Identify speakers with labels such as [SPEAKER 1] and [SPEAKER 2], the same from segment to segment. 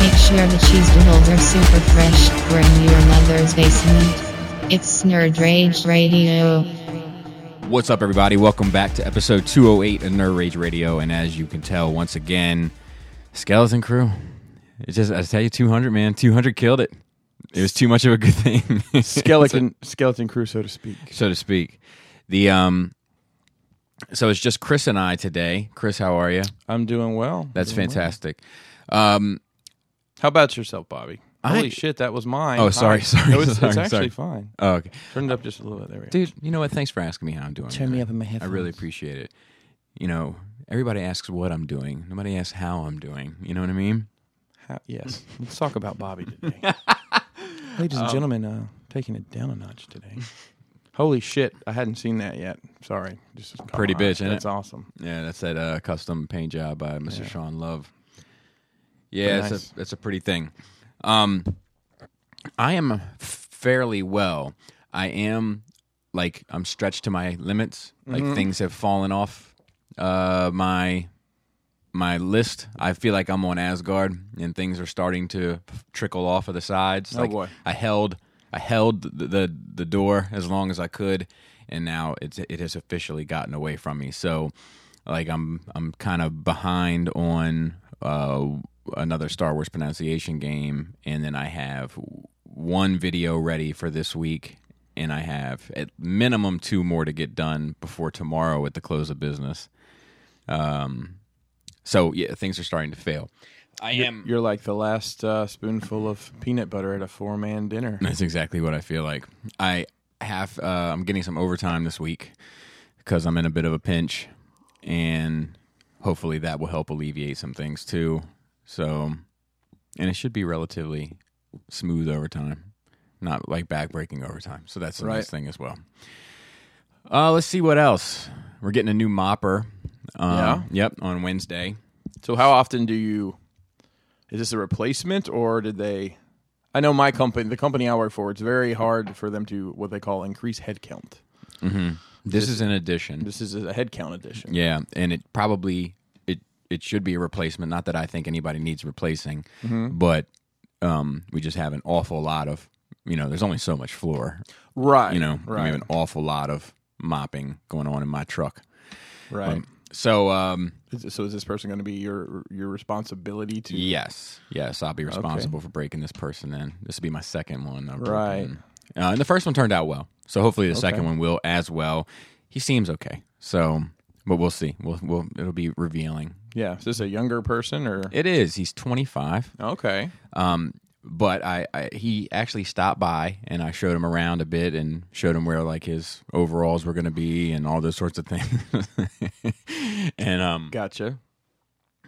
[SPEAKER 1] Make sure the cheese doodles are super fresh. We're in your mother's basement. It's Nerd Rage Radio.
[SPEAKER 2] What's up, everybody? Welcome back to episode 208 of Nerd Rage Radio. And as you can tell, once again, Skeleton Crew. It's just, I tell you, 200, man. 200 killed it. It was too much of a good thing.
[SPEAKER 3] skeleton skeleton crew, so to speak.
[SPEAKER 2] so to speak. The, um, so it's just Chris and I today. Chris, how are you?
[SPEAKER 3] I'm doing well.
[SPEAKER 2] That's
[SPEAKER 3] Doing well.
[SPEAKER 2] fantastic. Um,
[SPEAKER 3] How about yourself, Bobby?
[SPEAKER 2] I-
[SPEAKER 3] Holy shit, that was mine.
[SPEAKER 2] Oh, sorry,
[SPEAKER 3] Hi.
[SPEAKER 2] sorry,
[SPEAKER 3] No, it's,
[SPEAKER 2] sorry,
[SPEAKER 3] it's
[SPEAKER 2] sorry.
[SPEAKER 3] actually fine.
[SPEAKER 2] oh, okay.
[SPEAKER 3] Turn it up just a little bit. There we go.
[SPEAKER 2] Dude, you know what? Thanks for asking me how I'm doing.
[SPEAKER 3] Turn me up in my
[SPEAKER 2] I
[SPEAKER 3] headphones.
[SPEAKER 2] really appreciate it. You know, everybody asks what I'm doing. Nobody asks how I'm doing. You know what I mean?
[SPEAKER 3] How- yes. Let's talk about Bobby today. Ladies and gentlemen, uh, taking it down a notch today. Holy shit, I hadn't seen that yet. Sorry. Just caught
[SPEAKER 2] Pretty
[SPEAKER 3] my
[SPEAKER 2] bitch,
[SPEAKER 3] eye.
[SPEAKER 2] isn't it?
[SPEAKER 3] That's awesome.
[SPEAKER 2] Yeah, that's that uh, custom paint job by Mr.
[SPEAKER 3] Yeah.
[SPEAKER 2] Sean Love. Yeah, it's
[SPEAKER 3] nice.
[SPEAKER 2] a it's a pretty thing. Um, I am fairly well. I am like I'm stretched to my limits.
[SPEAKER 3] Mm-hmm.
[SPEAKER 2] Like things have fallen off uh, my my list. I feel like I'm on Asgard, and things are starting to trickle off of the sides.
[SPEAKER 3] Oh,
[SPEAKER 2] like,
[SPEAKER 3] boy.
[SPEAKER 2] I held I held the, the the door as long as I could, and now it's it has officially gotten away from me. So, like I'm I'm kind of behind on uh, another Star Wars pronunciation game, and then I have one video ready for this week, and I have at minimum two more to get done before tomorrow at the close of business. Um, so yeah, things are starting to fail. I am.
[SPEAKER 3] You're like the last uh, spoonful of peanut butter at a four man dinner.
[SPEAKER 2] That's exactly what I feel like. I have. Uh, I'm getting some overtime this week because I'm in a bit of a pinch, and hopefully that will help alleviate some things too. So, and it should be relatively smooth overtime, not like backbreaking overtime. So that's a
[SPEAKER 3] Right.
[SPEAKER 2] nice thing as well. Uh, let's see what else. We're getting a new mopper. Um, Yep, on Wednesday.
[SPEAKER 3] So how often do you? Is this a replacement or did they? I know my company, the company I work for, it's very hard for them to what they call increase headcount.
[SPEAKER 2] This is an addition.
[SPEAKER 3] This is a headcount addition.
[SPEAKER 2] Yeah, and it probably it it should be a replacement. Not that I think anybody needs replacing,
[SPEAKER 3] Mm-hmm.
[SPEAKER 2] but um, we just have an awful lot of you know. There's only so much floor.
[SPEAKER 3] Right.
[SPEAKER 2] You know, we
[SPEAKER 3] Right.
[SPEAKER 2] have an awful lot of mopping going on in my truck.
[SPEAKER 3] right.
[SPEAKER 2] So um,
[SPEAKER 3] Is- so is this person going to be your your responsibility to?
[SPEAKER 2] yes, yes, I'll be responsible for breaking this person in. This will be my second one. I've broken.
[SPEAKER 3] Right.
[SPEAKER 2] uh, and the first one turned out well. So hopefully the second one will as well. He seems okay. So, but we'll see. We'll we'll it'll be revealing.
[SPEAKER 3] Yeah. Is this a younger person or?
[SPEAKER 2] It is. He's 25.
[SPEAKER 3] okay.
[SPEAKER 2] Um, but I, I he actually stopped by and I showed him around a bit and showed him where like his overalls were going to be and all those sorts of things. and um,
[SPEAKER 3] Gotcha.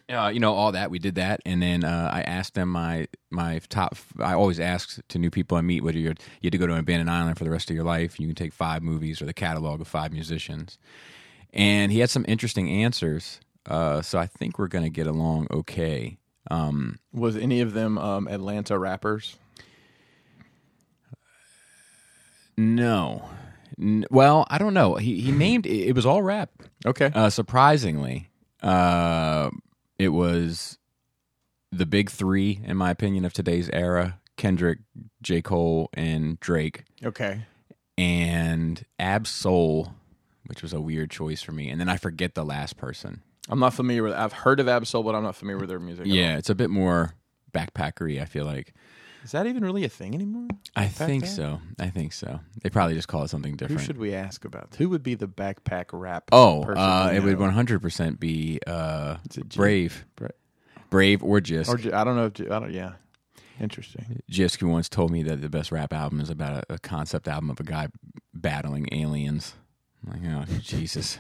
[SPEAKER 2] uh, you know all that we did that and then uh, I asked them my my top. I always ask to new people I meet whether you're you had to go to an abandoned island for the rest of your life. You can take five movies or the catalog of five musicians. And he had some interesting answers. Uh, so I think we're going to get along okay. Um,
[SPEAKER 3] Was any of them um, Atlanta rappers?
[SPEAKER 2] No. N- well, I don't know. He he named it, it was all rap.
[SPEAKER 3] Okay.
[SPEAKER 2] Uh, surprisingly, uh, it was the big three, in my opinion, of today's era: Kendrick, J. Cole, and Drake,
[SPEAKER 3] okay.
[SPEAKER 2] and Ab Soul, which was a weird choice for me. And then I forget the last person.
[SPEAKER 3] I'm not familiar with. I've heard of Absol, but I'm not familiar with their music. at all.
[SPEAKER 2] Yeah, it's a bit more backpackery. I feel like.
[SPEAKER 3] Is that even really a thing anymore?
[SPEAKER 2] I
[SPEAKER 3] Back
[SPEAKER 2] think
[SPEAKER 3] there?
[SPEAKER 2] so. I think so. They probably just call it something
[SPEAKER 3] Who
[SPEAKER 2] different.
[SPEAKER 3] should we ask about? Who would be the backpack rap?
[SPEAKER 2] Oh,
[SPEAKER 3] person
[SPEAKER 2] uh,
[SPEAKER 3] we
[SPEAKER 2] it would
[SPEAKER 3] know?
[SPEAKER 2] 100% be uh,
[SPEAKER 3] Is it Jim?
[SPEAKER 2] Brave.
[SPEAKER 3] Bra-
[SPEAKER 2] Brave or Jisk.
[SPEAKER 3] Or ju- I don't know. If, ju- I don't. Yeah, interesting.
[SPEAKER 2] Jisk, who once told me that the best rap album is about a, a concept album of a guy battling aliens. I'm like, oh, Jesus.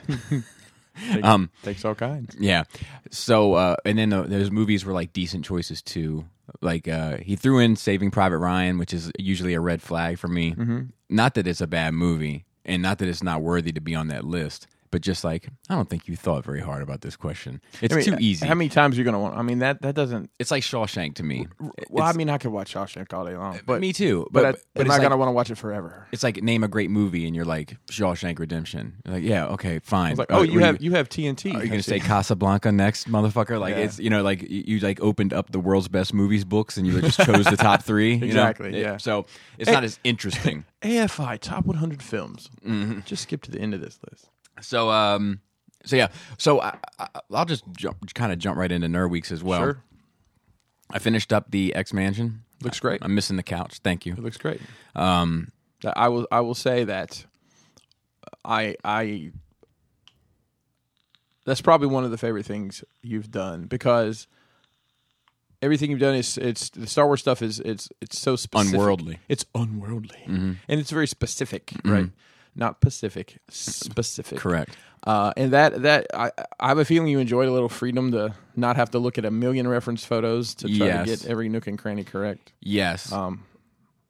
[SPEAKER 3] Takes,
[SPEAKER 2] Um,
[SPEAKER 3] takes all kinds.
[SPEAKER 2] Yeah. So uh, and then uh, those movies were like decent choices too. Like uh, he threw in Saving Private Ryan, which is usually a red flag for me.
[SPEAKER 3] Mm-hmm.
[SPEAKER 2] Not that it's a bad movie, and not that it's not worthy to be on that list, but just like I don't think you thought very hard about this question. It's
[SPEAKER 3] I mean,
[SPEAKER 2] too easy.
[SPEAKER 3] How many times are you going to want? I mean, that that doesn't.
[SPEAKER 2] it's like Shawshank to me.
[SPEAKER 3] Well,
[SPEAKER 2] It's- Uh,
[SPEAKER 3] I mean, I could watch Shawshank all day long, but
[SPEAKER 2] me too.
[SPEAKER 3] But,
[SPEAKER 2] But, but
[SPEAKER 3] I, am
[SPEAKER 2] it's
[SPEAKER 3] not
[SPEAKER 2] like,
[SPEAKER 3] going to want to watch it forever.
[SPEAKER 2] It's like name a great movie, and you're like Shawshank Redemption. You're like yeah, okay, fine.
[SPEAKER 3] It's like,
[SPEAKER 2] Uh,
[SPEAKER 3] oh,
[SPEAKER 2] what
[SPEAKER 3] you
[SPEAKER 2] do
[SPEAKER 3] have you have TNT.
[SPEAKER 2] Are you gonna
[SPEAKER 3] That's
[SPEAKER 2] say
[SPEAKER 3] it.
[SPEAKER 2] Casablanca next, motherfucker? Like
[SPEAKER 3] Yeah.
[SPEAKER 2] it's you know like y- you like opened up the world's best movies books and you just chose the top three. you know?
[SPEAKER 3] Exactly,
[SPEAKER 2] It-
[SPEAKER 3] yeah.
[SPEAKER 2] So it's not as interesting.
[SPEAKER 3] AFI top 100 films?
[SPEAKER 2] Mm-hmm.
[SPEAKER 3] Just skip to the end of this list.
[SPEAKER 2] So um, so yeah. So I, I, I'll just jump, kind of jump right into Nerd Weeks as well.
[SPEAKER 3] Sure.
[SPEAKER 2] I finished up the X Mansion.
[SPEAKER 3] Looks great.
[SPEAKER 2] I'm missing the couch. Thank
[SPEAKER 3] It
[SPEAKER 2] you.
[SPEAKER 3] looks great. Um, I will. I will say that. I I. That's probably one of the favorite things you've done because everything you've done is it's the Star Wars stuff is it's it's so specific.
[SPEAKER 2] Unworldly.
[SPEAKER 3] It's unworldly, and it's very specific, right? Not Pacific, specific.
[SPEAKER 2] Correct.
[SPEAKER 3] Uh, and that that I, I have a feeling you enjoyed a little freedom to not have to look at a million reference photos to try
[SPEAKER 2] Yes.
[SPEAKER 3] to get every nook and cranny correct.
[SPEAKER 2] Yes.
[SPEAKER 3] Um,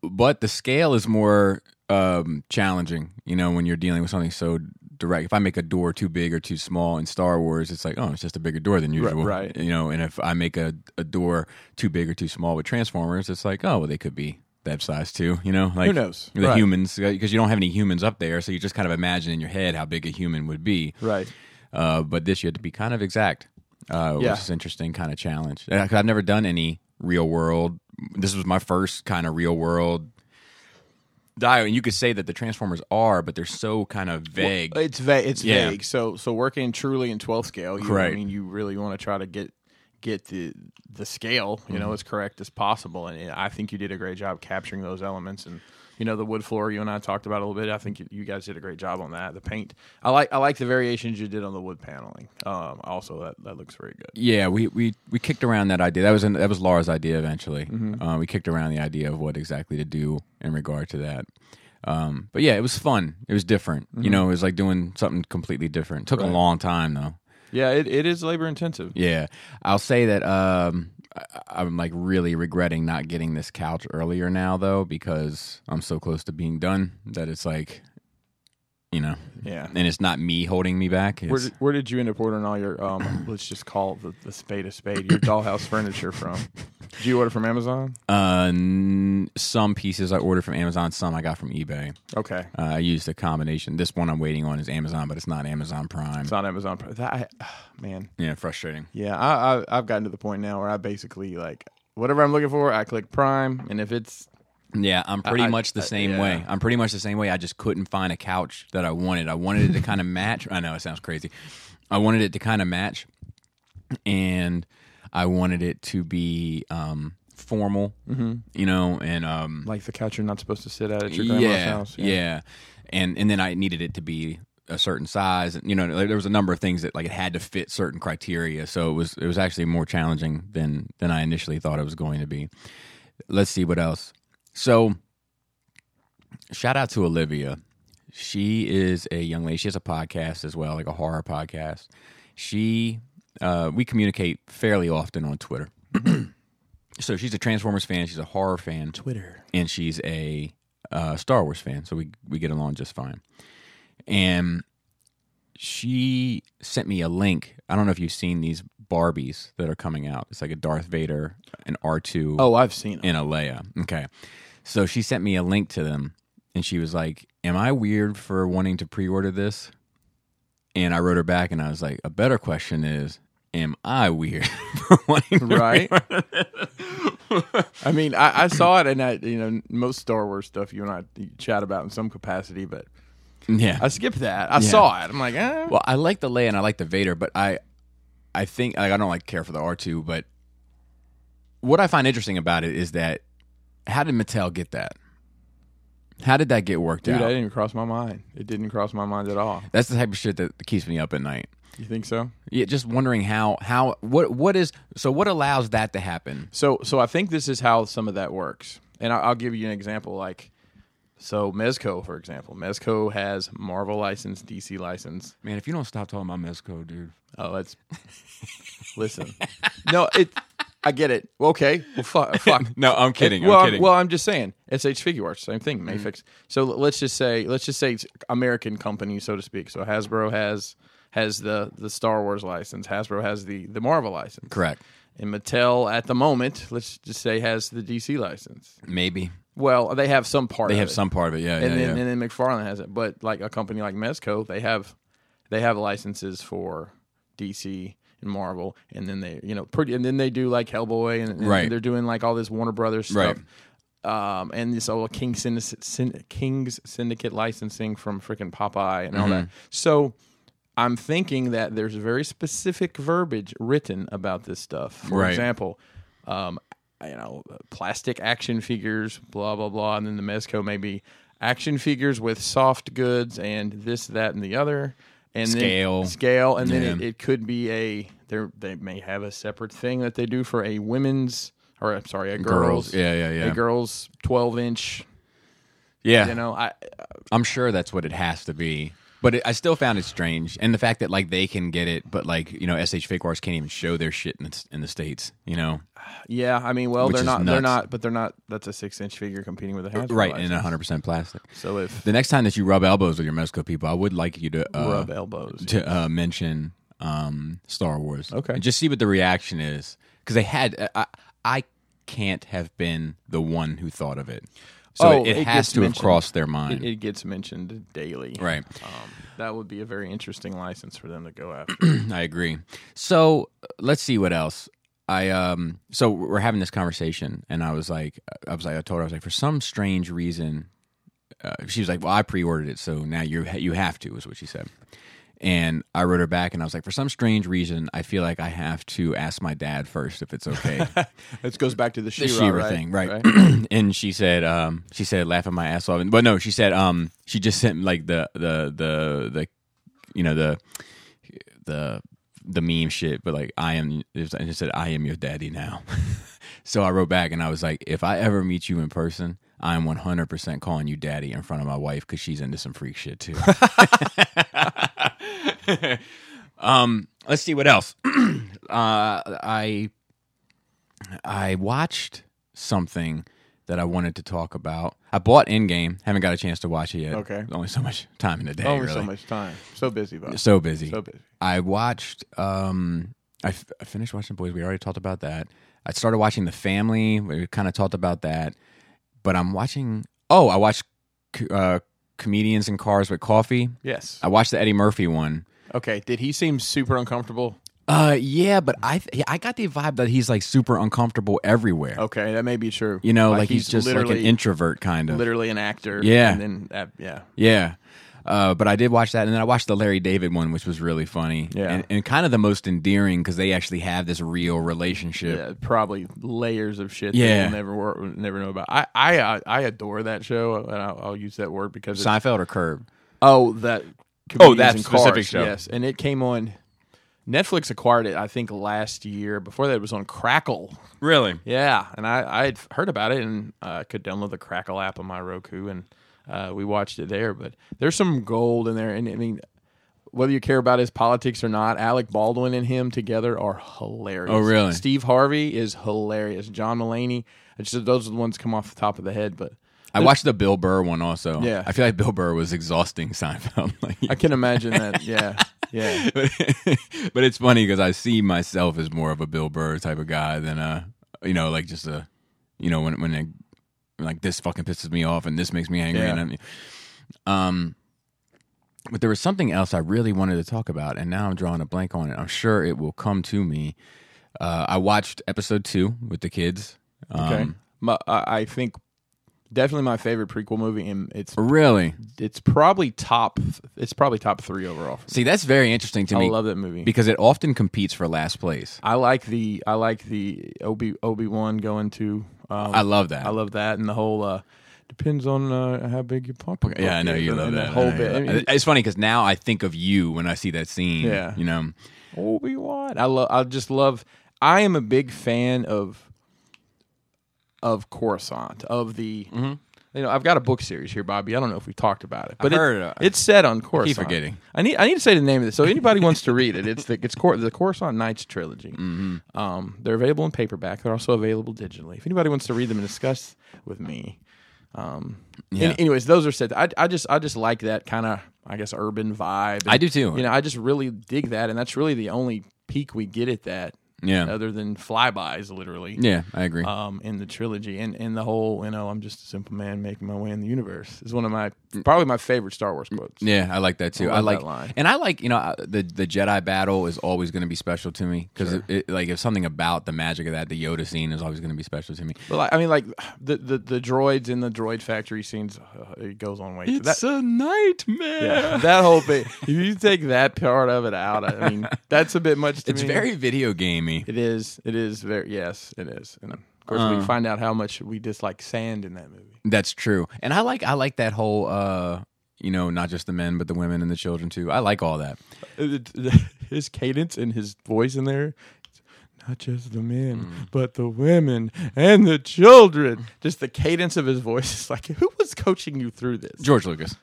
[SPEAKER 2] but the scale is more um, challenging. You know, when you're dealing with something so direct. If I make a door too big or too small in Star Wars, it's like, oh, it's just a bigger door than usual,
[SPEAKER 3] right.
[SPEAKER 2] You know, and if I make a, a door too big or too small with Transformers, it's like, oh, well, they could be that size too. You know, like
[SPEAKER 3] Who knows?
[SPEAKER 2] the
[SPEAKER 3] Right.
[SPEAKER 2] humans because you don't have any humans up there, so you just kind of imagine in your head how big a human would be.
[SPEAKER 3] right.
[SPEAKER 2] Uh, but this you had to be kind of exact, uh,
[SPEAKER 3] Yeah.
[SPEAKER 2] which is interesting kind of challenge. Uh, 'cause I've never done any real world. This was my first kind of real world dial, and you could say that the Transformers are, but they're so kind of vague.
[SPEAKER 3] Well, It's vague. It's
[SPEAKER 2] Yeah.
[SPEAKER 3] vague. So so working truly in 12 scale, you, I
[SPEAKER 2] Correct.
[SPEAKER 3] mean, you really want to try to get get the the scale, you know, as correct as possible. And I think you did a great job capturing those elements. And you know, the wood floor you and I talked about a little bit. I think you, you guys did a great job on that. The paint, I like I like the variations you did on the wood paneling. Um, also, that that looks very good.
[SPEAKER 2] yeah, we, we we kicked around that idea. That was an, that was Laura's idea. Eventually,
[SPEAKER 3] Mm-hmm.
[SPEAKER 2] uh, we kicked around the idea of what exactly to do in regard to that. Um, but yeah, it was fun. It was different.
[SPEAKER 3] Mm-hmm.
[SPEAKER 2] You know, it was like doing something completely different. Took a long time though.
[SPEAKER 3] Yeah, it, it is labor intensive.
[SPEAKER 2] Yeah, I'll say that um, I, I'm like really regretting not getting this couch earlier now though because I'm so close to being done that it's like, you know,
[SPEAKER 3] Yeah.
[SPEAKER 2] and it's not me holding me back.
[SPEAKER 3] Where
[SPEAKER 2] It's-
[SPEAKER 3] did, where did you end up ordering all your um? let's just call the, the spade a spade. Your dollhouse furniture from? Did you order from Amazon?
[SPEAKER 2] uh, n- some pieces I ordered from Amazon, some I got from eBay.
[SPEAKER 3] Okay.
[SPEAKER 2] Uh, I used a combination. This one I'm waiting on is Amazon, but it's not Amazon Prime.
[SPEAKER 3] It's on Amazon. Prime. That I, man,
[SPEAKER 2] Yeah, frustrating.
[SPEAKER 3] yeah, I, I I've gotten to the point now where I basically like whatever I'm looking for, I click Prime, and if it's
[SPEAKER 2] Yeah, I'm pretty
[SPEAKER 3] I-
[SPEAKER 2] much the
[SPEAKER 3] I-
[SPEAKER 2] same
[SPEAKER 3] yeah.
[SPEAKER 2] way. I'm pretty much the same way. I just couldn't find a couch that I wanted. I wanted it to kind of match. I know it sounds crazy. I wanted it to kind of match, and I wanted it to be um, formal, you know, and um,
[SPEAKER 3] like the couch you're not supposed to sit at at Mm-hmm. your grandma's
[SPEAKER 2] yeah,
[SPEAKER 3] house,
[SPEAKER 2] yeah, and and then I needed it to be a certain size, and you know, like, there was a number of things that like it had to fit certain criteria. So it was it was actually more challenging than than I initially thought it was going to be. Let's see what else. So, shout out to Olivia. She is a young lady. She has a podcast as well, like a horror podcast. She, uh, we communicate fairly often on Twitter. so she's a Transformers fan. She's a horror fan
[SPEAKER 3] Twitter.
[SPEAKER 2] and she's a uh, Star Wars fan, so we we get along just fine. And she sent me a link. I don't know if you've seen these Barbies that are coming out. It's like a Darth Vader, an R two,
[SPEAKER 3] Oh, I've seen it.
[SPEAKER 2] and a Leia. Okay, so she sent me a link to them, and she was like, "Am I weird for wanting to pre-order this?" And I wrote her back, and I was like, "A better question is." Am I weird for wanting to
[SPEAKER 3] Right, I mean, I, I saw it, and I, you know, most Star Wars stuff you and I chat about in some capacity, but
[SPEAKER 2] Yeah.
[SPEAKER 3] I skipped that. I saw it. I'm like, eh.
[SPEAKER 2] Well, I like the Leia and I like the Vader, but I, I think like, I don't like care for the R two. But what I find interesting about it is that how did Mattel get that? How did that get worked
[SPEAKER 3] dude, I
[SPEAKER 2] out?
[SPEAKER 3] didn't even cross my mind. It didn't cross my mind at all.
[SPEAKER 2] That's the type of shit that keeps me up at night.
[SPEAKER 3] You think so?
[SPEAKER 2] Yeah, just wondering how how what what is so what allows that to happen?
[SPEAKER 3] So, so I think this is how some of that works, and I, I'll give you an example. Like, So Mezco, for example, Mezco has Marvel license, DC license.
[SPEAKER 2] Man, if you don't stop talking about Mezco, dude.
[SPEAKER 3] Oh, it's listen. No, it. I get it. Well, Okay. Well, fuck. fuck.
[SPEAKER 2] No, I'm kidding.
[SPEAKER 3] Well,
[SPEAKER 2] I'm kidding. Mm-hmm.
[SPEAKER 3] well, I'm just saying. SH Figure Arts, same thing. Mayfix. So l- let's just say, let's just say it's American company, so to speak. So Hasbro has has the the Star Wars license. Hasbro has the the Marvel license.
[SPEAKER 2] Correct.
[SPEAKER 3] And Mattel, at the moment, let's just say, has the DC license.
[SPEAKER 2] Maybe
[SPEAKER 3] Well, they have some part.
[SPEAKER 2] they
[SPEAKER 3] of
[SPEAKER 2] have
[SPEAKER 3] it.
[SPEAKER 2] some part of it. Yeah,
[SPEAKER 3] and
[SPEAKER 2] yeah,
[SPEAKER 3] then
[SPEAKER 2] yeah.
[SPEAKER 3] and then McFarlane has it. But like a company like Mezco, they have they have licenses for DC and Marvel, and then they you know pretty and then they do like Hellboy, and, and
[SPEAKER 2] Right.
[SPEAKER 3] they're doing like all this Warner Brothers
[SPEAKER 2] Right.
[SPEAKER 3] stuff. Um, and this old King Syndicate, King's Syndicate licensing from freaking Popeye and all
[SPEAKER 2] Mm-hmm.
[SPEAKER 3] that. So I'm thinking that there's very specific verbiage written about this stuff. For
[SPEAKER 2] Right.
[SPEAKER 3] example, um, you know, plastic action figures, blah blah blah, and then the Mezco maybe action figures with soft goods and this, that, and the other, and then-
[SPEAKER 2] Scale.
[SPEAKER 3] scale, and then it,
[SPEAKER 2] Yeah.
[SPEAKER 3] it could be a they they may have a separate thing that they do for a women's or I'm sorry, a girls,
[SPEAKER 2] Girls. Yeah, yeah, yeah.
[SPEAKER 3] a girls twelve inch.
[SPEAKER 2] yeah.
[SPEAKER 3] You know, I
[SPEAKER 2] I'm sure that's what it has to be. But it, I still found it strange, and the fact that like they can get it, but like you know, SH Fake Wars can't even show their shit in the, in the states. You know,
[SPEAKER 3] yeah, I mean, well,
[SPEAKER 2] Which
[SPEAKER 3] they're
[SPEAKER 2] is
[SPEAKER 3] not, they're
[SPEAKER 2] nuts.
[SPEAKER 3] not, but they're not. That's a six inch figure competing with a Hasbro
[SPEAKER 2] right?
[SPEAKER 3] license.
[SPEAKER 2] And 100 percent plastic.
[SPEAKER 3] So if
[SPEAKER 2] The next time that you rub elbows with your Mezco people, I would like you to uh,
[SPEAKER 3] rub elbows,
[SPEAKER 2] to uh, mention um, Star Wars.
[SPEAKER 3] Okay.
[SPEAKER 2] and just see what the reaction is because they had. uh, I, I can't have been the one who thought of it, so
[SPEAKER 3] Oh,
[SPEAKER 2] it,
[SPEAKER 3] it
[SPEAKER 2] has
[SPEAKER 3] gets
[SPEAKER 2] to have
[SPEAKER 3] mentioned.
[SPEAKER 2] crossed their
[SPEAKER 3] it,
[SPEAKER 2] mind,
[SPEAKER 3] it gets mentioned daily,
[SPEAKER 2] right?
[SPEAKER 3] Um, that would be a very interesting license for them to go after.
[SPEAKER 2] I agree. So let's see what else. I um so we're having this conversation and I was like I was like I told her I was like for some strange reason uh, she was like well I pre-ordered it so now you you have to is what she said. And I wrote her back and I was like for some strange reason I feel like I have to ask my dad first if it's okay.
[SPEAKER 3] This goes back to the Shira,
[SPEAKER 2] the Shiva
[SPEAKER 3] right?
[SPEAKER 2] thing, right? and she said, um, she said, laughing my ass off. And- But no, she said, um, she just sent like the the the the, you know the the the meme shit. But like, I am, and she said, I am your daddy now. so I wrote back and I was like, if I ever meet you in person. I'm 100% calling you daddy in front of my wife because she's into some freak shit too. um, let's see what else. uh, I I watched something that I wanted to talk about. I bought Endgame. Haven't got a chance to watch it yet.
[SPEAKER 3] Okay.
[SPEAKER 2] There's only so much time in the day.
[SPEAKER 3] Only
[SPEAKER 2] really.
[SPEAKER 3] Oh, so much time. So busy, but
[SPEAKER 2] So busy.
[SPEAKER 3] so busy.
[SPEAKER 2] I watched. Um, I, f- I finished watching Boys. We already talked about that. I started watching The Family. We kind of talked about that. But I'm watching. Oh, I watched co- uh, comedians in cars with coffee.
[SPEAKER 3] Yes.
[SPEAKER 2] I watched the Eddie Murphy one.
[SPEAKER 3] Okay. Did he seem super uncomfortable?
[SPEAKER 2] Uh, yeah, but I th- I got the vibe that he's like super uncomfortable everywhere.
[SPEAKER 3] Okay, that may be true.
[SPEAKER 2] You know, like, he's, just like an
[SPEAKER 3] Oh, literally-
[SPEAKER 2] introvert kind of.
[SPEAKER 3] literally an actor.
[SPEAKER 2] Yeah.
[SPEAKER 3] And then that, yeah.
[SPEAKER 2] Yeah. Uh, but I did watch that, and then I watched the Larry David one, which was really funny,
[SPEAKER 3] Yeah.
[SPEAKER 2] and, and kind of the most endearing because they actually have this real relationship.
[SPEAKER 3] Yeah, probably layers of shit that
[SPEAKER 2] Yeah.
[SPEAKER 3] you'll never wor- never know about. I I uh, I adore that show, and I'll, I'll use that word because it's,
[SPEAKER 2] Seinfeld or Curb?
[SPEAKER 3] oh that
[SPEAKER 2] Oh, that
[SPEAKER 3] Comedians in
[SPEAKER 2] specific
[SPEAKER 3] Cars,
[SPEAKER 2] show.
[SPEAKER 3] yes, and it came on Netflix acquired it I think last year. Before that, it was on Crackle.
[SPEAKER 2] Really?
[SPEAKER 3] Yeah, and I I had heard about it and uh, could download the Crackle app on my Roku and uh, we watched it there. But there's some gold in there, and I mean, whether you care about his politics or not, Alec Baldwin and him together are hilarious.
[SPEAKER 2] Oh, really?
[SPEAKER 3] Steve Harvey is hilarious. John Mulaney. It's just those are the ones that come off the top of the head, but
[SPEAKER 2] I watched the Bill Burr one also.
[SPEAKER 3] Yeah.
[SPEAKER 2] I feel like Bill Burr was exhausting Seinfeld. Like,
[SPEAKER 3] I can imagine that. Yeah, yeah.
[SPEAKER 2] but it's funny because I see myself as more of a Bill Burr type of guy than a, you know, like just a, you know, when when it, like this fucking pisses me off and this makes me angry
[SPEAKER 3] Yeah.
[SPEAKER 2] and I'm, um, but there was something else I really wanted to talk about and now I'm drawing a blank on it. I'm sure it will come to me. Uh, I watched episode two with the kids. Um,
[SPEAKER 3] Okay, my, I I think definitely my favorite prequel movie, and it's
[SPEAKER 2] Really?
[SPEAKER 3] it's probably top. It's probably top three overall. for me.
[SPEAKER 2] See, that's very interesting to
[SPEAKER 3] I
[SPEAKER 2] me
[SPEAKER 3] love that movie.
[SPEAKER 2] because it often competes for last place.
[SPEAKER 3] I like the I like the Obi Obi Wan going to. Um,
[SPEAKER 2] I love that.
[SPEAKER 3] I love that and the whole uh, depends on uh, how big your pop.
[SPEAKER 2] Yeah, I know you love that.
[SPEAKER 3] whole
[SPEAKER 2] I know you
[SPEAKER 3] bit.
[SPEAKER 2] love- it's funny because now I think of you when I see that scene.
[SPEAKER 3] Yeah.
[SPEAKER 2] you know,
[SPEAKER 3] Obi Wan. I love. I just love. I am a big fan of of Coruscant of the you know, I've got a book series here, Bobby. I don't know if we've talked about it, but it-
[SPEAKER 2] Mm-hmm. heard it.
[SPEAKER 3] it's set on Coruscant.
[SPEAKER 2] forgetting.
[SPEAKER 3] I need I need to say the name of this. So anybody wants to read it, it's the it's Cor- the Coruscant Knights trilogy.
[SPEAKER 2] Mm-hmm.
[SPEAKER 3] Um, they're available in paperback. They're also available digitally. If anybody wants to read them and discuss with me, um,
[SPEAKER 2] Yeah.
[SPEAKER 3] and anyways, those are said. I I just I just like that kind of I guess urban vibe.
[SPEAKER 2] I do too.
[SPEAKER 3] You know, I just really dig that, and that's really the only peak we get at that.
[SPEAKER 2] Yeah.
[SPEAKER 3] Other than flybys, literally
[SPEAKER 2] Yeah, I agree.
[SPEAKER 3] um, in the trilogy and, and the whole, you know, I'm just a simple man making my way in the universe is one of my probably my favorite Star Wars quotes.
[SPEAKER 2] Mm. Yeah, I like that too. I,
[SPEAKER 3] love
[SPEAKER 2] like,
[SPEAKER 3] that line.
[SPEAKER 2] and I like you know I- the the Jedi battle is always going to be special to me because it, like if something about the magic of that the Yoda scene is always going to be special to me.
[SPEAKER 3] But like, I mean, like the, the the droids in the droid factory scenes, uh, it goes on way. too- that,
[SPEAKER 2] a nightmare.
[SPEAKER 3] yeah, that whole thing. If you take that part of it out, I mean, that's a bit much. To
[SPEAKER 2] It's
[SPEAKER 3] me.
[SPEAKER 2] very video gamey.
[SPEAKER 3] It is. It is very. Yes, it is. And of course, we
[SPEAKER 2] Uh.
[SPEAKER 3] find out how much we dislike sand in that movie.
[SPEAKER 2] That's true, and I like I like that whole uh you know not just the men but the women and the children too. I like all that.
[SPEAKER 3] it- his cadence and his voice in there not just the men
[SPEAKER 2] Mm.
[SPEAKER 3] but the women and the children just the cadence of his voice is like who was coaching you through this
[SPEAKER 2] George Lucas.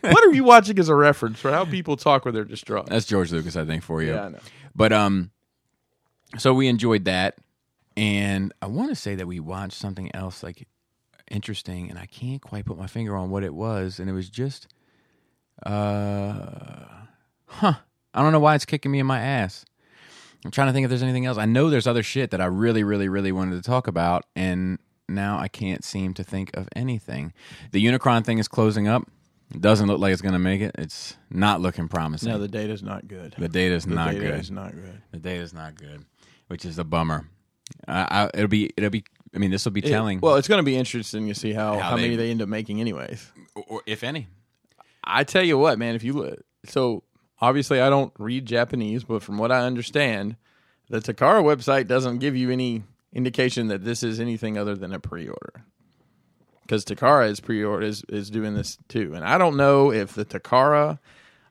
[SPEAKER 3] what are you watching as a reference for how people talk when they're distraught
[SPEAKER 2] That's George Lucas, I think, for you.
[SPEAKER 3] Yeah, I know.
[SPEAKER 2] But um, so we enjoyed that, and I want to say that we watched something else like interesting, and I can't quite put my finger on what it was, and it was just, uh, huh? I don't know why it's kicking me in my ass. I'm trying to think if there's anything else. I know there's other shit that I really, really, really wanted to talk about, and now I can't seem to think of anything. The Unicron thing is closing up. It doesn't look like it's going to make it. It's not looking promising.
[SPEAKER 3] no the data's not good
[SPEAKER 2] The data's not
[SPEAKER 3] data
[SPEAKER 2] good.
[SPEAKER 3] is not good
[SPEAKER 2] the data's not good, which is a bummer. I, I, it'll be it'll be. I mean, this will be
[SPEAKER 3] It-
[SPEAKER 2] telling.
[SPEAKER 3] well it's going to be interesting to see how,
[SPEAKER 2] How
[SPEAKER 3] how,
[SPEAKER 2] they-
[SPEAKER 3] many they end up making anyways
[SPEAKER 2] or, or if any.
[SPEAKER 3] I tell you what, man, if you look, so obviously I don't read Japanese, but from what I understand, the Takara website doesn't give you any indication that this is anything other than a pre-order. Because Takara is pre-order is, is doing this too, and I don't know if the Takara,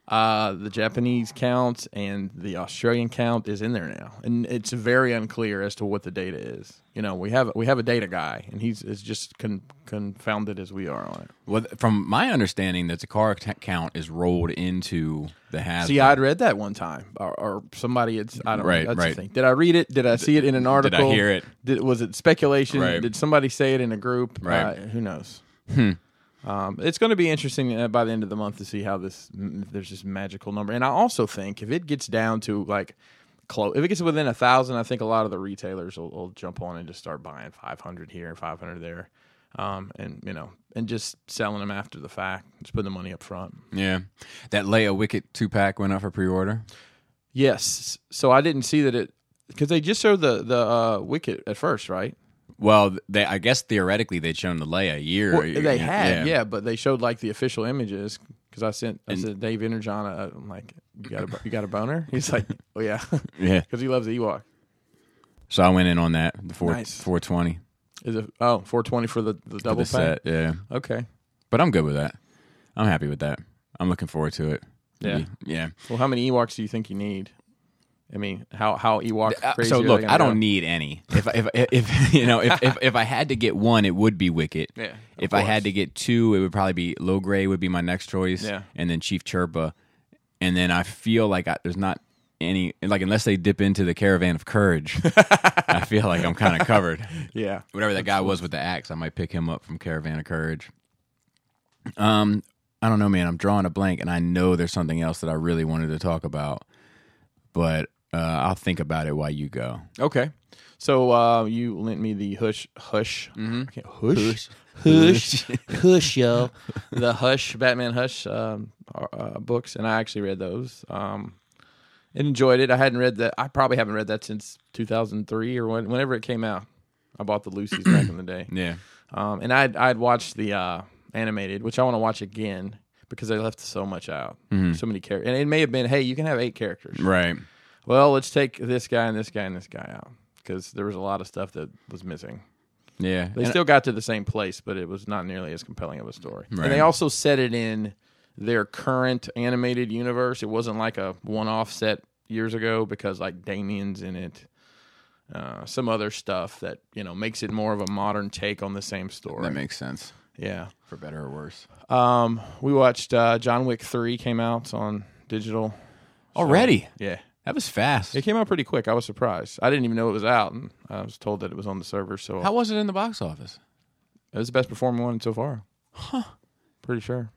[SPEAKER 3] uh, the Japanese count and the Australian count is in there now, and it's very unclear as to what the data is. You know, we have we have a data guy, and he's as just con- confounded as we are on it.
[SPEAKER 2] Well, th- from my understanding, the Takara t- count is rolled into the Hasbro.
[SPEAKER 3] See, I'd read that one time, or, or somebody. It's I don't
[SPEAKER 2] Right,
[SPEAKER 3] know. That's
[SPEAKER 2] right.
[SPEAKER 3] The thing. Did I read it? Did I see it in an article?
[SPEAKER 2] hear it?
[SPEAKER 3] Did, was it speculation?
[SPEAKER 2] Right.
[SPEAKER 3] Did somebody say it in a group?
[SPEAKER 2] Right. Hmm.
[SPEAKER 3] Uh, who knows? Um, it's going to be interesting uh, by the end of the month to see how this. If there's this magical number, and I also think if it gets down to like close, if it gets within a thousand, I think a lot of the retailers will, will jump on and just start buying 500 here and 500 there, um, and you know, and just selling them after the fact, just putting the money up front.
[SPEAKER 2] yeah, that Leia Wicket two pack went up for pre order.
[SPEAKER 3] Yes. So I didn't see that it because they just showed the the uh, wicket at first, right?
[SPEAKER 2] Well, they I guess theoretically they'd shown the Leia a year.
[SPEAKER 3] Well, they had, yeah. but they showed like the official images because I sent I sent Dave Energon. uh, I'm like, you got a you got a boner? He's like, oh yeah, because
[SPEAKER 2] yeah,
[SPEAKER 3] he loves the Ewok.
[SPEAKER 2] So I went in on that the four
[SPEAKER 3] Nice.
[SPEAKER 2] four twenty
[SPEAKER 3] Is it oh 420 for the
[SPEAKER 2] for
[SPEAKER 3] the double
[SPEAKER 2] the
[SPEAKER 3] pack?
[SPEAKER 2] set. Yeah,
[SPEAKER 3] Okay.
[SPEAKER 2] but I'm good with that. I'm happy with that. I'm looking forward to it.
[SPEAKER 3] Yeah.
[SPEAKER 2] yeah.
[SPEAKER 3] Well, how many Ewoks do you think you need? I mean, how how Ewok
[SPEAKER 2] Uh,
[SPEAKER 3] crazy?
[SPEAKER 2] so
[SPEAKER 3] are they
[SPEAKER 2] look,
[SPEAKER 3] gonna
[SPEAKER 2] I
[SPEAKER 3] go?
[SPEAKER 2] don't need any. If if if you know if, if if I had to get one, it would be Wicket.
[SPEAKER 3] Yeah, of
[SPEAKER 2] If I
[SPEAKER 3] course.
[SPEAKER 2] had to get two, it would probably be Low Gray would be my next choice.
[SPEAKER 3] Yeah.
[SPEAKER 2] And then Chief Chirpa, and then I feel like I, there's not any like unless they dip into the Caravan of Courage, I feel like I'm kind of covered.
[SPEAKER 3] Yeah.
[SPEAKER 2] Whatever that guy was with the axe, I might pick him up from Caravan of Courage. Um, I don't know, man. I'm drawing a blank, and I know there's something else that I really wanted to talk about, but uh, I'll think about it while you go.
[SPEAKER 3] Okay. So uh, you lent me the Hush Hush okay, Mm-hmm. Hush
[SPEAKER 2] Hush.
[SPEAKER 3] Hush Hush yo the Hush Batman Hush um, uh, uh, books, and I actually read those. Um, and enjoyed it. I hadn't read that. I probably haven't read that since 2003 or when, whenever it came out. I bought the Lucy's back in the day.
[SPEAKER 2] Yeah.
[SPEAKER 3] Um, and I'd I'd watched the uh, animated, which I want to watch again because they left so much out, so many characters. And it may have been, hey, you can have eight characters
[SPEAKER 2] Right.
[SPEAKER 3] well, let's take this guy and this guy and this guy out because there was a lot of stuff that was missing.
[SPEAKER 2] Yeah.
[SPEAKER 3] They
[SPEAKER 2] And-
[SPEAKER 3] still got to the same place, but it was not nearly as compelling of a story.
[SPEAKER 2] Right.
[SPEAKER 3] And they also set it in their current animated universe. It wasn't like a one-off set years ago because like Damien's in it. uh, some other stuff that you know makes it more of a modern take on the same story.
[SPEAKER 2] That makes sense
[SPEAKER 3] yeah.
[SPEAKER 2] for better or worse.
[SPEAKER 3] Um, we watched uh, John Wick three came out on digital.
[SPEAKER 2] Already,
[SPEAKER 3] Yeah,
[SPEAKER 2] that was fast.
[SPEAKER 3] it came out pretty quick. I was surprised. I didn't even know it was out, and I was told that it was on the server. So
[SPEAKER 2] How was it in the box office?
[SPEAKER 3] it was the best performing one so far. Huh? Pretty sure.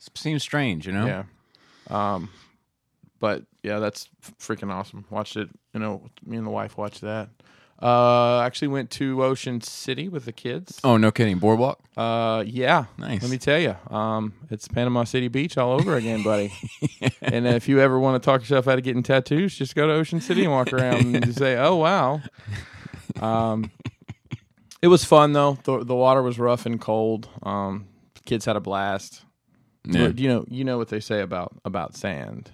[SPEAKER 2] S- Seems strange, you know.
[SPEAKER 3] Yeah. Um, but yeah, that's f- freaking awesome. Watched it. You know, me and the wife watched that. Uh, actually went to Ocean City with the kids.
[SPEAKER 2] Oh no, kidding. Boardwalk.
[SPEAKER 3] Uh, yeah.
[SPEAKER 2] Nice.
[SPEAKER 3] Let me tell you, um, it's Panama City Beach all over again, buddy. And if you ever want to talk yourself out of getting tattoos, just go to Ocean City and walk around and just say, "Oh wow." Um, it was fun though. The, the water was rough and cold. Um, kids had a blast.
[SPEAKER 2] Yeah.
[SPEAKER 3] But, you know, you know what they say about about sand.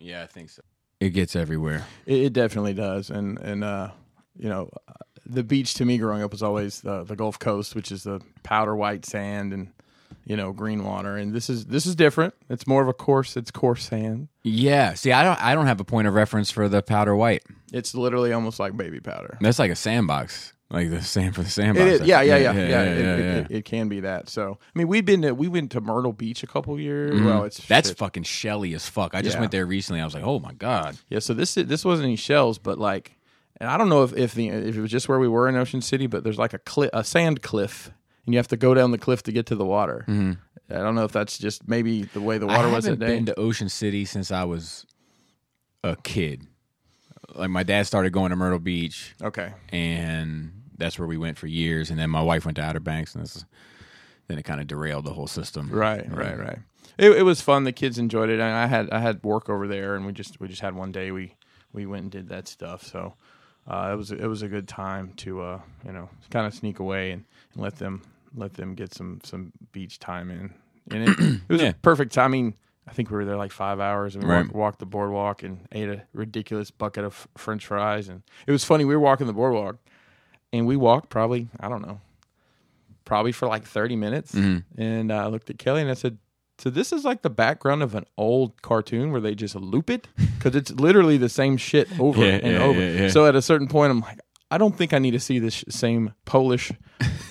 [SPEAKER 2] yeah, I think so. It gets everywhere.
[SPEAKER 3] It, it definitely does, and and uh, you know, uh, the beach to me growing up was always the the Gulf Coast, which is the powder white sand and you know green water. And this is this is different. It's more of a coarse. It's coarse sand.
[SPEAKER 2] Yeah. See, I don't. I don't have a point of reference for the powder white.
[SPEAKER 3] It's literally almost like baby powder.
[SPEAKER 2] That's like a sandbox, like the sand for the sandbox.
[SPEAKER 3] It is, yeah, yeah, yeah, yeah.
[SPEAKER 2] yeah,
[SPEAKER 3] it, it-
[SPEAKER 2] yeah.
[SPEAKER 3] It, it can be that. So I mean, we've been to we went to Myrtle Beach a couple years. Well, it's
[SPEAKER 2] That's
[SPEAKER 3] shit.
[SPEAKER 2] fucking shelly as fuck. I just
[SPEAKER 3] Yeah.
[SPEAKER 2] went there recently. I was like, oh my god.
[SPEAKER 3] yeah. So this this wasn't any shells, but like, and I don't know if if the if it was just where we were in Ocean City, but there's like a cli- a sand cliff, and you have to go down the cliff to get to the water. I don't know if that's just maybe the way the water
[SPEAKER 2] Mm-hmm. I
[SPEAKER 3] was
[SPEAKER 2] haven't
[SPEAKER 3] that day.
[SPEAKER 2] been to Ocean City since I was a kid. Like my dad started going to Myrtle Beach,
[SPEAKER 3] okay,
[SPEAKER 2] and that's where we went for years. And then my wife went to Outer Banks, and this, then it kind of derailed the whole system.
[SPEAKER 3] right, right, right. It, it was fun. The kids enjoyed it. I, I had I had work over there, and we just we just had one day. We we went and did that stuff. So uh, it was it was a good time to uh, you know kind of sneak away and, and let them let them get some some beach time in. And it, it was
[SPEAKER 2] Yeah.
[SPEAKER 3] a perfect. time. I mean, I think we were there like five hours, and we
[SPEAKER 2] Right.
[SPEAKER 3] walked, walked the boardwalk and ate a ridiculous bucket of French fries. And it was funny. We were walking the boardwalk, and we walked probably I don't know, probably for like thirty minutes.
[SPEAKER 2] Mm-hmm.
[SPEAKER 3] And I looked at Kelly and I said, "So this is like the background of an old cartoon where they just loop it because it's literally the same shit over
[SPEAKER 2] Yeah,
[SPEAKER 3] and
[SPEAKER 2] yeah,
[SPEAKER 3] over."
[SPEAKER 2] yeah, yeah.
[SPEAKER 3] So at a certain point, I'm like, I don't think I need to see this sh- same Polish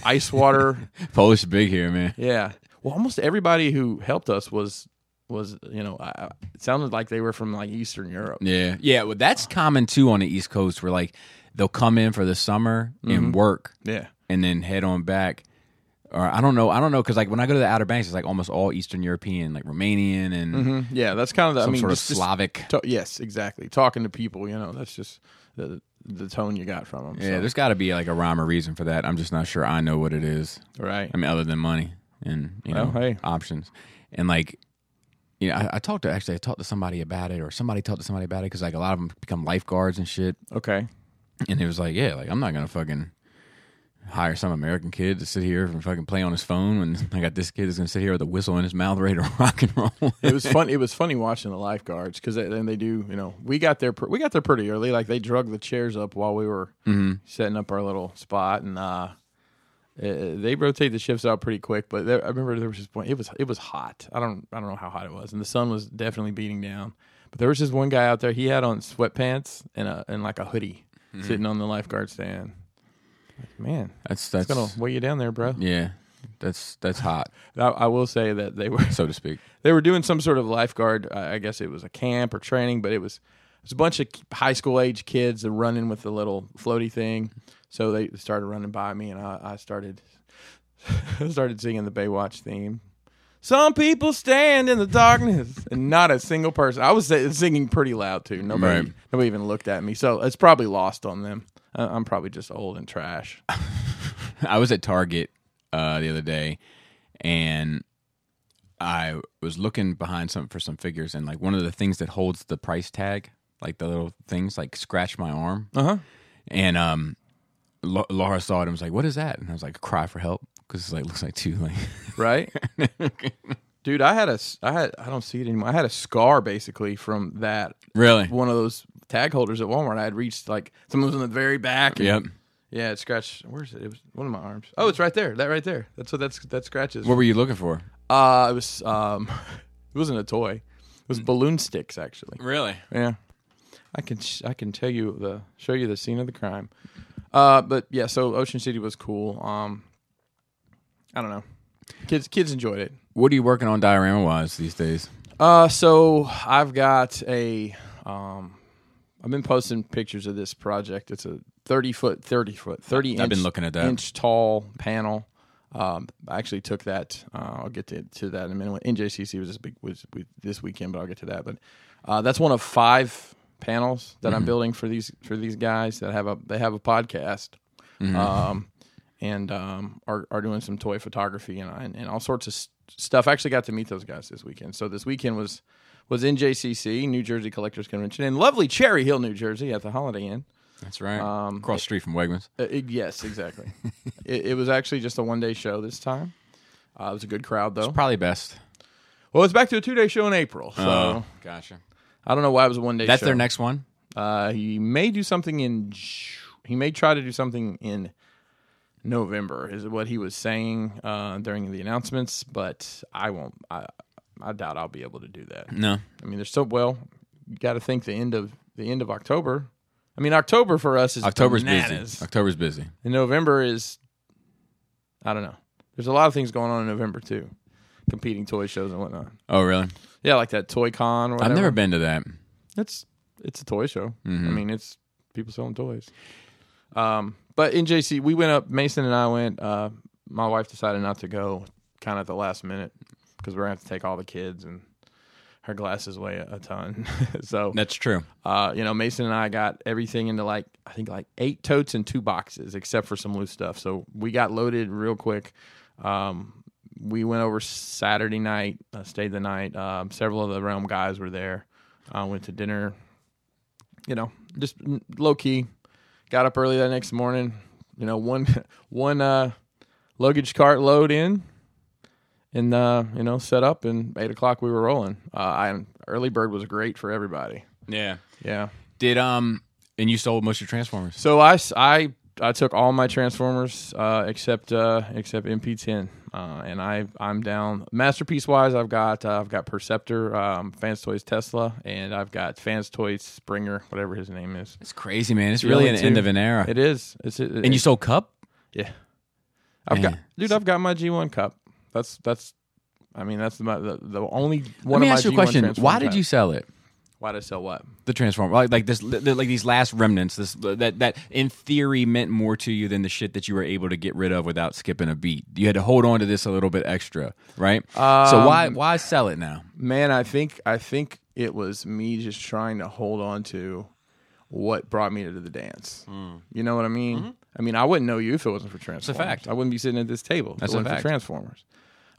[SPEAKER 3] ice water.
[SPEAKER 2] Polish big here, man.
[SPEAKER 3] yeah. Well, almost everybody who helped us was was you know I, I- it sounded like they were from like Eastern Europe.
[SPEAKER 2] Yeah, yeah. Well, that's common too on the East Coast, where like they'll come in for the summer
[SPEAKER 3] Mm-hmm.
[SPEAKER 2] and work,
[SPEAKER 3] Yeah.
[SPEAKER 2] and then head on back. Or I don't know, I don't know, because like when I go to the Outer Banks, it's like almost all Eastern European, like Romanian and
[SPEAKER 3] Mhm. Yeah, that's kind of the,
[SPEAKER 2] some
[SPEAKER 3] I mean
[SPEAKER 2] sort
[SPEAKER 3] just-
[SPEAKER 2] of
[SPEAKER 3] just-
[SPEAKER 2] Slavic.
[SPEAKER 3] To- yes, exactly. Talking to people, you know, that's just the the tone you got from them.
[SPEAKER 2] Yeah, there's got to be like a rhyme or reason for that. I'm just not sure I know what it is.
[SPEAKER 3] right.
[SPEAKER 2] I mean, other than money and you know
[SPEAKER 3] Well, Oh, hey.
[SPEAKER 2] options, and like you know, I, I talked to actually I talked to somebody about it, or somebody talked to somebody about it because like a lot of them become lifeguards and shit,
[SPEAKER 3] Okay.
[SPEAKER 2] and it was like, yeah, like I'm not gonna fucking hire some American kid to sit here and fucking play on his phone when I got this kid that's gonna sit here with a whistle in his mouth ready to rock and roll.
[SPEAKER 3] It was fun. It was funny watching the lifeguards because then they do. You know, we got there. pr- We got there pretty early. Like they drug the chairs up while we were
[SPEAKER 2] Mm-hmm.
[SPEAKER 3] setting up our little spot, and uh, eh, they rotate the shifts out pretty quick. But there, I remember there was this point. It was it was hot. I don't I don't know how hot it was, and the sun was definitely beating down. But there was this one guy out there. He had on sweatpants and a and like a hoodie,
[SPEAKER 2] Mm-hmm.
[SPEAKER 3] sitting on the lifeguard stand. Like, man,
[SPEAKER 2] That's
[SPEAKER 3] it's
[SPEAKER 2] that's
[SPEAKER 3] gonna weigh you down there, bro.
[SPEAKER 2] yeah, that's that's hot,
[SPEAKER 3] I, I will say that they were
[SPEAKER 2] so to speak.
[SPEAKER 3] they were doing some sort of lifeguard. I I guess it was a camp or training, but it was it was a bunch of high school age kids that running with the little floaty thing. So they started running by me, and I, I started I started singing the Baywatch theme. Some people stand in the darkness, and not a single person. I was si- singing pretty loud too. Nobody,
[SPEAKER 2] Right.
[SPEAKER 3] nobody even looked at me. So it's probably lost on them. I- I'm probably just old and trash.
[SPEAKER 2] I was at Target uh, the other day, and I was looking behind some for some figures, and like one of the things that holds the price tag, like the little things, like scratch my arm,
[SPEAKER 3] Uh huh.
[SPEAKER 2] and um, La- Laura saw it and was like, "What is that?" And I was like, "Cry for help," because it's like looks like two like
[SPEAKER 3] right? Dude, I had a, s- I had, I don't see it anymore. I had a scar basically from that
[SPEAKER 2] really,
[SPEAKER 3] one of those tag holders at Walmart. I had reached like someone was in the very back. and-
[SPEAKER 2] yep.
[SPEAKER 3] yeah, it scratched. Where's it? It was one of my arms. Oh, it's right there. That right there. That's what that's that scratches.
[SPEAKER 2] What were you looking for?
[SPEAKER 3] Uh, it was um, it wasn't a toy. It was balloon sticks actually.
[SPEAKER 2] Really?
[SPEAKER 3] Yeah, I can sh- I can tell you the show you the scene of the crime. Uh, but yeah, so Ocean City was cool. Um, I don't know, kids kids enjoyed it.
[SPEAKER 2] What are you working on diorama wise these days?
[SPEAKER 3] Uh, so I've got a um, I've been posting pictures of this project. It's a thirty foot, thirty foot, thirty.
[SPEAKER 2] I've
[SPEAKER 3] inch,
[SPEAKER 2] been looking at that.
[SPEAKER 3] inch tall panel. Um, I actually took that. Uh, I'll get to, to that in a minute. NJCC was this big was with this weekend, but I'll get to that. But uh, that's one of five panels that
[SPEAKER 2] Mm-hmm.
[SPEAKER 3] I'm building for these for these guys that have a they have a podcast.
[SPEAKER 2] Mm-hmm.
[SPEAKER 3] Um, and um, are, are doing some toy photography and, and, and all sorts of s- stuff. I actually got to meet those guys this weekend. So this weekend was was in JCC, New Jersey Collectors Convention, in lovely Cherry Hill, New Jersey, at the Holiday Inn.
[SPEAKER 2] That's right. Across the street from Wegmans.
[SPEAKER 3] Uh, it- yes, exactly. it, it was actually just a one day show this time. Uh, it was a good crowd though.
[SPEAKER 2] Probably best. Uh,
[SPEAKER 3] well, it's back to a two day show in April, so
[SPEAKER 2] gotcha.
[SPEAKER 3] I don't know why it was a one day.
[SPEAKER 2] Oh. That's
[SPEAKER 3] show.
[SPEAKER 2] their next one.
[SPEAKER 3] Uh, he may do something in. J- He may try to do something in November, is what he was saying uh, during the announcements. But I won't. I I doubt I'll be able to do that.
[SPEAKER 2] No.
[SPEAKER 3] I mean, there's so well. You got to think the end of the end of October. I mean, October for us is
[SPEAKER 2] October's
[SPEAKER 3] bananas.
[SPEAKER 2] busy. October's busy.
[SPEAKER 3] And November is, I don't know. There's a lot of things going on in November too, competing toy shows and whatnot.
[SPEAKER 2] Oh, really?
[SPEAKER 3] Yeah, like that Toy Con. Or whatever.
[SPEAKER 2] I've never been to that.
[SPEAKER 3] It's it's a toy show. I mean, it's people selling toys. Um, but in JC, we went up. Mason and I went. Uh, my wife decided not to go, kind of at the last minute, because we're gonna have to take all the kids and her glasses weigh a, a ton. so
[SPEAKER 2] That's true.
[SPEAKER 3] uh, you know, Mason and I got everything into like I think like eight totes and two boxes, except for some loose stuff. So we got loaded real quick. Um, we went over Saturday night, uh, stayed the night. Um, several of the realm guys were there. Uh, went to dinner. You know, just low key. Got up early that next morning. You know, one one uh, luggage cart load in and uh, you know set up and eight o'clock we were rolling uh, I, early bird was great for everybody
[SPEAKER 2] Yeah.
[SPEAKER 3] yeah
[SPEAKER 2] Did um and you sold most of your Transformers.
[SPEAKER 3] so I, s- I- I took all my transformers uh, except uh, except MP10, uh, and I I'm down masterpiece wise. I've got uh, I've got Perceptor, um, Fans Toys Tesla, and I've got Fans Toys Springer, whatever his name is.
[SPEAKER 2] It's crazy, man. It's
[SPEAKER 3] The
[SPEAKER 2] really an
[SPEAKER 3] only
[SPEAKER 2] end
[SPEAKER 3] two.
[SPEAKER 2] of an era.
[SPEAKER 3] It is. It's it,
[SPEAKER 2] and you sold Cup?
[SPEAKER 3] yeah. I've got
[SPEAKER 2] Man.
[SPEAKER 3] dude. I've got my G1 cup. That's that's. I mean that's my, the the only
[SPEAKER 2] Let
[SPEAKER 3] one.
[SPEAKER 2] me
[SPEAKER 3] of my
[SPEAKER 2] ask you a
[SPEAKER 3] G1
[SPEAKER 2] question.
[SPEAKER 3] transformer
[SPEAKER 2] Why did
[SPEAKER 3] types.
[SPEAKER 2] you sell it?
[SPEAKER 3] Why did I sell what?
[SPEAKER 2] The Transformer, like, like this, li- like these last remnants, this that that in theory meant more to you than the shit that you were able to get rid of without skipping a beat. You had to hold on to this a little bit extra, right? so
[SPEAKER 3] Um,
[SPEAKER 2] why why sell it now?
[SPEAKER 3] Man, I think I think it was me just trying to hold on to what brought me to the dance.
[SPEAKER 2] Hmm.
[SPEAKER 3] You know what I mean? I mean, I wouldn't know you if it wasn't for Transformers.
[SPEAKER 2] Mm-hmm. fact.
[SPEAKER 3] I wouldn't be sitting at this table. That's
[SPEAKER 2] That's
[SPEAKER 3] if
[SPEAKER 2] a
[SPEAKER 3] it wasn't
[SPEAKER 2] fact.
[SPEAKER 3] for Transformers.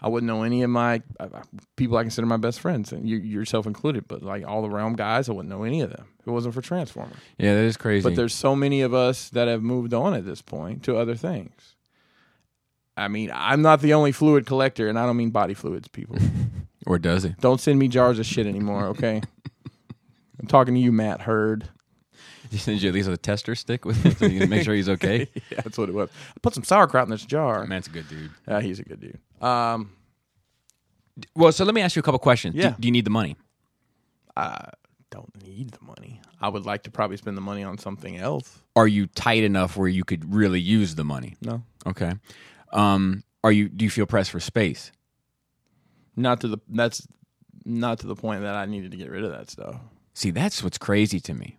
[SPEAKER 3] I wouldn't know any of my uh, uh, people I consider my best friends, and you, yourself included. But like all the realm guys, I wouldn't know any of them if it wasn't for Transformers.
[SPEAKER 2] Yeah, that is crazy.
[SPEAKER 3] But there's so many of us that have moved on at this point to other things. I mean, I'm not the only fluid collector, and I don't mean body fluids, people.
[SPEAKER 2] or does it?
[SPEAKER 3] Don't send me jars of shit anymore, okay? I'm talking to you, Matt Hurd.
[SPEAKER 2] Did you at least have a tester stick with him so you can make sure he's okay?
[SPEAKER 3] Yeah, that's what it was. I put some sauerkraut in this jar.
[SPEAKER 2] Man's a good dude.
[SPEAKER 3] Ah, he's a good dude. Um,
[SPEAKER 2] Well, so let me ask you a couple questions. Do-
[SPEAKER 3] Yeah.
[SPEAKER 2] Do, you need the money?
[SPEAKER 3] don't need the money. I would like to probably spend the money on something else.
[SPEAKER 2] Are you tight enough where you could really use the money?
[SPEAKER 3] No,
[SPEAKER 2] Okay. Um, are you? Do you feel pressed for space?
[SPEAKER 3] not to the that's not to the point that I needed to get rid of that stuff.
[SPEAKER 2] See, that's what's crazy to me.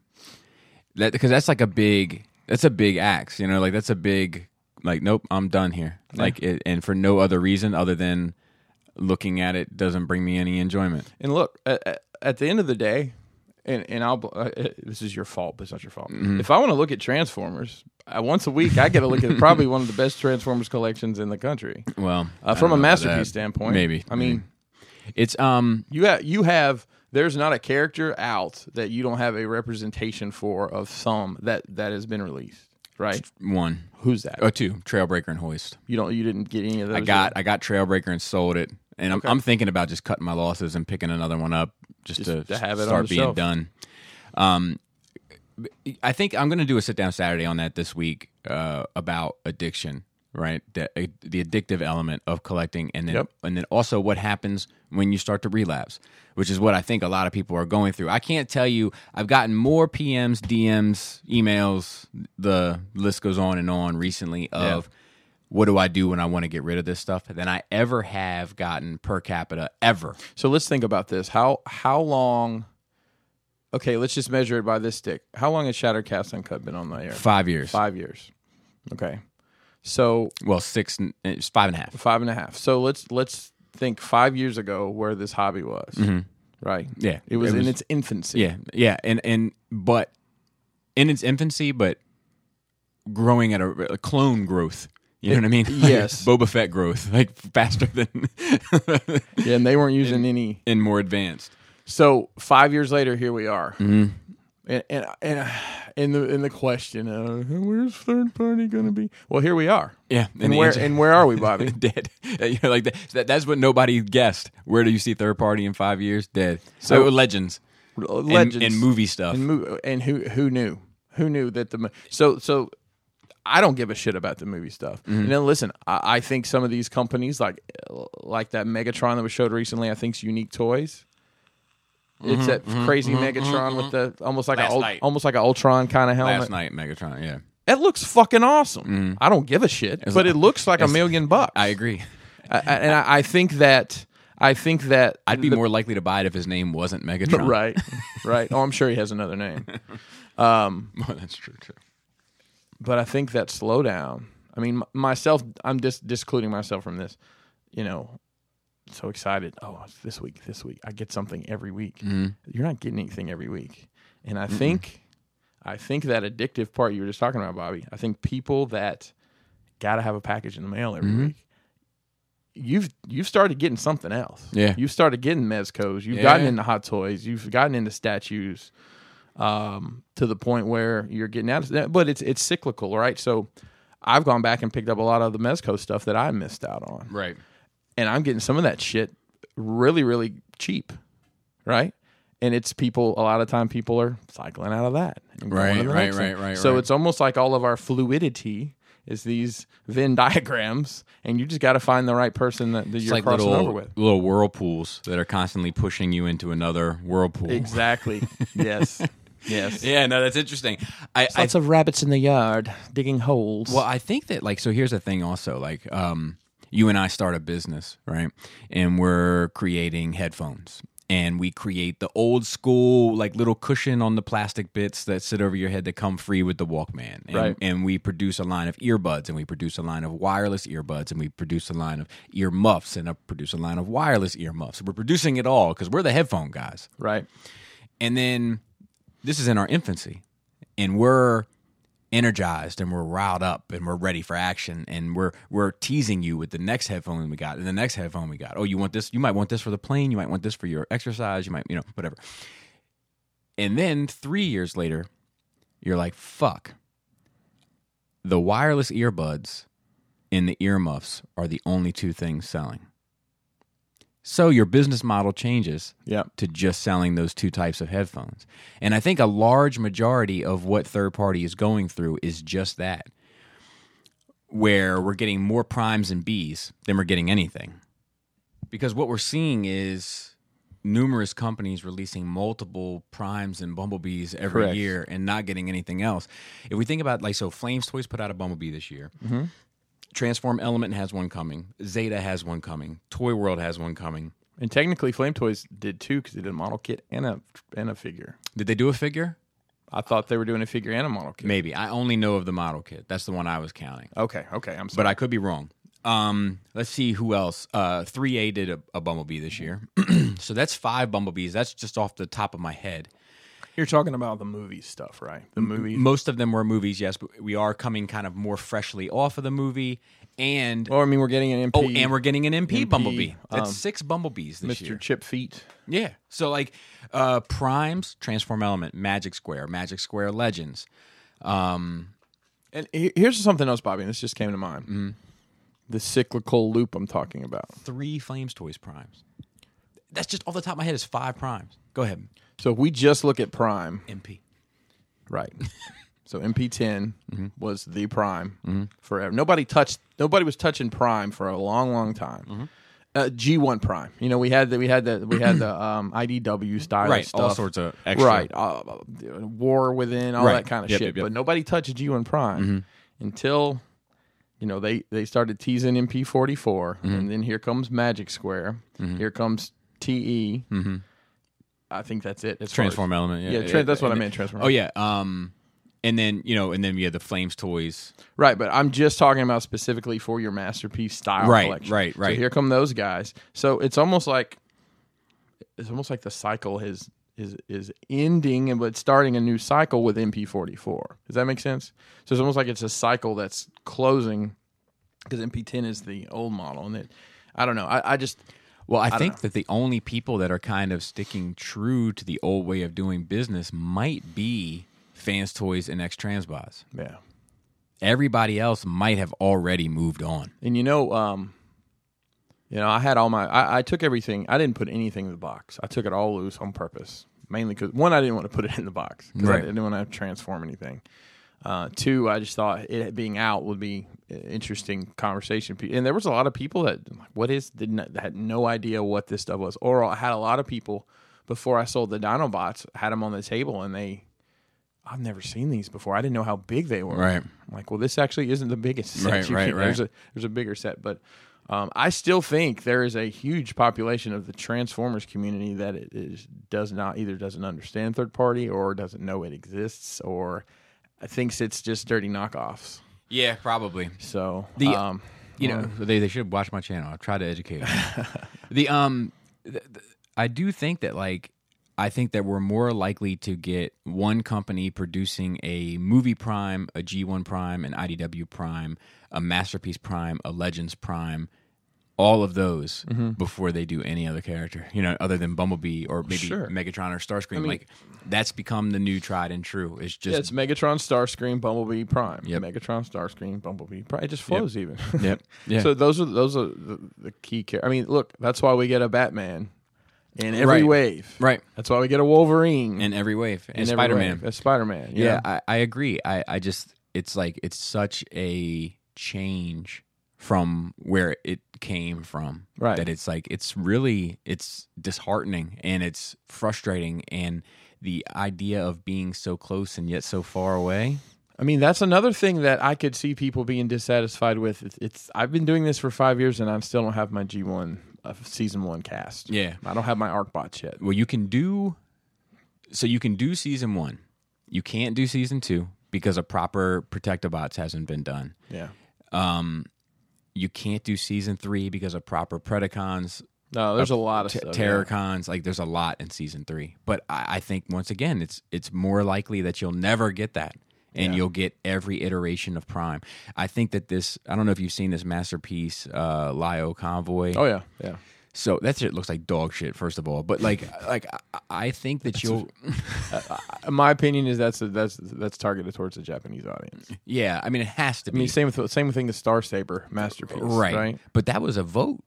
[SPEAKER 2] That because that's like a big that's a big axe, you know, like that's a big like nope, I'm done here. Like it, and for no other reason other than looking at it doesn't bring me any enjoyment.
[SPEAKER 3] And look, at, at- at the end of the day, and and I'll bl- uh, uh, this is your fault, but it's not your fault. If I want to look at Transformers uh, once a week, I get to look at probably one of the best Transformers collections in the country.
[SPEAKER 2] Well, I
[SPEAKER 3] uh, from
[SPEAKER 2] don't
[SPEAKER 3] a
[SPEAKER 2] know about that.
[SPEAKER 3] masterpiece standpoint.
[SPEAKER 2] maybe.
[SPEAKER 3] I mean,
[SPEAKER 2] it's um
[SPEAKER 3] you have you have there's not a character out that you don't have a representation for of some that that has been released, right?
[SPEAKER 2] one
[SPEAKER 3] Who's that?
[SPEAKER 2] or two Trailbreaker and Hoist.
[SPEAKER 3] You don't you didn't get any of those.
[SPEAKER 2] I got I got Trailbreaker and sold it, and I'm, I'm thinking about just cutting my losses and picking another one up just, to,
[SPEAKER 3] to have it on
[SPEAKER 2] start
[SPEAKER 3] the
[SPEAKER 2] being
[SPEAKER 3] shelf.
[SPEAKER 2] done. Um, I think I'm going to do a sit down Saturday on that this week uh, about addiction right? The, the addictive element of collecting, and then
[SPEAKER 3] Yep.
[SPEAKER 2] and then also what happens when you start to relapse, which is what I think a lot of people are going through. I can't tell you, I've gotten more PMs, DMs, emails, the list goes on and on recently of what do I do when I want to get rid of this stuff than I ever have gotten per capita ever.
[SPEAKER 3] So let's think about this. How how long? Okay, let's just measure it by this stick. How long has Shattercast Uncut been on the air?
[SPEAKER 2] Five years.
[SPEAKER 3] Five years. Okay, so
[SPEAKER 2] Well, six, n- it's five and a half.
[SPEAKER 3] five and a half. So let's let's think five years ago where this hobby was. Right.
[SPEAKER 2] Mm-hmm. Yeah,
[SPEAKER 3] It was
[SPEAKER 2] it
[SPEAKER 3] in
[SPEAKER 2] was-
[SPEAKER 3] its infancy.
[SPEAKER 2] Yeah, yeah, and and but in its infancy, but growing at a, a clone growth. You know what I mean?
[SPEAKER 3] yes.
[SPEAKER 2] Boba Fett growth, like faster than
[SPEAKER 3] Yeah, and they weren't using any
[SPEAKER 2] and more advanced.
[SPEAKER 3] So five years later, here we are.
[SPEAKER 2] Mm-hmm.
[SPEAKER 3] And and and uh, in the in the question, uh, where's third party going to be? Well, here we are.
[SPEAKER 2] Yeah,
[SPEAKER 3] And, where and where are we, Bobby?
[SPEAKER 2] dead? You know, like that, that- That's what nobody guessed. Where do you see third party in five years? Dead. So
[SPEAKER 3] So-
[SPEAKER 2] legends, and-
[SPEAKER 3] Legends
[SPEAKER 2] and, movie stuff.
[SPEAKER 3] and, mo- and who who knew who knew that the mo- so so I don't give a shit about the movie stuff.
[SPEAKER 2] Mm-hmm.
[SPEAKER 3] And then listen, I, I think some of these companies like like that Megatron that was showed recently, I think's Unique Toys.
[SPEAKER 2] Mm-hmm.
[SPEAKER 3] It's that crazy Megatron with the almost like
[SPEAKER 2] Last
[SPEAKER 3] a, ul-
[SPEAKER 2] night.
[SPEAKER 3] almost like an Ultron kind of helmet.
[SPEAKER 2] Last night, Megatron. Yeah,
[SPEAKER 3] It looks fucking awesome. I don't give a shit, but it looks like a million bucks.
[SPEAKER 2] I agree.
[SPEAKER 3] I- I- and I, I think that I think that
[SPEAKER 2] I'd be
[SPEAKER 3] the-
[SPEAKER 2] more likely to buy it if his name wasn't Megatron.
[SPEAKER 3] right, right. Oh, I'm sure he has another name,
[SPEAKER 2] Well, that's true too.
[SPEAKER 3] but I think that slowdown. I mean, m- myself, I'm just discluding myself from this. You know, so excited. Oh, it's this week, this week, I get something every week. You're not getting anything every week, and I think, I think that addictive part you were just talking about, Bobby. I think people that got to have a package in the mail every week. You've you've started getting something else.
[SPEAKER 2] Yeah.
[SPEAKER 3] you've started getting mezcos. You've
[SPEAKER 2] Yeah.
[SPEAKER 3] gotten into hot toys. You've gotten into statues. Um, to the point where you're getting out of that, but it's it's cyclical, right? So, I've gone back and picked up a lot of the mezco stuff that I missed out on
[SPEAKER 2] Right.
[SPEAKER 3] and I'm getting some of that shit really, really cheap, right? And it's people. A lot of time, people are cycling out of that. and going
[SPEAKER 2] Right,
[SPEAKER 3] to the
[SPEAKER 2] right,
[SPEAKER 3] next
[SPEAKER 2] right,
[SPEAKER 3] thing.
[SPEAKER 2] right,
[SPEAKER 3] So
[SPEAKER 2] right.
[SPEAKER 3] it's almost like all of our fluidity is these Venn diagrams, and you just got to find the right person that, that
[SPEAKER 2] It's
[SPEAKER 3] you're
[SPEAKER 2] like
[SPEAKER 3] crossing
[SPEAKER 2] little,
[SPEAKER 3] over with.
[SPEAKER 2] little whirlpools that are constantly pushing you into another whirlpool.
[SPEAKER 3] Exactly. yes. Yes.
[SPEAKER 2] Yeah, no, that's interesting. I, I
[SPEAKER 3] of rabbits in the yard digging holes.
[SPEAKER 2] well, I think that like so. Here's the thing, also like um, you and I start a business, right? And we're creating headphones, and we create the old school like little cushion on the plastic bits that sit over your head that come free with the Walkman, and,
[SPEAKER 3] Right.
[SPEAKER 2] And we produce a line of earbuds, and we produce a line of wireless earbuds, and we produce a line of ear muffs, and I produce a line of wireless ear muffs. We're producing it all because we're the headphone guys.
[SPEAKER 3] right.
[SPEAKER 2] And then this is in our infancy, and we're energized and we're riled up and we're ready for action and we're we're teasing you with the next headphone we got and the next headphone we got. Oh, you want this? You might want this for the plane. You might want this for your exercise. You might you know whatever. And then three years later, you're like, fuck. The wireless earbuds and the earmuffs are the only two things selling. So your business model changes
[SPEAKER 3] Yeah.
[SPEAKER 2] to just selling those two types of headphones. And I think a large majority of what third party is going through is just that, where we're getting more primes and Bs than we're getting anything. Because what we're seeing is numerous companies releasing multiple primes and bumblebees every
[SPEAKER 3] Correct.
[SPEAKER 2] year and not getting anything else. If we think about like so Flames Toys put out a bumblebee this year. Transform Element has one coming. Zeta has one coming. Toy World has one coming.
[SPEAKER 3] And technically, Flame Toys did too because they did a model kit and a and a figure.
[SPEAKER 2] Did they do a figure?
[SPEAKER 3] I thought they were doing a figure and a model kit.
[SPEAKER 2] Maybe. I only know of the model kit. That's the one I was counting.
[SPEAKER 3] Okay. Okay. I'm sorry.
[SPEAKER 2] But I could be wrong. Um, let's see who else. Uh, 3A did a, a Bumblebee this year. so that's five Bumblebees. That's just off the top of my head.
[SPEAKER 3] You're talking about the movie stuff, right? The movie.
[SPEAKER 2] Most of them were movies, yes, but we are coming kind of more freshly off of the movie. And
[SPEAKER 3] Well, I mean, we're getting an MP.
[SPEAKER 2] oh, and we're getting an MP,
[SPEAKER 3] MP,
[SPEAKER 2] Bumblebee. That's
[SPEAKER 3] um,
[SPEAKER 2] six Bumblebees this
[SPEAKER 3] Mr.
[SPEAKER 2] year.
[SPEAKER 3] Chip Feet.
[SPEAKER 2] Yeah. So like uh Primes, Transform Element, Magic Square, Magic Square Legends.
[SPEAKER 3] And he- here's something else, Bobby. and This just came to mind. The cyclical loop I'm talking about.
[SPEAKER 2] Three Flames Toys Primes. That's just off the top of my head is five primes. Go ahead.
[SPEAKER 3] So if we just look at Prime,
[SPEAKER 2] MP.
[SPEAKER 3] right? So MP10
[SPEAKER 2] Mm-hmm.
[SPEAKER 3] was the prime forever. Nobody touched. Nobody was touching prime for a long, long time.
[SPEAKER 2] Mm-hmm.
[SPEAKER 3] Uh, G1 prime. You know, we had the, we had the we had the um, IDW style
[SPEAKER 2] Right,
[SPEAKER 3] stuff.
[SPEAKER 2] all sorts of extra.
[SPEAKER 3] Right, uh, uh, war within all
[SPEAKER 2] Right.
[SPEAKER 3] that kind of
[SPEAKER 2] Yep,
[SPEAKER 3] shit.
[SPEAKER 2] yep, Mm-hmm. yep.
[SPEAKER 3] But nobody touched G1 prime until you know they they started teasing MP44,
[SPEAKER 2] Mm-hmm.
[SPEAKER 3] and then here comes Magic Square. Here comes TE. I think that's it. as far as-
[SPEAKER 2] Mm-hmm. Transform element. Yeah,
[SPEAKER 3] Yeah, tran- that's what I
[SPEAKER 2] and-
[SPEAKER 3] meant. Transform.
[SPEAKER 2] Oh yeah. Um, and then you know, and then yeah, the flames toys.
[SPEAKER 3] Right, but I'm just talking about specifically for your masterpiece style
[SPEAKER 2] Right,
[SPEAKER 3] collection.
[SPEAKER 2] right, right.
[SPEAKER 3] So here come those guys. So it's almost like it's almost like the cycle is is is ending and but starting a new cycle with MP44. Does that make sense? So it's almost like it's a cycle that's closing because MP10 is the old model and it I don't know. I, I just
[SPEAKER 2] Well, I, think that the only people that are kind of sticking true to the old way of doing business might be fans toys and X transbots.
[SPEAKER 3] yeah.
[SPEAKER 2] Everybody else might have already moved on.
[SPEAKER 3] And you know, um, you know, I had all my, I, I took everything. I didn't put anything in the box. I took it all loose on purpose, mainly because one, I didn't want to put it in the box because
[SPEAKER 2] Right.
[SPEAKER 3] I didn't want to transform anything. Uh, two, I just thought it being out would be an interesting conversation. Pe- And there was a lot of people that, like, what is, didn't that had no idea what this stuff was. Or I had a lot of people before I sold the Dinobots had them on the table and they. I've never seen these before. I didn't know how big they were.
[SPEAKER 2] Right.
[SPEAKER 3] I'm like, well, this actually isn't the biggest set.
[SPEAKER 2] Right,
[SPEAKER 3] You
[SPEAKER 2] right,
[SPEAKER 3] can- There's
[SPEAKER 2] right.
[SPEAKER 3] a there's a bigger set, but um, I still think there is a huge population of the Transformers community that it is does not either doesn't understand third party or doesn't know it exists or thinks it's just dirty knockoffs.
[SPEAKER 2] Yeah, probably.
[SPEAKER 3] So
[SPEAKER 2] The-
[SPEAKER 3] um,
[SPEAKER 2] You know, they, they should watch my channel. I try to educate them. the um, th- th- I do think that like I think that we're more likely to get one company producing a movie prime, a G one prime, an IDW prime, a masterpiece prime, a Legends prime, all of those before they do any other character. You know, other than Bumblebee or maybe
[SPEAKER 3] Sure.
[SPEAKER 2] Megatron or Starscream. like that's become the new tried and true. It's just
[SPEAKER 3] yeah, it's Megatron, Starscream, Bumblebee, Prime.
[SPEAKER 2] Yep.
[SPEAKER 3] Megatron, Starscream, Bumblebee, Prime. It just flows even.
[SPEAKER 2] Yep. Yeah.
[SPEAKER 3] So those are those are the, the key care. I mean, look, that's why we get a Batman in every
[SPEAKER 2] Right.
[SPEAKER 3] wave.
[SPEAKER 2] right
[SPEAKER 3] That's why we get a Wolverine
[SPEAKER 2] in every wave and
[SPEAKER 3] in every
[SPEAKER 2] Spider Man.
[SPEAKER 3] wave. A Spider Man.
[SPEAKER 2] Yeah, I, I agree. I, I just it's like it's such a change from where it came from.
[SPEAKER 3] Right.
[SPEAKER 2] That it's like it's really it's disheartening and it's frustrating and the idea of being so close and yet so far away.
[SPEAKER 3] I mean, that's another thing that I could see people being dissatisfied with. It's, it's I've been doing this for five years and I still don't have my G one uh, season one cast.
[SPEAKER 2] Yeah.
[SPEAKER 3] I don't have my ArcBots yet.
[SPEAKER 2] Well you can do so you can do season one. You can't do season two because a proper protectobots hasn't been done.
[SPEAKER 3] Yeah.
[SPEAKER 2] You can't do season three because a proper Predacons
[SPEAKER 3] No, there's a lot of
[SPEAKER 2] T-
[SPEAKER 3] stuff.
[SPEAKER 2] terror cons like there's a lot in season three but I, I think once again it's it's more likely that you'll never get that and you'll get every iteration of prime i think that this i don't know if you've seen this masterpiece uh lio convoy
[SPEAKER 3] yeah. Oh yeah, yeah.
[SPEAKER 2] so that shit looks like dog shit first of all but like like I, I think that you'll
[SPEAKER 3] My opinion is that's that's that's targeted towards the Japanese audience. I
[SPEAKER 2] yeah i mean it has to be
[SPEAKER 3] mean, same with same thing the Star Saber masterpiece,
[SPEAKER 2] right.
[SPEAKER 3] right?
[SPEAKER 2] But that was a vote.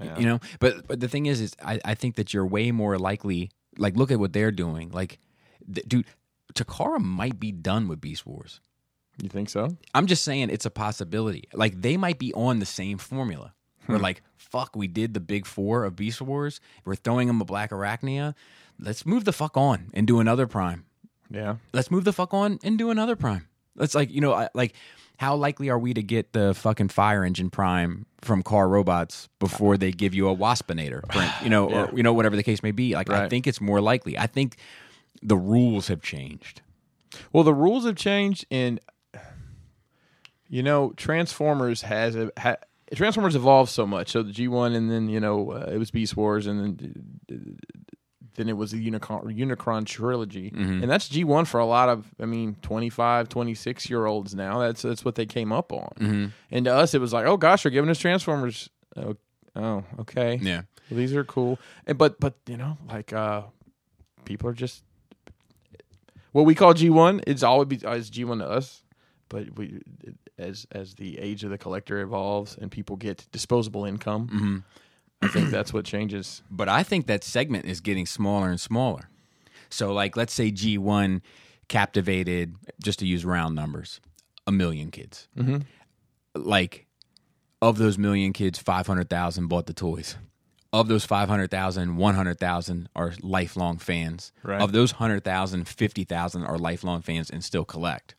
[SPEAKER 3] Yeah.
[SPEAKER 2] You know, but but the thing is, is I, I think that you're way more likely. Like, look at what they're doing. Like, th- dude, Takara might be done with Beast Wars.
[SPEAKER 3] You think so?
[SPEAKER 2] I'm just saying it's a possibility. Like, they might be on the same formula.
[SPEAKER 3] Hmm.
[SPEAKER 2] We're like, fuck, we did the big four of Beast Wars. We're throwing them a Black Arachnia. Let's move the fuck on and do another Prime
[SPEAKER 3] Yeah.
[SPEAKER 2] let's move the fuck on and do another prime. Let's like you know I, like how likely are we to get the fucking fire engine prime from car robots before they give you a waspinator print, you know
[SPEAKER 3] Yeah.
[SPEAKER 2] or you know whatever the case may be like i
[SPEAKER 3] Right.
[SPEAKER 2] think it's more likely i think the rules have changed
[SPEAKER 3] Well, the rules have changed, and you know, Transformers has a ha, Transformers evolved so much. So the G one, and then you know, uh, it was Beast Wars, and then then it was the Unicron Unicron trilogy, and that's G one for a lot of, I mean, 25, 26 year olds now. That's that's what they came up on, and to us, it was like, oh gosh, they're giving us Transformers. Oh, oh okay,
[SPEAKER 2] yeah
[SPEAKER 3] well, these are cool. And but but you know, like uh people are just what we call G one. It's always be is G one to us, but we as as the age of the collector evolves and people get disposable income, I think that's what changes.
[SPEAKER 2] but i think that segment is getting smaller and smaller so like let's say g1 captivated, just to use round numbers, a million kids. Like, of those million kids, 500,000 bought the toys. Of those 500,000, 100,000 are lifelong fans.
[SPEAKER 3] Right.
[SPEAKER 2] Of those 100,000, 50,000 are lifelong fans and still collect.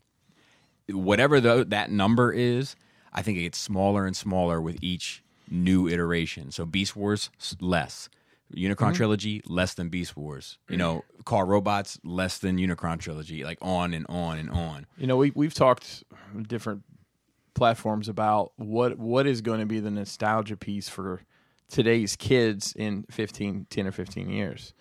[SPEAKER 2] Whatever tho- that number is, I think it gets smaller and smaller with each new iteration. So Beast Wars, s- less. Unicron Trilogy, less than Beast Wars. You know, Car Robots, less than Unicron Trilogy. Like on and on and on.
[SPEAKER 3] You know, we we've talked different platforms about what what is going to be the nostalgia piece for today's kids in 15 10 or 15 years.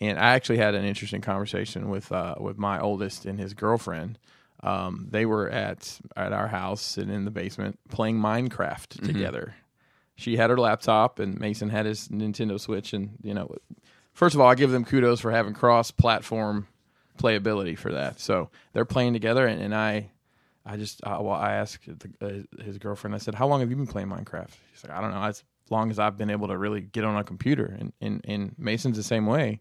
[SPEAKER 3] And I actually had an interesting conversation with uh, with my oldest and his girlfriend. Um, they were at at our house sitting in the basement playing Minecraft together. She had her laptop and Mason had his Nintendo Switch and you know first of all, I give them kudos for having cross platform playability for that. So they're playing together, and, and I, I just I, well, I asked the, uh, his girlfriend. I said, "How long have you been playing Minecraft?" She's like, "I don't know. As long as I've been able to really get on a computer." And and, and Mason's the same way.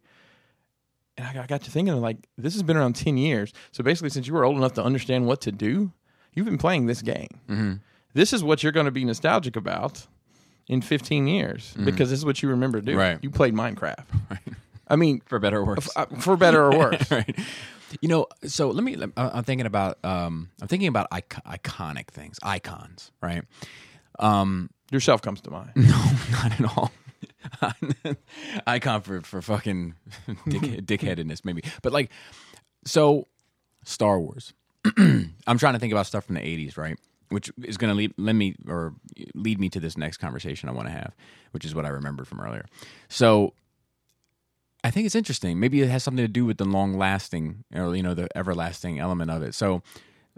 [SPEAKER 3] And I got- I got to thinking, like, this has been around ten years. So basically, since you were old enough to understand what to do, you've been playing this game. This is what you're going to be nostalgic about in 15 years because this is what you remember doing.
[SPEAKER 2] Right.
[SPEAKER 3] You played Minecraft. I mean,
[SPEAKER 2] For better or worse.
[SPEAKER 3] uh, for better or worse.
[SPEAKER 2] right. You know, so let me. let- I- I'm thinking about. Um, I'm thinking about ic- iconic things, icons, right?
[SPEAKER 3] Yourself comes to mind.
[SPEAKER 2] No, not at all. Icon for for fucking dick, dickheadedness, maybe. But like, so Star Wars. I'm trying to think about stuff from the 80s, right? Which is going to lead let me or lead me to this next conversation I want to have, which is what I remembered from earlier. So I think it's interesting. Maybe it has something to do with the long lasting or you know the everlasting element of it. So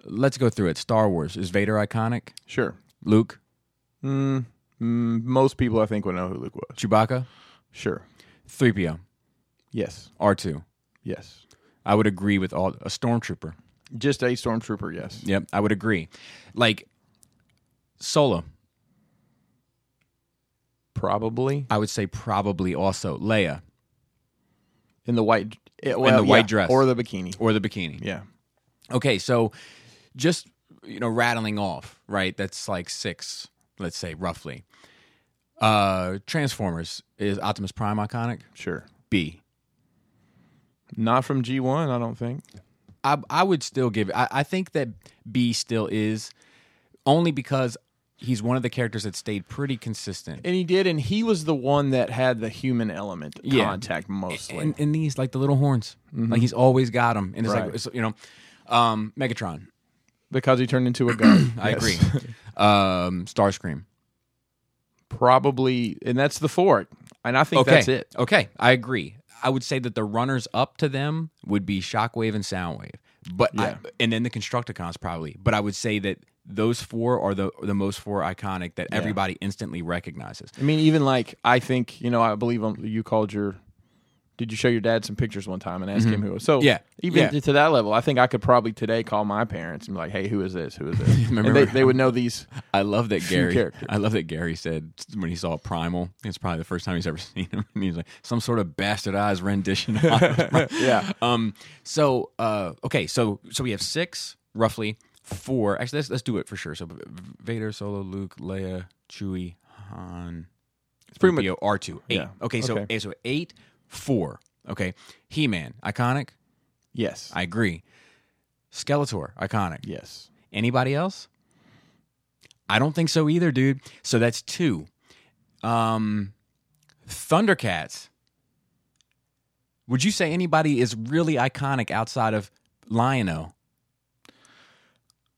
[SPEAKER 2] let's go through it. Star Wars is Vader iconic?
[SPEAKER 3] Sure.
[SPEAKER 2] Luke,
[SPEAKER 3] Mm, mm, most people, I think, would know who Luke was.
[SPEAKER 2] Chewbacca,
[SPEAKER 3] Sure.
[SPEAKER 2] 3PO,
[SPEAKER 3] Yes.
[SPEAKER 2] R2.
[SPEAKER 3] Yes.
[SPEAKER 2] I would agree with all a stormtrooper.
[SPEAKER 3] Just a stormtrooper. Yes.
[SPEAKER 2] Yep, I would agree. Like Solo,
[SPEAKER 3] Probably
[SPEAKER 2] I would say probably also Leia
[SPEAKER 3] in the white. eh, well,
[SPEAKER 2] the white
[SPEAKER 3] yeah,
[SPEAKER 2] dress.
[SPEAKER 3] or the bikini.
[SPEAKER 2] or the bikini.
[SPEAKER 3] Yeah.
[SPEAKER 2] Okay, so just you know rattling off, right? That's like 6, let's say roughly. Uh Transformers is Optimus Prime iconic?
[SPEAKER 3] Sure.
[SPEAKER 2] B.
[SPEAKER 3] Not from G one, I don't think.
[SPEAKER 2] I I would still give I, I think that B still is only because he's one of the characters that stayed pretty consistent.
[SPEAKER 3] And he did, and he was the one that had the human element
[SPEAKER 2] Yeah.
[SPEAKER 3] contact mostly.
[SPEAKER 2] and, and these like the little horns like he's always got them and it's
[SPEAKER 3] Mm-hmm. Right.
[SPEAKER 2] like it's, you know um megatron
[SPEAKER 3] because he turned into a gun.
[SPEAKER 2] i
[SPEAKER 3] Yes.
[SPEAKER 2] agree um starscream
[SPEAKER 3] Probably, and that's the fork. And I think
[SPEAKER 2] okay
[SPEAKER 3] that's it.
[SPEAKER 2] okay i agree i would say that the runners up to them would be shockwave and soundwave but I-
[SPEAKER 3] Yeah.
[SPEAKER 2] and then the constructicons probably but i would say that those four are the the most four iconic that everybody instantly recognizes
[SPEAKER 3] I mean, even like I think you know, I believe um, you called your. Did you show your dad some pictures one time and ask him who it was? So
[SPEAKER 2] Mm-hmm. Yeah.
[SPEAKER 3] even
[SPEAKER 2] Yeah.
[SPEAKER 3] to- to that level, I think I could probably today call my parents and be like, "Hey, who is this? Who is this?" and they,
[SPEAKER 2] Remember-
[SPEAKER 3] they would know these.
[SPEAKER 2] I love that
[SPEAKER 3] Few
[SPEAKER 2] Gary.
[SPEAKER 3] characters.
[SPEAKER 2] I love that Gary said when he saw Primal. It's probably the first time he's ever seen him. And he's like some sort of bastardized rendition. of Optimus Prime.
[SPEAKER 3] Yeah.
[SPEAKER 2] Um. So. Uh. Okay. So. So we have six roughly. Four. Actually, let's let's do it for sure. So V- Vader, Solo, Luke, Leia, Chewie, Han. It's
[SPEAKER 3] pretty much-
[SPEAKER 2] R two. Eight.
[SPEAKER 3] Yeah.
[SPEAKER 2] Okay. So
[SPEAKER 3] Okay.
[SPEAKER 2] eh, so eight. Four. Okay. He Man. Iconic.
[SPEAKER 3] Yes.
[SPEAKER 2] I agree. Skeletor. Iconic.
[SPEAKER 3] yes.
[SPEAKER 2] Anybody else? I don't think so either, dude. So that's two. Um, Thundercats. Would you say anybody is really iconic outside of Lion-O?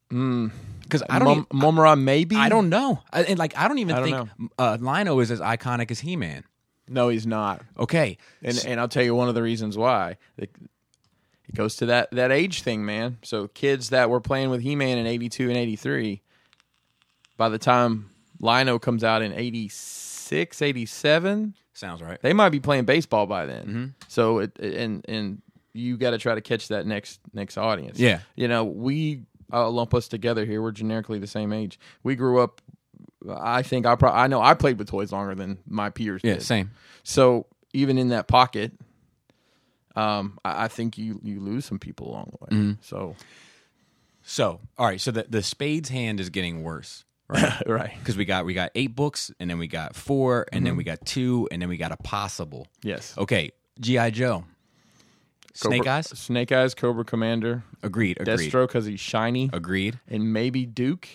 [SPEAKER 2] Because I don't,
[SPEAKER 3] Hmm. Mum- Mumra maybe.
[SPEAKER 2] e- I don't know, I, and like I don't even
[SPEAKER 3] I don't
[SPEAKER 2] think uh, Lion-O is as iconic as He-Man.
[SPEAKER 3] No, he's not.
[SPEAKER 2] Okay,
[SPEAKER 3] And and I'll tell you one of the reasons why. It, it goes to that that age thing, man. So kids that were playing with He-Man in 82 and 83 by the time Lino comes out in 86, 87,
[SPEAKER 2] sounds right.
[SPEAKER 3] they might be playing baseball by then. So it and and you got to try to catch that next next audience.
[SPEAKER 2] Yeah.
[SPEAKER 3] you know we uh, lump us together here. We're generically the same age. We grew up. I think I pro- I know I played with toys longer than my peers
[SPEAKER 2] Yeah,
[SPEAKER 3] did.
[SPEAKER 2] same.
[SPEAKER 3] So even in that pocket, um, I, I think you you lose some people along the way.
[SPEAKER 2] Mm-hmm.
[SPEAKER 3] So
[SPEAKER 2] So, all right. So the, the spades hand is getting worse, right?
[SPEAKER 3] right,
[SPEAKER 2] Because we got we got eight books, and then we got four, and then we
[SPEAKER 3] Mm-hmm.
[SPEAKER 2] got two, and then we got a possible.
[SPEAKER 3] yes,
[SPEAKER 2] Okay, GI Joe,
[SPEAKER 3] Cobra-
[SPEAKER 2] Snake Eyes.
[SPEAKER 3] Snake Eyes, Cobra Commander,
[SPEAKER 2] Agreed. Agreed.
[SPEAKER 3] Destro because he's shiny,
[SPEAKER 2] Agreed.
[SPEAKER 3] and maybe Duke.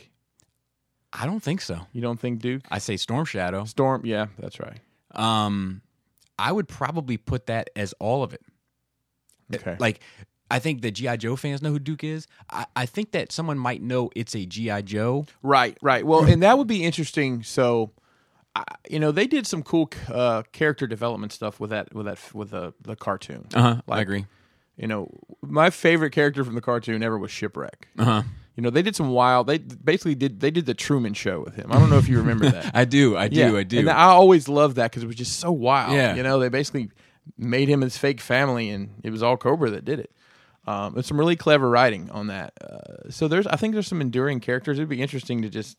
[SPEAKER 2] I don't think so.
[SPEAKER 3] You don't think Duke?
[SPEAKER 2] I say Storm Shadow.
[SPEAKER 3] Storm, yeah, that's right.
[SPEAKER 2] Um, I would probably put that as all of it.
[SPEAKER 3] Okay,
[SPEAKER 2] Like, I think the GI Joe fans know who Duke is. I, I think that someone might know it's a GI Joe.
[SPEAKER 3] Right, right. Well, and that would be interesting. So, I you know, they did some cool uh, character development stuff with that, with that, with the the cartoon.
[SPEAKER 2] Uh-huh, I agree.
[SPEAKER 3] You know, my favorite character from the cartoon ever was Shipwreck.
[SPEAKER 2] Uh-huh.
[SPEAKER 3] You know, they did some wild. They basically did. They did the Truman Show with him. I don't know if you remember that.
[SPEAKER 2] I do. I do. I do.
[SPEAKER 3] And I always loved that because it was just so wild.
[SPEAKER 2] Yeah.
[SPEAKER 3] You know, they basically made him his fake family, and it was all Cobra that did it. Um, it's some really clever writing on that. Uh, so there's, I think there's some enduring characters. It'd be interesting to just,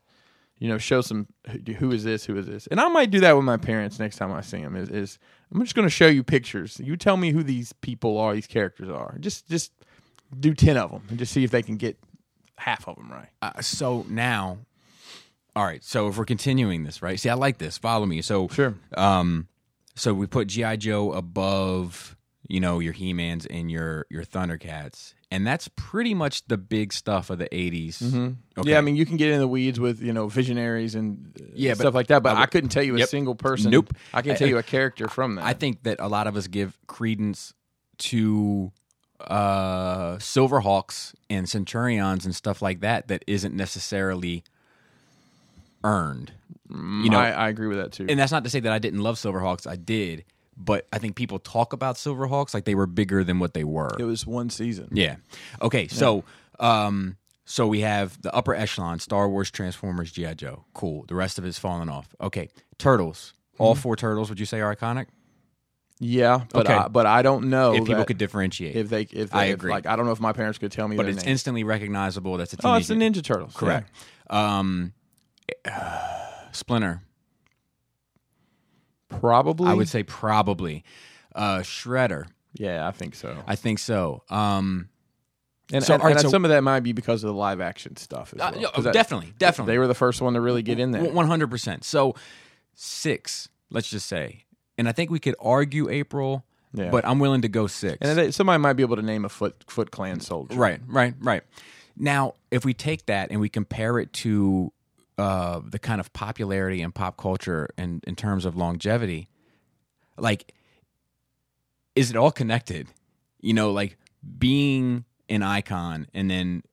[SPEAKER 3] you know, show some who- who is this, who is this, and I might do that with my parents next time I see them. Is, is I'm just going to show you pictures. You tell me who these people are, these characters are. Just, just do ten of them and just see if they can get half of them right.
[SPEAKER 2] uh, so now, all right. So if we're continuing this, right? See, I like this. Follow me. So
[SPEAKER 3] Sure.
[SPEAKER 2] Um, so we put GI Joe above, you know, your He Mans and your your Thundercats, and that's pretty much the big stuff of the 80s Okay.
[SPEAKER 3] Yeah, I mean, you can get in the weeds with you know visionaries and uh,
[SPEAKER 2] Yeah, but
[SPEAKER 3] stuff like that, but
[SPEAKER 2] I
[SPEAKER 3] I,
[SPEAKER 2] would-
[SPEAKER 3] couldn't tell you a
[SPEAKER 2] Yep.
[SPEAKER 3] single person.
[SPEAKER 2] Nope.
[SPEAKER 3] I can
[SPEAKER 2] I-
[SPEAKER 3] tell you a character from that.
[SPEAKER 2] I think that a lot of us give credence to uh Silverhawks and Centurions and stuff like that that isn't necessarily earned. You know,
[SPEAKER 3] I, I agree with that too.
[SPEAKER 2] and that's not to say that I didn't love Silverhawks. I did, but I think people talk about Silverhawks like they were bigger than what they were.
[SPEAKER 3] it was one season.
[SPEAKER 2] Yeah. Okay. So, um, so we have the upper echelon: Star Wars, Transformers, GI Joe. Cool. The rest of it's falling off. Okay. Turtles. All
[SPEAKER 3] Mm-hmm.
[SPEAKER 2] four turtles. Would you say are iconic?
[SPEAKER 3] Yeah, but
[SPEAKER 2] Okay.
[SPEAKER 3] I, but I don't know
[SPEAKER 2] if people
[SPEAKER 3] Oh, that
[SPEAKER 2] could differentiate,
[SPEAKER 3] if they if they
[SPEAKER 2] I
[SPEAKER 3] if,
[SPEAKER 2] agree.
[SPEAKER 3] like I don't know if my parents could tell me.
[SPEAKER 2] but
[SPEAKER 3] their
[SPEAKER 2] it's
[SPEAKER 3] name.
[SPEAKER 2] instantly recognizable. That's a
[SPEAKER 3] oh,
[SPEAKER 2] teenager.
[SPEAKER 3] it's the Ninja Turtles. Yeah.
[SPEAKER 2] Correct. Um, uh, Splinter.
[SPEAKER 3] Probably.
[SPEAKER 2] I would say probably. Uh, Shredder.
[SPEAKER 3] Yeah, I think so.
[SPEAKER 2] I think so. Um,
[SPEAKER 3] And,
[SPEAKER 2] So,
[SPEAKER 3] and,
[SPEAKER 2] alright,
[SPEAKER 3] and
[SPEAKER 2] so-
[SPEAKER 3] some of that might be because of the live action stuff. As
[SPEAKER 2] uh,
[SPEAKER 3] well,
[SPEAKER 2] yeah,
[SPEAKER 3] 'Cause that-
[SPEAKER 2] definitely, definitely.
[SPEAKER 3] They were the first one to really get in there.
[SPEAKER 2] One hundred percent. So six, let's just say, and I think we could argue April,
[SPEAKER 3] Yeah.
[SPEAKER 2] but I'm willing to go six.
[SPEAKER 3] and they, somebody might be able to name a Foot Foot Clan soldier.
[SPEAKER 2] right, right, right. Now, if we take that and we compare it to uh, the kind of popularity in pop culture and in terms of longevity, like, is it all connected? You know, like being an icon and then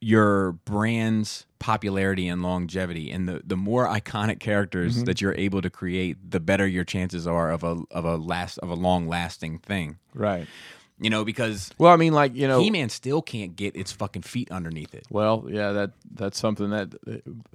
[SPEAKER 2] your brand's popularity and longevity and the, the more iconic characters that you're able to create the better your chances are of a of a last of a long lasting thing
[SPEAKER 3] Right.
[SPEAKER 2] you know because
[SPEAKER 3] Well, I mean, like you know,
[SPEAKER 2] He-Man still can't get its fucking feet underneath it.
[SPEAKER 3] Well, yeah, that that's something that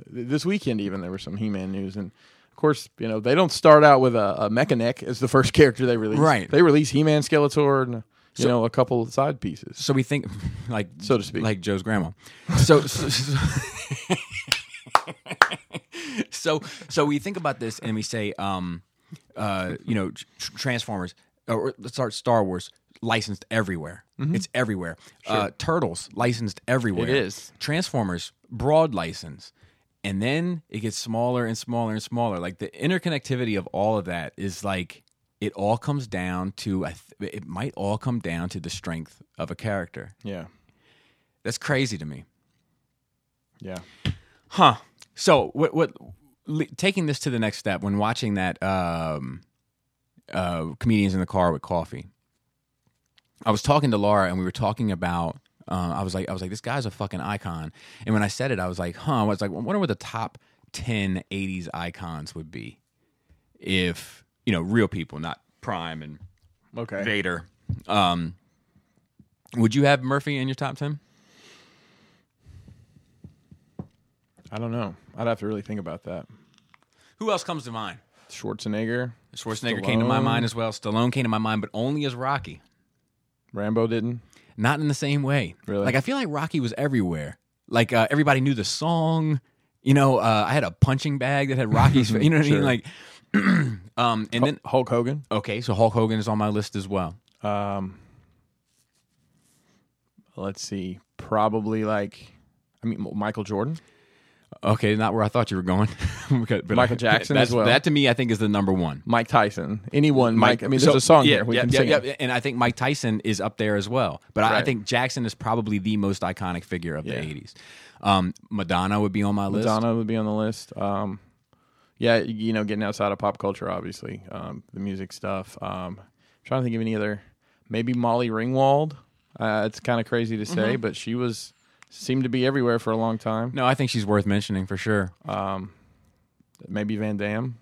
[SPEAKER 3] this weekend even there was some He-Man news, and of course, you know they don't start out with a, a Mechanic as the first character they release.
[SPEAKER 2] Right.
[SPEAKER 3] They release He-Man, Skeletor, and you know a couple of side pieces.
[SPEAKER 2] So we think, like
[SPEAKER 3] So to speak.
[SPEAKER 2] like Joe's grandma. So so, so, so so we think about this and we say, um, uh, you know, tr- Transformers. Or let's start Star Wars licensed everywhere. It's everywhere. Uh, Turtles licensed everywhere.
[SPEAKER 3] Mm-hmm. It is.
[SPEAKER 2] Transformers broad license. And then it gets smaller and smaller and smaller. Like the interconnectivity of all of that is like it all comes down to I th- it might all come down to the strength of a character.
[SPEAKER 3] Yeah,
[SPEAKER 2] That's crazy to me.
[SPEAKER 3] yeah.
[SPEAKER 2] Huh. So what what li- taking this to the next step when watching that um uh comedians in the car with coffee. I was talking to Laura and we were talking about uh, I was like I was like this guy's a fucking icon. And when I said it I was like, "Huh." I was like, "I wonder what the top 10 80s icons would be if, you know, real people, not Prime and
[SPEAKER 3] Okay.
[SPEAKER 2] Vader. Um would you have Murphy in your top 10?
[SPEAKER 3] I don't know. I'd have to really think about that.
[SPEAKER 2] Who else comes to mind?
[SPEAKER 3] Schwarzenegger,
[SPEAKER 2] Schwarzenegger came to my
[SPEAKER 3] Stallone.
[SPEAKER 2] mind as well. Stallone came to my mind, but only as Rocky.
[SPEAKER 3] Rambo didn't.
[SPEAKER 2] Not in the same way.
[SPEAKER 3] Really?
[SPEAKER 2] Like I feel like Rocky was everywhere. Like uh, everybody knew the song. You know, uh, I had a punching bag that had Rocky's. you know what I mean?
[SPEAKER 3] Sure.
[SPEAKER 2] Like, um, and then
[SPEAKER 3] Hulk Hogan.
[SPEAKER 2] okay, so Hulk Hogan is on my list as well.
[SPEAKER 3] Um, let's see. Probably like, I mean, M- Michael Jordan.
[SPEAKER 2] Okay, not where I thought you were going. But I-
[SPEAKER 3] Michael Jackson
[SPEAKER 2] that's-
[SPEAKER 3] as well.
[SPEAKER 2] That to me, I think is the number one.
[SPEAKER 3] Mike Tyson, anyone, Mike. I mean, there's a song
[SPEAKER 2] yeah,
[SPEAKER 3] here we
[SPEAKER 2] yeah,
[SPEAKER 3] can
[SPEAKER 2] yeah,
[SPEAKER 3] sing.
[SPEAKER 2] yeah,
[SPEAKER 3] it.
[SPEAKER 2] yeah, and I think Mike Tyson is up there as well. But I, I
[SPEAKER 3] Right.
[SPEAKER 2] think Jackson is probably the most iconic figure of
[SPEAKER 3] Yeah.
[SPEAKER 2] the '80s. Um, Madonna would be on my list.
[SPEAKER 3] Madonna would be on the list. Um, yeah, you know, getting outside of pop culture, obviously, um, the music stuff. Um, I'm trying to think of any other. Maybe Molly Ringwald. Uh, it's kind of crazy to say,
[SPEAKER 2] Mm-hmm.
[SPEAKER 3] but she was seemed to be everywhere for a long time.
[SPEAKER 2] No, I think she's worth mentioning for sure.
[SPEAKER 3] Um, maybe Van Damme.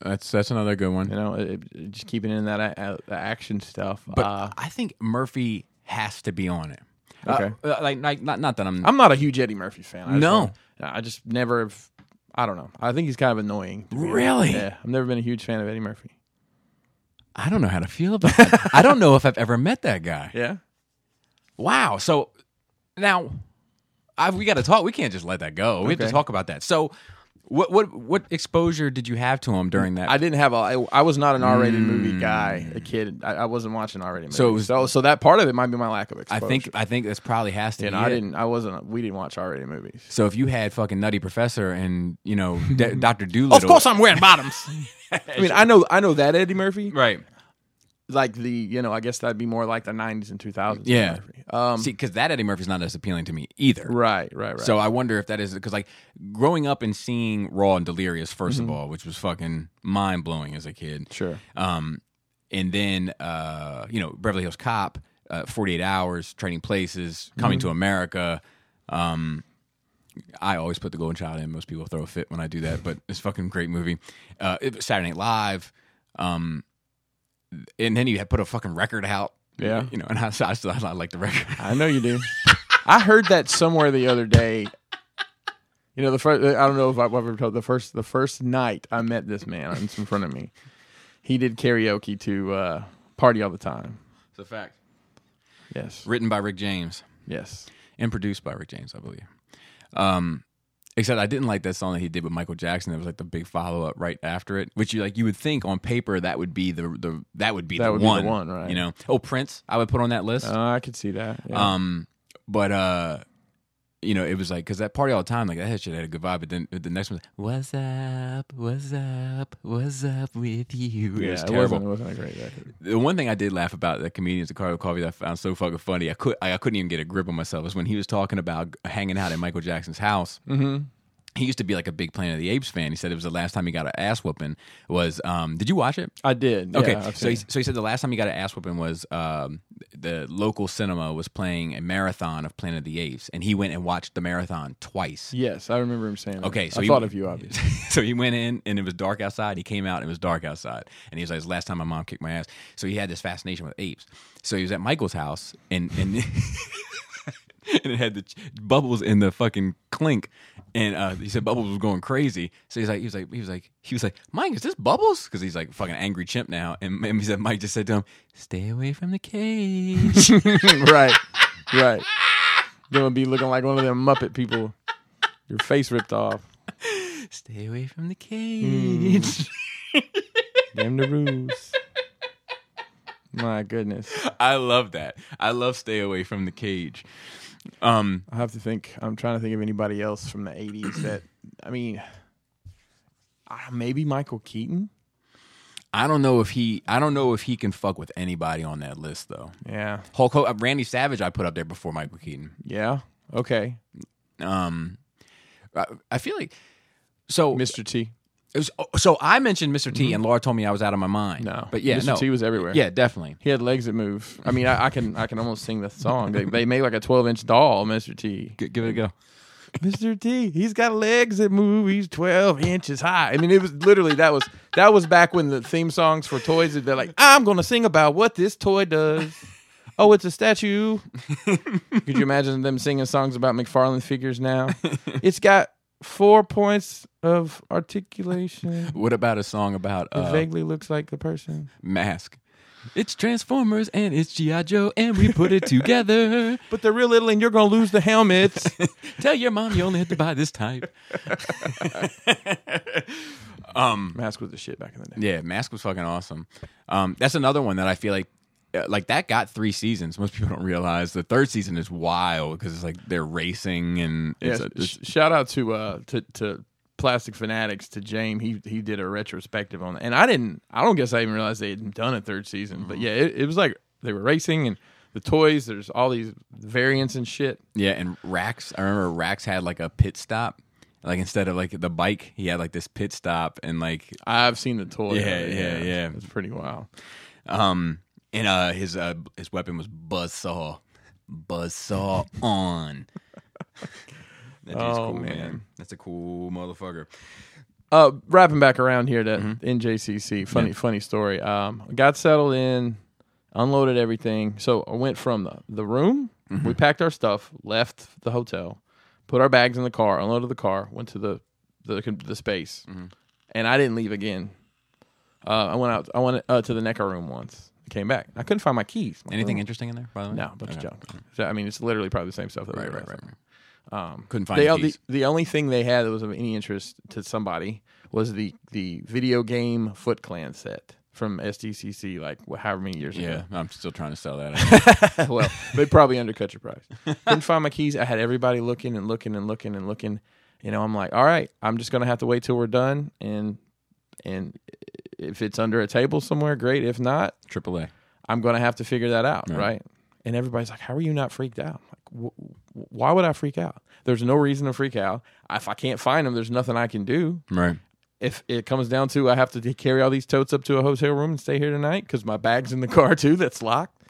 [SPEAKER 2] That's that's another good one.
[SPEAKER 3] You know, it, it- just keeping in that a- a- the action stuff.
[SPEAKER 2] But
[SPEAKER 3] uh,
[SPEAKER 2] I think Murphy has to be on it. Uh,
[SPEAKER 3] Okay.
[SPEAKER 2] uh, like, like not not that I'm.
[SPEAKER 3] I'm not a huge Eddie Murphy fan. I just
[SPEAKER 2] No.
[SPEAKER 3] don't- I just never have. I don't know. I think he's kind of annoying. to be honest.
[SPEAKER 2] Really?
[SPEAKER 3] Yeah, I've never been a huge fan of Eddie Murphy.
[SPEAKER 2] I don't know how to feel about. that. I don't know if I've ever met that guy.
[SPEAKER 3] Yeah.
[SPEAKER 2] Wow. So now I, we got to talk. We can't just let that go. We have
[SPEAKER 3] Okay.
[SPEAKER 2] to talk about that. So what what what exposure did you have to him during that?
[SPEAKER 3] I didn't have a. I, I was not an R-rated movie guy. A kid, I, I wasn't watching R-rated movies.
[SPEAKER 2] Mm. So it was-
[SPEAKER 3] so, so that part of it might be my lack of
[SPEAKER 2] I
[SPEAKER 3] exposure.
[SPEAKER 2] think I think that's probably has to
[SPEAKER 3] and
[SPEAKER 2] be
[SPEAKER 3] I
[SPEAKER 2] it.
[SPEAKER 3] didn't. I wasn't. We didn't watch R-rated movies.
[SPEAKER 2] So if you had fucking Nutty Professor and you know D- Doctor Doolittle,
[SPEAKER 3] I'm wearing bottoms. I mean, I know, I know that Eddie Murphy.
[SPEAKER 2] right.
[SPEAKER 3] Like the, you know, I guess that'd be more like the '90s and 2000s. Eddie
[SPEAKER 2] Yeah.
[SPEAKER 3] Murphy. Um.
[SPEAKER 2] See, because that Eddie Murphy's not as appealing to me either.
[SPEAKER 3] right. Right. Right.
[SPEAKER 2] So I wonder if that is because like growing up and seeing Raw and Delirious 1st
[SPEAKER 3] Mm-hmm.
[SPEAKER 2] of all, which was fucking mind blowing as a kid.
[SPEAKER 3] sure.
[SPEAKER 2] Um, and then uh, you know Beverly Hills Cop, uh, Forty Eight Hours, Trading Places, Coming to America. Um, I always put the Golden Child in. Most people throw a fit when I do that, but it's a fucking great movie. Uh, it- Saturday Night Live. Um, and then you had put a fucking record out.
[SPEAKER 3] Yeah.
[SPEAKER 2] you know, and I, so I, still- I like the record.
[SPEAKER 3] I know you do. I heard that somewhere the other day. You know, the first I don't know if I've ever told the first the first night I met this man it's in front of me. He did karaoke to uh, party all the time.
[SPEAKER 2] It's a fact.
[SPEAKER 3] Yes.
[SPEAKER 2] Written by Rick James
[SPEAKER 3] Yes.
[SPEAKER 2] and produced by Rick James, I believe. Um, except I didn't like that song that he did with Michael Jackson. That was like the big follow up right after it, which you like you would think on paper that would be the the that would be
[SPEAKER 3] That
[SPEAKER 2] the
[SPEAKER 3] would be the
[SPEAKER 2] one,
[SPEAKER 3] one, right.
[SPEAKER 2] You know, oh Prince, I would put on that list.
[SPEAKER 3] Uh, I could see that. Yeah.
[SPEAKER 2] Um, but uh, you know, it was like because that party all the time, like that shit had a good vibe. But then the next one, what's up, what's up, what's up with you?
[SPEAKER 3] yeah,
[SPEAKER 2] it was
[SPEAKER 3] it
[SPEAKER 2] terrible
[SPEAKER 3] wasn't, it wasn't a great record.
[SPEAKER 2] the one thing I did laugh about that comedians at Carlo Coffee that I found so fucking funny, I could I, I couldn't even get a grip on myself was when he was talking about hanging out at Michael Jackson's house. Mm-hmm. He used to be like a big Planet of the Apes fan. He said it was the last time he got an ass whooping was um did you watch it?
[SPEAKER 3] I did.
[SPEAKER 2] Okay,
[SPEAKER 3] Yeah, I've
[SPEAKER 2] so
[SPEAKER 3] seen
[SPEAKER 2] he,
[SPEAKER 3] it.
[SPEAKER 2] so he said the last time he got an ass whooping was um, the local cinema was playing a marathon of Planet of the Apes, and he went and watched the marathon twice.
[SPEAKER 3] yes, I remember him saying. that.
[SPEAKER 2] Okay, so
[SPEAKER 3] I
[SPEAKER 2] he-
[SPEAKER 3] thought of you, obviously.
[SPEAKER 2] so he went in and it was dark outside. He came out and it was dark outside. And he was like, "It's the last time my mom kicked my ass. So he had this fascination with apes. So he was at Michael's house and and, and it had the ch- bubbles in the fucking clink. And uh, he said bubbles was going crazy. So he's like, he was like, he was like, he was like, Mike, is this bubbles? Because he's like fucking angry chimp now. And, and he said, Mike just said to him, "Stay away from the cage."
[SPEAKER 3] right. Right. Gonna be looking like one of them Muppet people. Your face ripped off.
[SPEAKER 2] Stay away from the cage.
[SPEAKER 3] Damn the rules. My goodness.
[SPEAKER 2] I love that. I love stay away from the cage. Um,
[SPEAKER 3] I have to think. I'm trying to think of anybody else from the '80s that. I mean, uh, maybe Michael Keaton.
[SPEAKER 2] I don't know if he. I don't know if he can fuck with anybody on that list though.
[SPEAKER 3] Yeah.
[SPEAKER 2] Hulk Hogan, Randy Savage, I put up there before Michael Keaton.
[SPEAKER 3] Yeah. Okay.
[SPEAKER 2] Um, I, I feel like so.
[SPEAKER 3] Mr. T.
[SPEAKER 2] it was- oh, so I mentioned Mr. T, and Laura told me I was out of my mind.
[SPEAKER 3] Mm-hmm. No.
[SPEAKER 2] but yeah,
[SPEAKER 3] Mr.
[SPEAKER 2] no,
[SPEAKER 3] T was everywhere.
[SPEAKER 2] Yeah, definitely.
[SPEAKER 3] He had legs that move. I mean, I, I can I can almost sing the song. They, they make like a 12 inch doll, Mr. T.
[SPEAKER 2] G- give it a go.
[SPEAKER 3] Mm-hmm. Mr. T. He's got legs that move. He's 12 inches high. I mean, it was literally that was that was back when the theme songs for toys. They're like, I'm gonna sing about what this toy does. Oh, it's a statue. Could you imagine them singing songs about McFarlane figures now? It's got four points of articulation.
[SPEAKER 2] What about a song about
[SPEAKER 3] It
[SPEAKER 2] uh,
[SPEAKER 3] vaguely looks like the person.
[SPEAKER 2] mask? It's Transformers and it's GI Joe, and we put it together.
[SPEAKER 3] But they're real little, and you're gonna lose the helmets.
[SPEAKER 2] Tell your mom you only have to buy this type.
[SPEAKER 3] Mask was the shit back in the day.
[SPEAKER 2] Yeah, Mask was fucking awesome. Um, that's another one that I feel like uh, like that got three seasons. Most people don't realize the third season is wild because it's like they're racing and
[SPEAKER 3] Yeah,
[SPEAKER 2] it's a-
[SPEAKER 3] sh- shout out to uh to, to Plastic Fanatics to James. He he did a retrospective on it, and I didn't. I don't guess I even realized they had done a third season. But
[SPEAKER 2] Mm-hmm.
[SPEAKER 3] yeah, it, it was like they were racing and the toys. There's all these variants and shit.
[SPEAKER 2] Yeah, and Rax, I remember Rax had like a pit stop. Like instead of like the bike, he had like this pit stop and like
[SPEAKER 3] I've seen the toy.
[SPEAKER 2] Yeah, yeah, yeah.
[SPEAKER 3] It's pretty wild.
[SPEAKER 2] um and uh his uh his weapon was buzzsaw. Buzzsaw on. That dude's
[SPEAKER 3] Oh,
[SPEAKER 2] cool, man.
[SPEAKER 3] man.
[SPEAKER 2] That's a cool motherfucker.
[SPEAKER 3] Uh, wrapping back around here to
[SPEAKER 2] Mm-hmm.
[SPEAKER 3] NJCC. Funny, funny story. Um, got settled in, unloaded everything. So I went from the, the room.
[SPEAKER 2] Mm-hmm.
[SPEAKER 3] We packed our stuff, left the hotel, put our bags in the car, unloaded the car, went to the the, the space,
[SPEAKER 2] Mm-hmm.
[SPEAKER 3] and I didn't leave again. Uh, I went out. I went uh, to the Necker room once. Came back. I couldn't find my keys. My
[SPEAKER 2] Anything
[SPEAKER 3] room-
[SPEAKER 2] interesting in there, by the way?
[SPEAKER 3] No, a bunch
[SPEAKER 2] Okay.
[SPEAKER 3] of junk. So, I mean, it's literally probably the same stuff. That we
[SPEAKER 2] Right,
[SPEAKER 3] were
[SPEAKER 2] right,
[SPEAKER 3] last
[SPEAKER 2] right.
[SPEAKER 3] time.
[SPEAKER 2] Um, Couldn't find
[SPEAKER 3] They,
[SPEAKER 2] the
[SPEAKER 3] the,
[SPEAKER 2] keys.
[SPEAKER 3] the only thing they had that was of any interest to somebody was the the video game Foot Clan set from SDCC, like wh- however many years
[SPEAKER 2] yeah,
[SPEAKER 3] ago.
[SPEAKER 2] I'm still trying to sell that.
[SPEAKER 3] well, they probably undercut your price. Couldn't find my keys. I had everybody looking and looking and looking and looking. You know, I'm like, all right, I'm just gonna have to wait till we're done, and and if it's under a table somewhere, great. If not,
[SPEAKER 2] Triple A.
[SPEAKER 3] I'm going to have to figure that out, right? And everybody's like, "How are you not freaked out? I'm Like, wh- wh- why would I freak out? There's no reason to freak out. If I can't find them, there's nothing I can do.
[SPEAKER 2] Right.
[SPEAKER 3] If it comes down to I have to t- carry all these totes up to a hotel room and stay here tonight because my bag's in the car too, that's locked.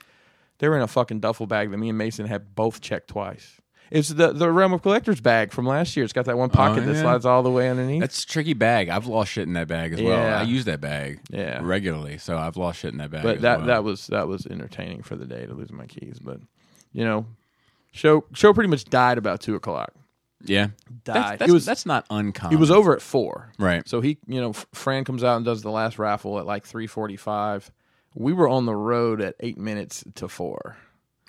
[SPEAKER 3] They were in a fucking duffel bag that me and Mason had both checked twice. It's the the realm of collectors bag from last year. It's got that one pocket that
[SPEAKER 2] Oh, yeah.
[SPEAKER 3] slides all the way underneath.
[SPEAKER 2] That's a tricky bag. I've lost shit in that bag as well.
[SPEAKER 3] Yeah.
[SPEAKER 2] I use that bag
[SPEAKER 3] Yeah.
[SPEAKER 2] regularly, so I've lost shit in that bag.
[SPEAKER 3] but
[SPEAKER 2] as
[SPEAKER 3] that
[SPEAKER 2] well.
[SPEAKER 3] that was that was entertaining for the day to lose my keys. But you know, show show pretty much died about two o'clock.
[SPEAKER 2] yeah,
[SPEAKER 3] That's-
[SPEAKER 2] That's,
[SPEAKER 3] that's-
[SPEAKER 2] it was, that's not uncommon.
[SPEAKER 3] It was over at four,
[SPEAKER 2] Right.
[SPEAKER 3] So he, you know, F- Fran comes out and does the last raffle at like three forty-five. We were on the road at eight minutes to four.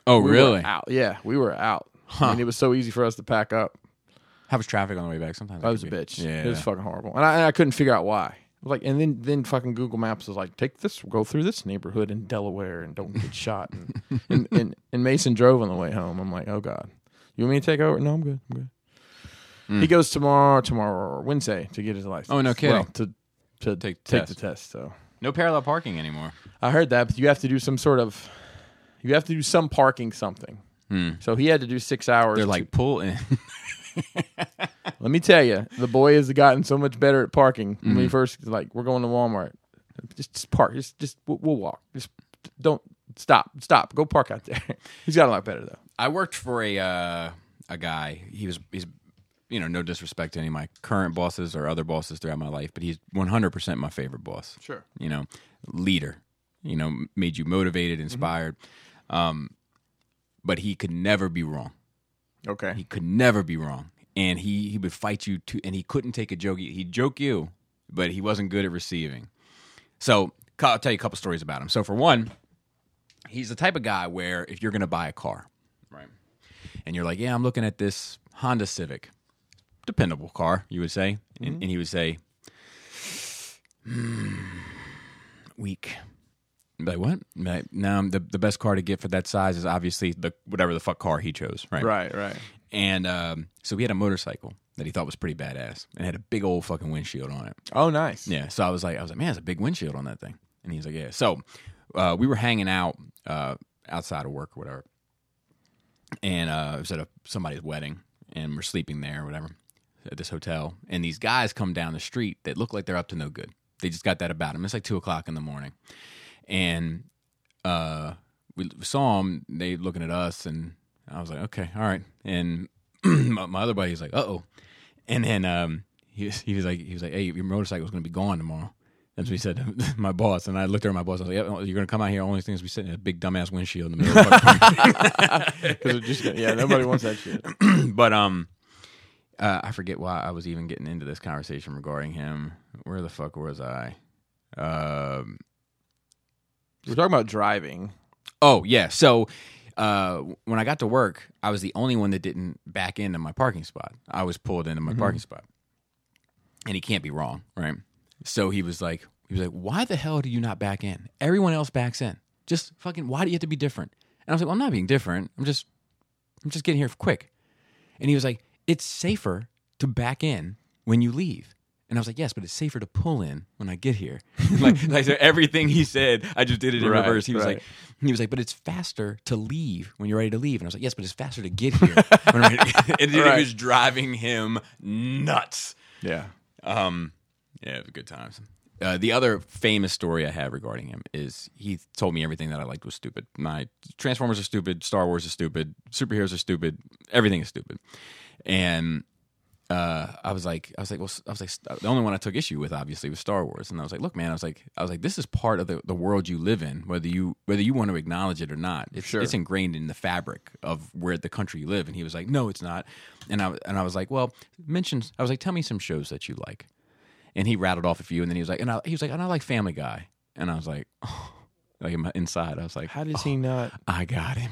[SPEAKER 2] Oh,
[SPEAKER 3] We were
[SPEAKER 2] really?
[SPEAKER 3] out. Yeah, we were out. I mean, it was so easy for us to pack up.
[SPEAKER 2] How was traffic on the way back? Sometimes
[SPEAKER 3] I
[SPEAKER 2] that
[SPEAKER 3] was a
[SPEAKER 2] could be-
[SPEAKER 3] bitch.
[SPEAKER 2] Yeah,
[SPEAKER 3] it was fucking horrible, and I, and I couldn't figure out why. It was Like, and then then fucking Google Maps was like, take this, go through this neighborhood in Delaware, and don't get shot. And and, and, and Mason drove on the way home. I'm like, oh god, you want me to take over? No, I'm good. I'm good. He goes tomorrow, tomorrow or Wednesday to get his license.
[SPEAKER 2] Mm. Oh, no
[SPEAKER 3] Well,
[SPEAKER 2] kidding.
[SPEAKER 3] to to
[SPEAKER 2] Take
[SPEAKER 3] take,
[SPEAKER 2] the
[SPEAKER 3] take
[SPEAKER 2] test.
[SPEAKER 3] the test. So
[SPEAKER 2] no parallel parking anymore.
[SPEAKER 3] I heard that, but you have to do some sort of, you have to do some parking something. So he had to do six hours.
[SPEAKER 2] Hmm. They're
[SPEAKER 3] to-
[SPEAKER 2] like pull in.
[SPEAKER 3] Let me tell you, the boy has gotten so much better at parking. When we first like, we're going to Walmart. Just, just park. Just, just we'll, we'll walk. Just don't stop. Stop. Go park out there. He's got a lot better though.
[SPEAKER 2] I worked for a uh, a guy. He was he's you know no disrespect to any of my current bosses or other bosses throughout my life, but he's 100 percent my favorite boss.
[SPEAKER 3] Sure.
[SPEAKER 2] you know, leader, you know, made you motivated, inspired. Um, but he could never be wrong. He
[SPEAKER 3] Okay.
[SPEAKER 2] could never be wrong. And he, he would fight you to, and he couldn't take a joke. He- He'd joke you, but he wasn't good at receiving. So co- I'll tell you a couple stories about him. So for one, he's the type of guy where if you're going to buy a car, right, and you're like, yeah, I'm looking at this Honda Civic, dependable car, you would say, and, and he would say, "Hmm, weak. I'd be Like what? I'd be Like, no, the the best car to get for that size is obviously the whatever the fuck car he chose, right?
[SPEAKER 3] Right. Right.
[SPEAKER 2] And um, so he had a motorcycle that he thought was pretty badass and had a big old fucking windshield on it.
[SPEAKER 3] Oh, nice.
[SPEAKER 2] Yeah. So I was like, I was like, man, it's a big windshield on that thing. And he's like, yeah. So uh, we were hanging out uh, outside of work or whatever. And uh, it was at a, somebody's wedding and we're sleeping there or whatever at this hotel. And these guys come down the street that look like they're up to no good. They just got that about them. It's like two o'clock in the morning. And uh, we saw them, they looking at us. And I was like, okay, all right. And my, my other buddy's like, uh oh. And then um, he was, he was like, he was like, hey, your motorcycle's gonna be gone tomorrow. That's what he said to my boss. And I looked at my boss. I was like, yeah, you're gonna come out here. Only thing is we sitting in a big dumbass windshield in the middle. of the fucking park."
[SPEAKER 3] Because just gonna- yeah, nobody wants that shit.
[SPEAKER 2] but um, uh, I forget why I was even getting into this conversation regarding him. Where the fuck was I? Um,
[SPEAKER 3] We're talking about driving.
[SPEAKER 2] oh yeah. So uh, when I got to work, I was the only one that didn't back into my parking spot. I was pulled into my parking spot, and he can't be wrong, right? So he was like, he was like, why the hell do you not back in? Everyone else backs in. Just fucking, why do you have to be different? And I was like, well, I'm not being different. I'm just, I'm just getting here quick. And he was like, it's safer to back in when you leave. And I was like, yes, but it's safer to pull in when I get here. like, like so everything he said, I just did it in
[SPEAKER 3] Right,
[SPEAKER 2] reverse. He was
[SPEAKER 3] right.
[SPEAKER 2] like, he was like, but it's faster to leave when you're ready to leave. And I was like, yes, but it's faster to get here. when I'm ready. and it,
[SPEAKER 3] Right.
[SPEAKER 2] was driving him nuts.
[SPEAKER 3] Yeah.
[SPEAKER 2] Um, yeah, it was good times. Uh, the other famous story I have regarding him is he told me everything that I liked was stupid. My Transformers are stupid, Star Wars is stupid, superheroes are stupid, everything is stupid. And uh, I was like, I was like, well, I was like, the only one I took issue with, obviously, was Star Wars. And I was like, look, man, I was like, I was like, this is part of the, the world you live in, whether you whether you want to acknowledge it or not. It's,
[SPEAKER 3] Sure.
[SPEAKER 2] it's ingrained in the fabric of where the country you live. And he was like, no, it's not. And I and I was like, well, mention. I was like, tell me some shows that you like. And he rattled off a few, and then he was like, and I, he was like, and I like Family Guy. And I was like, oh. like in my- inside, I was like,
[SPEAKER 3] How does he not?
[SPEAKER 2] I got him,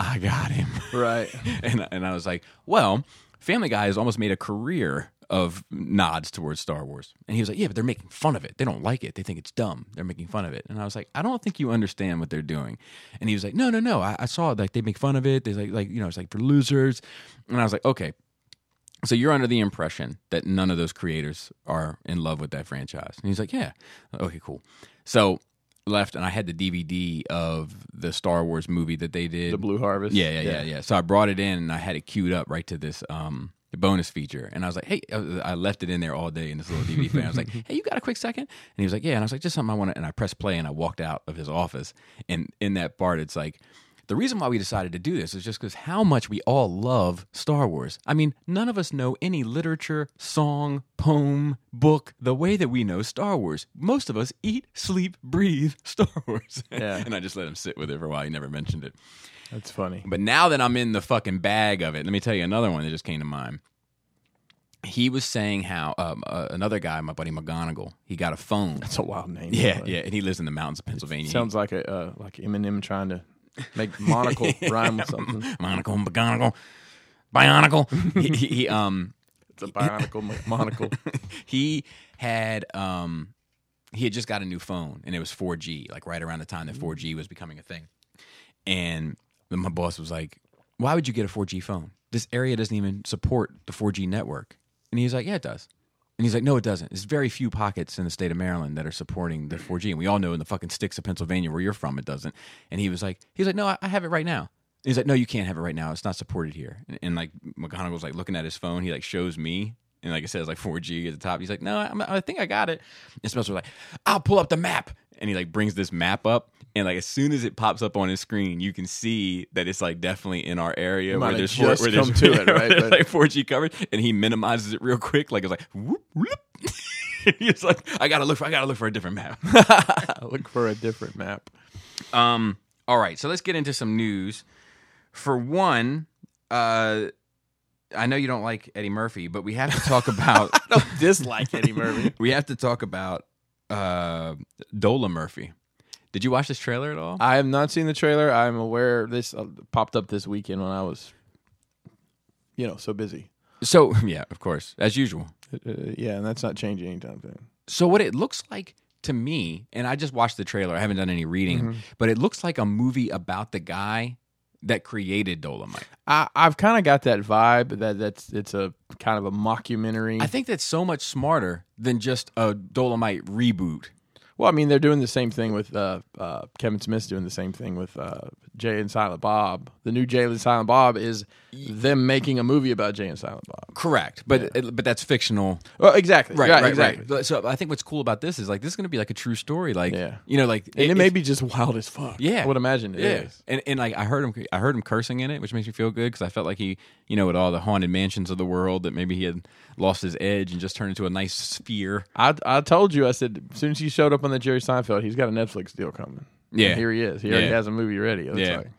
[SPEAKER 2] I got him
[SPEAKER 3] Right.
[SPEAKER 2] and and I was like, well, Family Guy has almost made a career of nods towards Star Wars. And he was like, yeah, but they're making fun of it. They don't like it. They think it's dumb. They're making fun of it. And I was like, I don't think you understand what they're doing. And he was like, no, no, no. I, I saw it. Like they make fun of it. They like like you know it's like for losers. And I was like, okay. So you're under the impression that none of those creators are in love with that franchise. And he's like, yeah. Okay, cool. So left and I had the DVD of the Star Wars movie that they did.
[SPEAKER 3] The Blue Harvest.
[SPEAKER 2] Yeah, yeah, yeah, yeah. So I brought it in and I had it queued up right to this um the bonus feature, and I was like, hey, I I left it in there all day in this little DVD fan. I was like, hey, you got a quick second? And he was like, yeah. And I was like, just something I want to. And I pressed play and I walked out of his office. And in that part, it's like. The reason why we decided to do this is just because how much we all love Star Wars. I mean, none of us know any literature, song, poem, book the way that we know Star Wars. Most of us eat, sleep, breathe Star Wars.
[SPEAKER 3] Yeah.
[SPEAKER 2] and I just let him sit with it for a while. He never mentioned it.
[SPEAKER 3] That's funny.
[SPEAKER 2] But now that I'm in the fucking bag of it, let me tell you another one that just came to mind. He was saying how um, uh, another guy, my buddy McGonagall, he got a phone.
[SPEAKER 3] That's a wild name.
[SPEAKER 2] Yeah, yeah, and he lives in the mountains of Pennsylvania.
[SPEAKER 3] Sounds like a uh, like Eminem trying to make monocle rhyme with something.
[SPEAKER 2] Monocle, McGonagall, Bionicle. he, he, he, um,
[SPEAKER 3] It's a bionicle mo- monocle.
[SPEAKER 2] he had um, he had just got a new phone, and it was 4G, like right around the time that 4G was becoming a thing. And then my boss was like, "Why would you get a 4G phone? This area doesn't even support the 4G network." And he was like, "Yeah, it does." And he's like, "No, it doesn't. There's very few pockets in the state of Maryland that are supporting the 4G, and we all know in the fucking sticks of Pennsylvania where you're from, it doesn't." And he was like, "He was like, no, I, I have it right now." He's like, "No, you can't have it right now. It's not supported here." And, and like McGonagall's like looking at his phone. He like shows me. And like it says, like 4G at the top. He's like, no, I'm, I think I got it. And Spencer was like, I'll pull up the map and he like brings this map up and like as soon as it pops up on his screen you can see that it's like definitely in our area
[SPEAKER 3] Might
[SPEAKER 2] where
[SPEAKER 3] have
[SPEAKER 2] there's, four,
[SPEAKER 3] just
[SPEAKER 2] where there's
[SPEAKER 3] come to it,
[SPEAKER 2] where
[SPEAKER 3] right?
[SPEAKER 2] there's,
[SPEAKER 3] But-
[SPEAKER 2] like 4g coverage and he minimizes it real quick like it's like whoop, whoop. he's like i gotta look for i gotta look for a different map
[SPEAKER 3] I look for a different map.
[SPEAKER 2] um all right so let's get into some news for one uh i know you don't like eddie murphy but we have to talk about
[SPEAKER 3] Dislike Eddie Murphy.
[SPEAKER 2] we have to talk about uh dola murphy did you watch this trailer at all
[SPEAKER 3] I have not seen the trailer. I'm aware this uh, popped up this weekend when I was, you know, so busy.
[SPEAKER 2] So yeah, of course, as usual.
[SPEAKER 3] Uh, yeah, and that's not changing anytime soon.
[SPEAKER 2] So what it looks like to me, and I just watched the trailer. I haven't done any reading,
[SPEAKER 3] Mm-hmm.
[SPEAKER 2] but it looks like a movie about the guy that created Dolomite.
[SPEAKER 3] I, I've kind of got that vibe that that's it's a kind of a mockumentary.
[SPEAKER 2] I think that's so much smarter than just a Dolomite reboot.
[SPEAKER 3] well, I mean, they're doing the same thing with uh, uh, Kevin Smith's doing the same thing with uh, Jay and Silent Bob. The new Jay and Silent Bob is them making a movie about Jay and Silent Bob.
[SPEAKER 2] Correct, but it, but that's fictional.
[SPEAKER 3] Well, exactly,
[SPEAKER 2] Right, right,
[SPEAKER 3] exactly.
[SPEAKER 2] right. So I think what's cool about this is like this is going to be like a true story. Like
[SPEAKER 3] Yeah.
[SPEAKER 2] you know, like
[SPEAKER 3] And it,
[SPEAKER 2] it's-
[SPEAKER 3] may be just wild as fuck.
[SPEAKER 2] Yeah,
[SPEAKER 3] I would imagine it is.
[SPEAKER 2] yeah. And and like I heard him, I heard him cursing in it, which makes me feel good because I felt like he, you know, with all the haunted mansions of the world, that maybe he had lost his edge and just turned into a nice sphere.
[SPEAKER 3] I I told you. I said as soon as he showed up on the Jerry Seinfeld, he's got a Netflix deal coming.
[SPEAKER 2] Yeah.
[SPEAKER 3] And here he is. He already
[SPEAKER 2] Yeah.
[SPEAKER 3] has a movie ready. It's
[SPEAKER 2] Yeah.
[SPEAKER 3] like-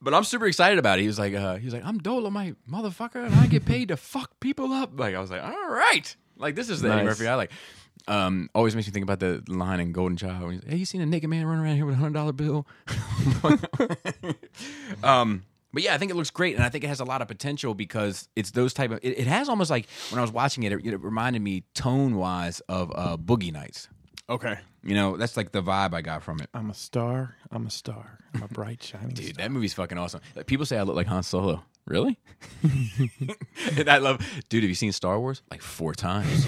[SPEAKER 2] But I'm super excited about it. He was like, uh, he was like, I'm Dolomite, motherfucker, and I get paid to fuck people up. Like I was like, all right, like this is the Eddie
[SPEAKER 3] Nice.
[SPEAKER 2] Murphy I like. Um, always makes me think about the line in Golden Child. When he's, hey, you seen a naked man running around here with a hundred dollar bill? um, but yeah, I think it looks great, and I think it has a lot of potential because it's those type of. It, it has almost like when I was watching it, it, it reminded me tone wise of uh, Boogie Nights.
[SPEAKER 3] Okay.
[SPEAKER 2] You know, that's like the vibe I got from it.
[SPEAKER 3] I'm a star. I'm a star. I'm a bright shining
[SPEAKER 2] Dude, that movie's fucking awesome. Like, people say I look like Han Solo. Really? and I love, dude. Have you seen Star Wars? Like four times.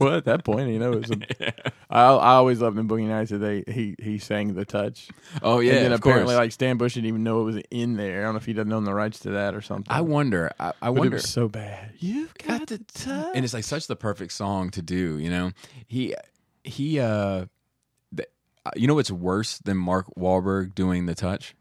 [SPEAKER 3] Well, at that point, you know, it's a, I, I always loved in Boogie Nights that they he he sang the touch.
[SPEAKER 2] Oh yeah,
[SPEAKER 3] and then
[SPEAKER 2] of
[SPEAKER 3] apparently,
[SPEAKER 2] course.
[SPEAKER 3] like Stan Bush didn't even know it was in there. I don't know if he doesn't own the rights to that or something.
[SPEAKER 2] I wonder. I, I
[SPEAKER 3] but it
[SPEAKER 2] wonder.
[SPEAKER 3] was so bad. You got the touch.
[SPEAKER 2] and it's like such the perfect song to do you know he he uh th- you know what's worse than Mark Wahlberg doing the touch?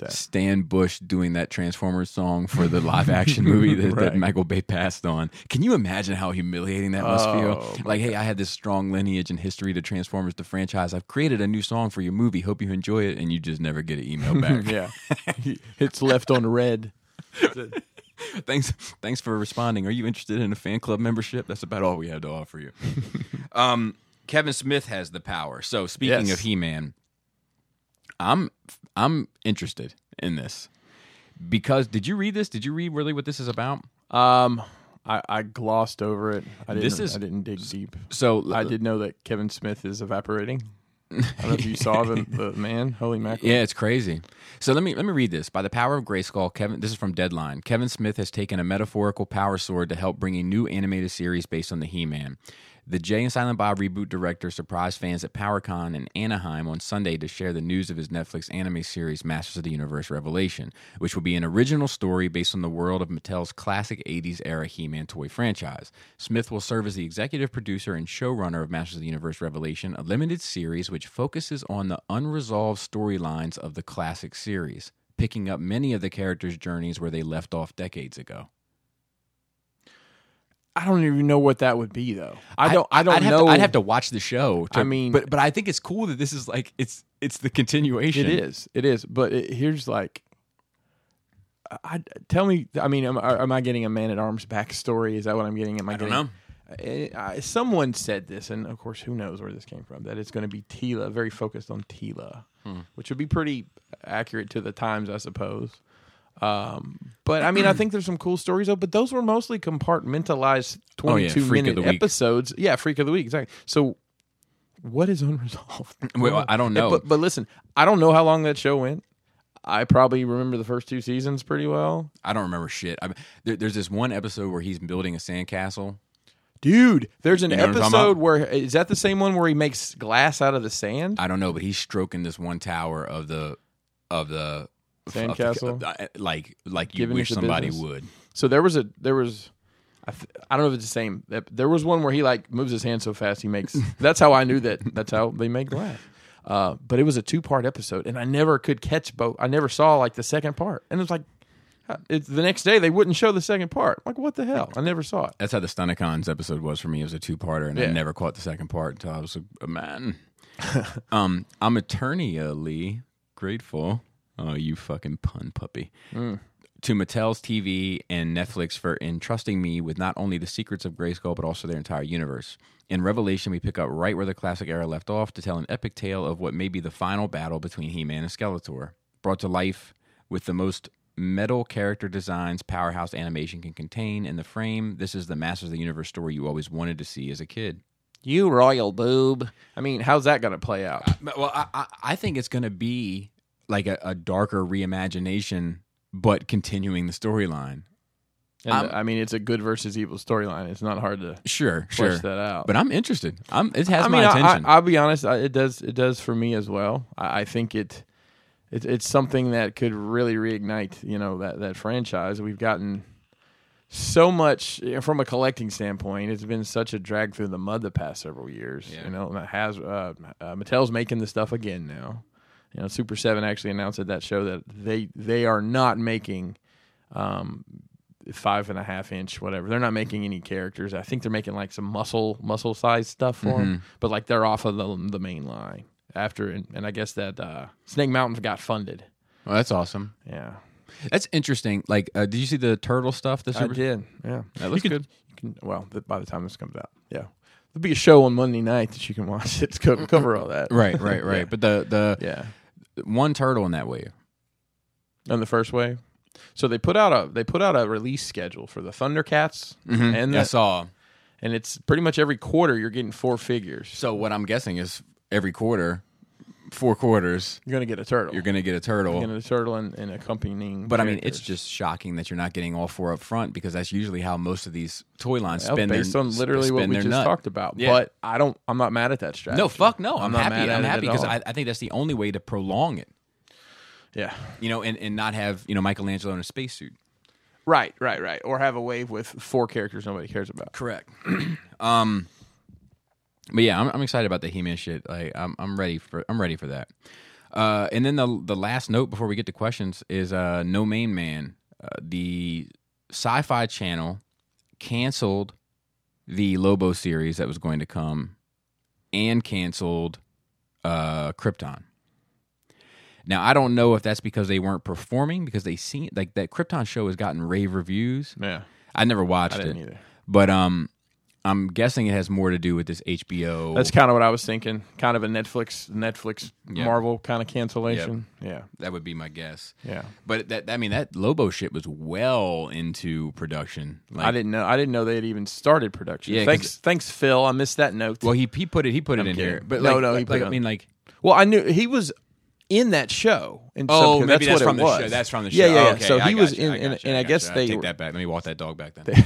[SPEAKER 3] that?
[SPEAKER 2] Stan Bush doing that Transformers song for the live action movie that, that
[SPEAKER 3] Right.
[SPEAKER 2] Michael Bay passed on. Can you imagine how humiliating that must
[SPEAKER 3] Oh,
[SPEAKER 2] feel? Like, hey, I had this strong lineage and history to Transformers the franchise. I've created a new song for your movie. Hope you enjoy it, and you just never get an email back.
[SPEAKER 3] Yeah, it's left on red.
[SPEAKER 2] thanks thanks for responding are you interested in a fan club membership that's about all we have to offer you um kevin smith has the power so speaking
[SPEAKER 3] Yes.
[SPEAKER 2] of he-man i'm i'm interested in this because did you read this did you read really what this is about
[SPEAKER 3] Um, I, I glossed over it. I didn't,
[SPEAKER 2] This is-
[SPEAKER 3] I didn't dig deep.
[SPEAKER 2] so
[SPEAKER 3] I did know that Kevin Smith is evaporating. I don't know if you saw the, the man. Holy mackerel!
[SPEAKER 2] Yeah, it's crazy. So let me let me read this. By the power of Grayskull, Kevin. This is from Deadline. Kevin Smith has taken a metaphorical power sword to help bring a new animated series based on the He-Man. The Jay and Silent Bob reboot director surprised fans at PowerCon in Anaheim on Sunday to share the news of his Netflix anime series Masters of the Universe Revelation, which will be an original story based on the world of Mattel's classic 80s era He-Man toy franchise. Smith will serve as the executive producer and showrunner of Masters of the Universe Revelation, a limited series which focuses on the unresolved storylines of the classic series, picking up many of the characters' journeys where they left off decades ago.
[SPEAKER 3] I don't even know what that would be though. I
[SPEAKER 2] I'd-
[SPEAKER 3] don't. I don't
[SPEAKER 2] I'd have
[SPEAKER 3] know.
[SPEAKER 2] To, I'd have to watch the show. to-
[SPEAKER 3] I mean-
[SPEAKER 2] but but I think it's cool that this is like it's it's the continuation.
[SPEAKER 3] It is. It is. But it, here's like, I- I tell me. I mean, am, are- am I getting a man at arms backstory? Is that what I'm getting? Am I,
[SPEAKER 2] I don't
[SPEAKER 3] getting?
[SPEAKER 2] know.
[SPEAKER 3] I, Eh, I- someone said this, and of course, who knows where this came from? That it's going to be Tila, very focused on Tila,
[SPEAKER 2] Hmm.
[SPEAKER 3] which would be pretty accurate to the times, I suppose. Um, but I mean, I think there's some cool stories though. But those were mostly compartmentalized
[SPEAKER 2] Oh, yeah,
[SPEAKER 3] 22
[SPEAKER 2] Freak of
[SPEAKER 3] minute
[SPEAKER 2] the Week.
[SPEAKER 3] episodes. Yeah, freak of the week, exactly. So, what is unresolved? Eh,
[SPEAKER 2] Well, I don't know.
[SPEAKER 3] But, but listen, I don't know how long that show went. I probably remember the first two seasons pretty well.
[SPEAKER 2] I don't remember shit. I, there, there's this one episode where he's building a sandcastle.
[SPEAKER 3] Dude, there's an
[SPEAKER 2] You know what I'm talking
[SPEAKER 3] episode
[SPEAKER 2] about?
[SPEAKER 3] where is that the same one where he makes glass out of the sand?
[SPEAKER 2] I don't know, but he's stroking this one tower of the of the of the-
[SPEAKER 3] Sandcastle?
[SPEAKER 2] uh, like like you
[SPEAKER 3] Giving it
[SPEAKER 2] wish
[SPEAKER 3] the
[SPEAKER 2] somebody
[SPEAKER 3] business?
[SPEAKER 2] would.
[SPEAKER 3] So there was a there was I, th- I don't know if it's the same. That- There was one where he like moves his hand so fast he makes. that's how I knew that. That's how they make glass. Uh, but it was a two part episode, and I never could catch both. I never saw like the second part, and it was like how- it's the next day they wouldn't show the second part. Like what the hell? I never saw it.
[SPEAKER 2] That's how the Stunicons episode was for me. It was a two parter, and I
[SPEAKER 3] Yeah.
[SPEAKER 2] never caught the second part until I was a, a man. um, I'm eternally grateful. Oh, you fucking pun puppy. To Mattel's TV and Netflix for entrusting me with not only the secrets of Grayskull, but also their entire universe. In Revelation, we pick up right where the classic era left off to tell an epic tale of what may be the final battle between He Man and Skeletor, brought to life with the most metal character designs powerhouse animation can contain in the frame. This is the Masters of the Universe story you always wanted to see as a kid.
[SPEAKER 3] You royal boob. I mean, how's that going to play out?
[SPEAKER 2] But- Well, I, I, I think it's going to be like a, a darker reimagination, but continuing the storyline.
[SPEAKER 3] And,
[SPEAKER 2] I'm-
[SPEAKER 3] I mean, it's a good versus evil storyline. It's not hard to
[SPEAKER 2] Sure,
[SPEAKER 3] flesh
[SPEAKER 2] sure.
[SPEAKER 3] that out.
[SPEAKER 2] But I'm interested. I'm, it has
[SPEAKER 3] I mean,
[SPEAKER 2] my
[SPEAKER 3] I-
[SPEAKER 2] attention.
[SPEAKER 3] I, will be honest. I, it does. It does for me as well. I, I think it, it. It's something that could really reignite. You know that that franchise. We've gotten so much you know, from a collecting standpoint. It's been such a drag through the mud the past several years.
[SPEAKER 2] Yeah.
[SPEAKER 3] You know, and it has uh, uh, Mattel's making the stuff again now. You know, Super Seven actually announced at that show that they they are not making. Um, five and a half inch, whatever. They're not making any characters. I think they're making like some muscle muscle size stuff for them, but like they're off of the the main line after. And, and I guess that uh, Snake Mountain got funded.
[SPEAKER 2] well, that's awesome.
[SPEAKER 3] Yeah,
[SPEAKER 2] That's interesting. Like, uh, did you see the turtle stuff? The
[SPEAKER 3] I did. Yeah,
[SPEAKER 2] That looks
[SPEAKER 3] You can-
[SPEAKER 2] good.
[SPEAKER 3] You can, well, th- by the time this comes out, yeah, there'll be a show on Monday night that you can watch. It's cover, cover all that.
[SPEAKER 2] Mm-hmm. Right, right, right. But the the
[SPEAKER 3] Yeah,
[SPEAKER 2] one turtle in that wave.
[SPEAKER 3] on the first wave.
[SPEAKER 2] Mm-hmm.
[SPEAKER 3] So they put out a they put out a release schedule for the Thundercats and
[SPEAKER 2] I
[SPEAKER 3] the
[SPEAKER 2] saw.
[SPEAKER 3] and it's pretty much every quarter you're getting four figures.
[SPEAKER 2] So what I'm guessing is every quarter, four quarters,
[SPEAKER 3] You're gonna get a turtle.
[SPEAKER 2] you're gonna get a turtle.
[SPEAKER 3] gonna get a turtle and, and accompanying.
[SPEAKER 2] But I mean, it's
[SPEAKER 3] characters.
[SPEAKER 2] just shocking that you're not getting all four up front because that's usually how most of these toy lines
[SPEAKER 3] Well,
[SPEAKER 2] spend
[SPEAKER 3] based
[SPEAKER 2] their
[SPEAKER 3] on literally
[SPEAKER 2] spend
[SPEAKER 3] what we
[SPEAKER 2] their
[SPEAKER 3] just
[SPEAKER 2] nut.
[SPEAKER 3] talked about.
[SPEAKER 2] Yeah.
[SPEAKER 3] But I don't. I'm not mad at that strategy.
[SPEAKER 2] No, fuck no. I'm,
[SPEAKER 3] not
[SPEAKER 2] happy.
[SPEAKER 3] mad at
[SPEAKER 2] I'm
[SPEAKER 3] it
[SPEAKER 2] happy
[SPEAKER 3] at
[SPEAKER 2] because
[SPEAKER 3] all.
[SPEAKER 2] I, I think that's the only way to prolong it.
[SPEAKER 3] yeah.
[SPEAKER 2] You know, and, and not have you know Michelangelo in a spacesuit.
[SPEAKER 3] Right, right, right. Or have a wave with four characters nobody cares about.
[SPEAKER 2] Correct. um, but yeah, I'm, I'm excited about the He-Man shit. Like, I'm I'm ready for I'm ready for that. Uh, and then the the last note before we get to questions is uh, No Main Man, uh, the Sci-Fi Channel canceled the Lobo series that was going to come, and canceled uh, Krypton. Now I don't know if that's because they weren't performing because they seen like that Krypton show has gotten rave reviews.
[SPEAKER 3] Yeah,
[SPEAKER 2] I never watched
[SPEAKER 3] I
[SPEAKER 2] it
[SPEAKER 3] didn't either.
[SPEAKER 2] but um i'm guessing it has more to do with this hbo
[SPEAKER 3] That's kind of what I was thinking. Kind of a Netflix, Netflix,
[SPEAKER 2] Yeah.
[SPEAKER 3] Marvel kind of cancellation. Yeah,
[SPEAKER 2] that would be my guess
[SPEAKER 3] yeah.
[SPEAKER 2] but that i mean that lobo shit was well into production like
[SPEAKER 3] I didn't know. I didn't know they had even started production.
[SPEAKER 2] Yeah, 'cause-
[SPEAKER 3] thanks, thanks, Phil. I missed that note.
[SPEAKER 2] well
[SPEAKER 3] Well,
[SPEAKER 2] he, he put it he put
[SPEAKER 3] I'm
[SPEAKER 2] it in
[SPEAKER 3] kidding.
[SPEAKER 2] here but
[SPEAKER 3] No,
[SPEAKER 2] like,
[SPEAKER 3] no, he
[SPEAKER 2] like,
[SPEAKER 3] put it
[SPEAKER 2] i
[SPEAKER 3] on-
[SPEAKER 2] mean like
[SPEAKER 3] I knew he was in that show. And so-
[SPEAKER 2] oh
[SPEAKER 3] because
[SPEAKER 2] maybe that's,
[SPEAKER 3] what it
[SPEAKER 2] from the
[SPEAKER 3] was.
[SPEAKER 2] show that's from the show
[SPEAKER 3] Yeah, yeah.
[SPEAKER 2] Oh,
[SPEAKER 3] yeah.
[SPEAKER 2] okay,
[SPEAKER 3] so
[SPEAKER 2] I
[SPEAKER 3] he was
[SPEAKER 2] gotcha,
[SPEAKER 3] in,
[SPEAKER 2] I
[SPEAKER 3] and,
[SPEAKER 2] gotcha,
[SPEAKER 3] and I guess
[SPEAKER 2] gotcha.
[SPEAKER 3] they
[SPEAKER 2] take
[SPEAKER 3] were-
[SPEAKER 2] that back let me walk that dog back then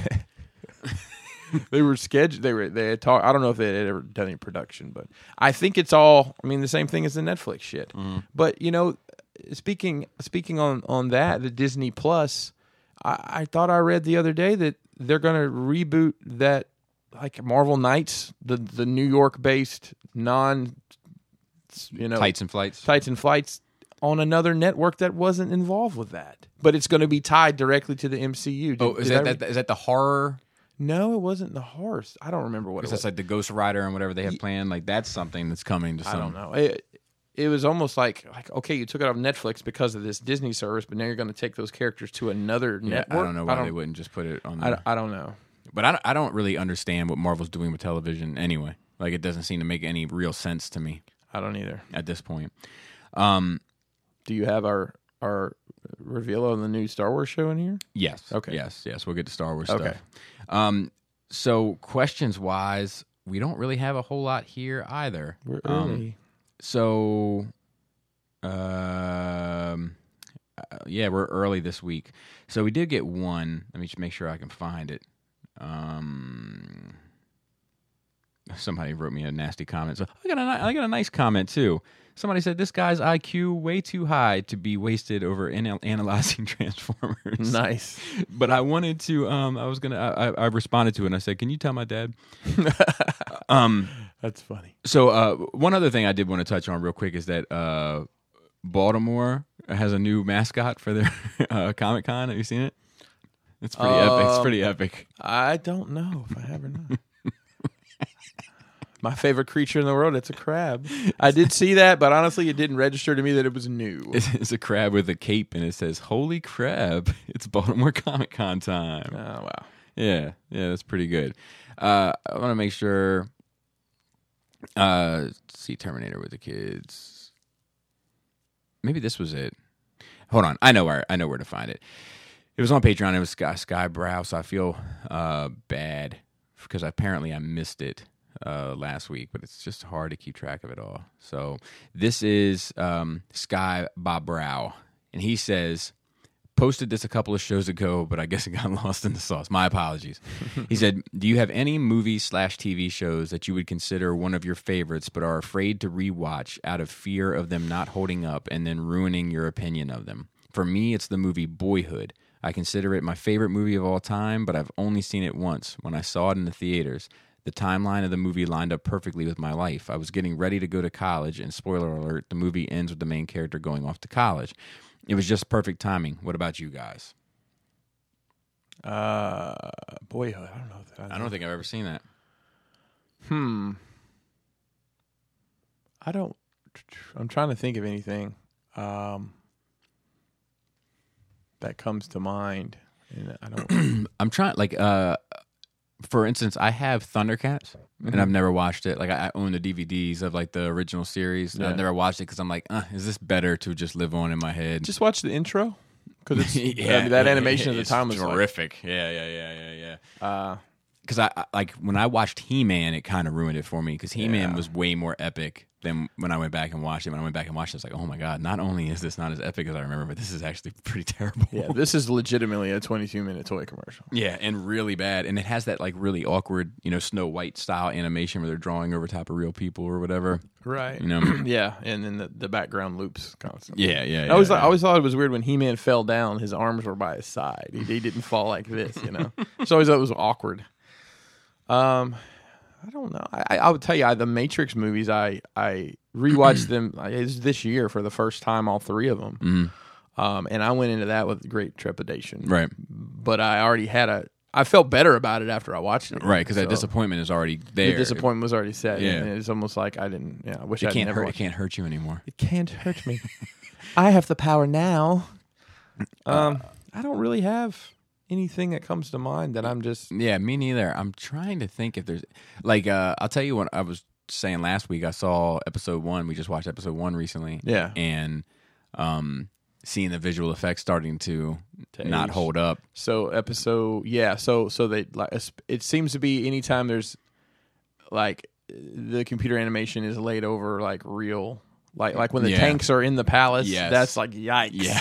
[SPEAKER 3] they were scheduled. They were they had talk. I don't know if they had ever done any production, but I think it's all. I mean, the same thing as the Netflix shit.
[SPEAKER 2] Mm-hmm.
[SPEAKER 3] But you know, speaking speaking on on that, the Disney Plus. I, I thought I read the other day that they're going to reboot that, like Marvel Knights, the the New York based non, you know,
[SPEAKER 2] tights and flights
[SPEAKER 3] Tights and Flights on another network that wasn't involved with that. But it's going to be tied directly to the MCU. Did-
[SPEAKER 2] oh is
[SPEAKER 3] did I
[SPEAKER 2] that,
[SPEAKER 3] read-
[SPEAKER 2] that is that the horror
[SPEAKER 3] no, it wasn't the horse. I don't remember what it
[SPEAKER 2] is
[SPEAKER 3] was.
[SPEAKER 2] that like the ghost rider and whatever they have planned like that's something that's coming to some
[SPEAKER 3] I don't know. It, it was almost like like okay, you took it off Netflix because of this Disney service, but now you're going to take those characters to another
[SPEAKER 2] yeah,
[SPEAKER 3] network.
[SPEAKER 2] I don't know why they wouldn't just put it on
[SPEAKER 3] I
[SPEAKER 2] there.
[SPEAKER 3] don't, I don't know.
[SPEAKER 2] But I don't, I don't really understand what Marvel's doing with television anyway. Like it doesn't seem to make any real sense to me
[SPEAKER 3] I don't either.
[SPEAKER 2] at this point. Um,
[SPEAKER 3] Do you have our our reveal on the new Star Wars show in here?
[SPEAKER 2] yes.
[SPEAKER 3] Okay.
[SPEAKER 2] Yes. Yes. We'll get to Star Wars
[SPEAKER 3] Okay.
[SPEAKER 2] stuff. Um, so questions wise, we don't really have a whole lot here either.
[SPEAKER 3] We're
[SPEAKER 2] Um,
[SPEAKER 3] early.
[SPEAKER 2] so, um, uh, yeah, we're early this week. So we did get one. Let me just make sure I can find it. Um, somebody wrote me a nasty comment. So I got a, ni- I got a nice comment too. Somebody said this guy's IQ way too high to be wasted over anal- analyzing Transformers
[SPEAKER 3] nice.
[SPEAKER 2] but I wanted to. Um, I was gonna. I, I, I responded to it and I said, "Can you tell my dad?" um.
[SPEAKER 3] That's funny.
[SPEAKER 2] So uh, one other thing I did want to touch on real quick is that uh, Baltimore has a new mascot for their uh, Comic Con. Have you seen it? It's pretty epic. It's
[SPEAKER 3] Um,
[SPEAKER 2] pretty epic.
[SPEAKER 3] I don't know if I have or not. My favorite creature in the world, it's a crab. I did see that, but honestly, it didn't register to me that it was new.
[SPEAKER 2] It's, it's a crab with a cape and it says, "Holy crab! It's Baltimore Comic Con time."
[SPEAKER 3] Oh, wow.
[SPEAKER 2] Yeah, yeah, that's pretty good. Uh, I want to make sure. Uh, let's see Terminator with the kids. Maybe this was it. Hold on, I know where I know where to find it. It was on Patreon. It was Sky Skybrow, so I feel uh bad because apparently I missed it uh last week, but it's just hard to keep track of it all. So this is um Sky Bobrow, and he says posted this a couple of shows ago, but I guess it got lost in the sauce. My apologies. he said, "Do you have any movie slash TV shows that you would consider one of your favorites, but are afraid to rewatch out of fear of them not holding up and then ruining your opinion of them? For me, it's the movie Boyhood." I consider it my favorite movie of all time, but I've only seen it once when I saw it in the theaters. The timeline of the movie lined up perfectly with my life. I was getting ready to go to college, and spoiler alert, the movie ends with the main character going off to college. It was just perfect timing. What about you guys?
[SPEAKER 3] Uh, boyhood. I don't know. If that,
[SPEAKER 2] I don't think I've ever seen that.
[SPEAKER 3] Hmm. I don't. I'm trying to think of anything um, that comes to mind, and I don't.
[SPEAKER 2] I'm trying like uh for instance, I have Thundercats and
[SPEAKER 3] Mm-hmm.
[SPEAKER 2] I've never watched it. Like I, I own the DVDs of like the original series. and
[SPEAKER 3] Yeah.
[SPEAKER 2] I've never watched it cuz I'm like, uh, is this better to just live on in my head?
[SPEAKER 3] Just watch the intro because it's I mean, that
[SPEAKER 2] it-
[SPEAKER 3] animation
[SPEAKER 2] it-
[SPEAKER 3] at the
[SPEAKER 2] it's
[SPEAKER 3] time was like,
[SPEAKER 2] terrific. yeah, yeah, yeah, yeah, yeah.
[SPEAKER 3] uh,
[SPEAKER 2] because I, I- like when I watched He Man, it kind of ruined it for me because He Man was way more epic than when I went back and watched it. When I went back and watched it, it's like, oh my god, not only is this not as epic as I remember, but this is actually pretty terrible.
[SPEAKER 3] Yeah, this is legitimately a 22 minute toy commercial.
[SPEAKER 2] Yeah, and really bad. And it has that like really awkward, you know, Snow White style animation where they're drawing over top of real people or whatever.
[SPEAKER 3] Right.
[SPEAKER 2] You know?
[SPEAKER 3] yeah, and then the, the background loops constantly.
[SPEAKER 2] Yeah, yeah.
[SPEAKER 3] I always,
[SPEAKER 2] yeah.
[SPEAKER 3] I always thought it was weird when He Man fell down, his arms were by his side. He, he didn't fall like this, you know? so I always thought it was awkward. Um, I don't know. I, I- I would tell you, I, the Matrix movies, I, I rewatched them I, it was this year for the first time, all three of them. Um, and I went into that with great trepidation.
[SPEAKER 2] Mm-hmm. right,
[SPEAKER 3] But I already had a, I felt better about it after I watched it.
[SPEAKER 2] right, because that
[SPEAKER 3] So
[SPEAKER 2] disappointment is already there.
[SPEAKER 3] The disappointment was already set.
[SPEAKER 2] Yeah.
[SPEAKER 3] And it's almost like I didn't, yeah, I wish
[SPEAKER 2] It,
[SPEAKER 3] I
[SPEAKER 2] can't
[SPEAKER 3] never
[SPEAKER 2] hurt. It
[SPEAKER 3] watched
[SPEAKER 2] can't hurt you anymore.
[SPEAKER 3] it can't hurt me. I have the power now.
[SPEAKER 2] Uh,
[SPEAKER 3] Um, I don't really have anything that comes to mind that I'm just.
[SPEAKER 2] Yeah, me neither. I'm trying to think if there's like uh I'll tell you what I was saying last week. I saw episode one. We just watched episode one recently.
[SPEAKER 3] Yeah.
[SPEAKER 2] and um, seeing the visual effects starting to,
[SPEAKER 3] To
[SPEAKER 2] not
[SPEAKER 3] age.
[SPEAKER 2] hold up.
[SPEAKER 3] So episode, yeah. So so they like es- it seems to be anytime there's like the computer animation is laid over like real. Like, like when the
[SPEAKER 2] Yeah.
[SPEAKER 3] tanks are in the palace,
[SPEAKER 2] Yes.
[SPEAKER 3] that's like yikes.
[SPEAKER 2] Yeah,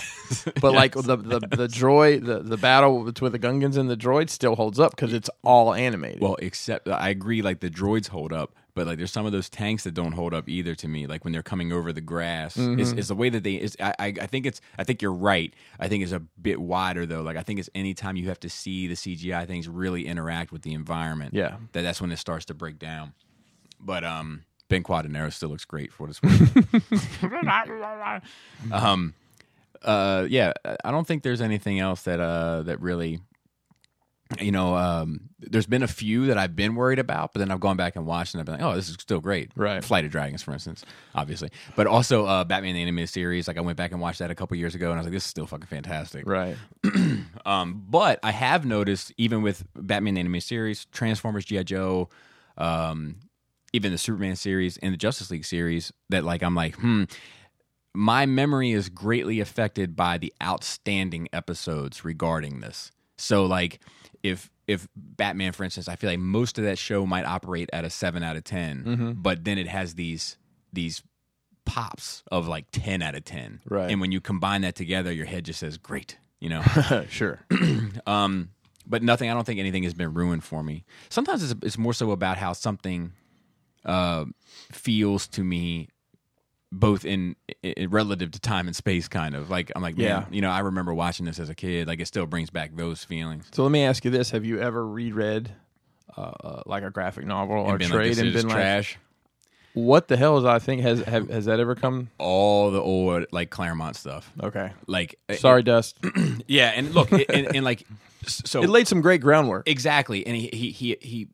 [SPEAKER 3] But like the, the the droid, the, the battle between the Gungans and the droid still holds up because it's all animated.
[SPEAKER 2] Well, except I agree, like the droids hold up, but like there's some of those tanks that don't hold up either to me. Like when they're coming over the grass, it's, it's the way that they. It's, I, I I think it's. I think you're right. I think it's a bit wider though. Like I think it's any time you have to see the CGI things really interact with the environment.
[SPEAKER 3] Yeah.
[SPEAKER 2] that that's when it starts to break down. But um, Ben Quadinero still looks great for what it's worth. um, uh, yeah, I- I don't think there's anything else that uh that really you know, um, there's been a few that I've been worried about, but then I've gone back and watched and I've been like, oh, this is still great.
[SPEAKER 3] Right.
[SPEAKER 2] Flight of Dragons, for instance, obviously. But also uh, Batman the Animated Series. Like, I went back and watched that a couple years ago and I was like, this is still fucking fantastic.
[SPEAKER 3] right.
[SPEAKER 2] Um, but I have noticed, even with Batman the Animated Series, Transformers, G.I. Joe, um, even the Superman series and the Justice League series, that like, I'm like, hmm. My memory is greatly affected by the outstanding episodes regarding this. So, like, if if Batman, for instance, I feel like most of that show might operate at a seven out of 10 but then it has these these pops of like ten out of ten.
[SPEAKER 3] Right.
[SPEAKER 2] And when you combine that together, your head just says, "Great," you know.
[SPEAKER 3] sure.
[SPEAKER 2] Um, but nothing. I don't think anything has been ruined for me. Sometimes it's, it's more so about how something uh, feels to me, both in, i i- relative to time and space. Kind of like I'm like, man,
[SPEAKER 3] Yeah.
[SPEAKER 2] you know, I remember watching this as a kid. Like it still brings back those feelings.
[SPEAKER 3] So let me ask you this: Have you ever reread uh, uh, like a graphic novel or
[SPEAKER 2] been
[SPEAKER 3] trade
[SPEAKER 2] like, this
[SPEAKER 3] and
[SPEAKER 2] is
[SPEAKER 3] been like,
[SPEAKER 2] trash.
[SPEAKER 3] "What the hell is I think has have, has that ever come?"
[SPEAKER 2] All the old like Claremont stuff.
[SPEAKER 3] Okay,
[SPEAKER 2] Like
[SPEAKER 3] sorry, Dust.
[SPEAKER 2] yeah, and look, it, and, and like s- so
[SPEAKER 3] It laid some great groundwork.
[SPEAKER 2] Exactly, and he he he, he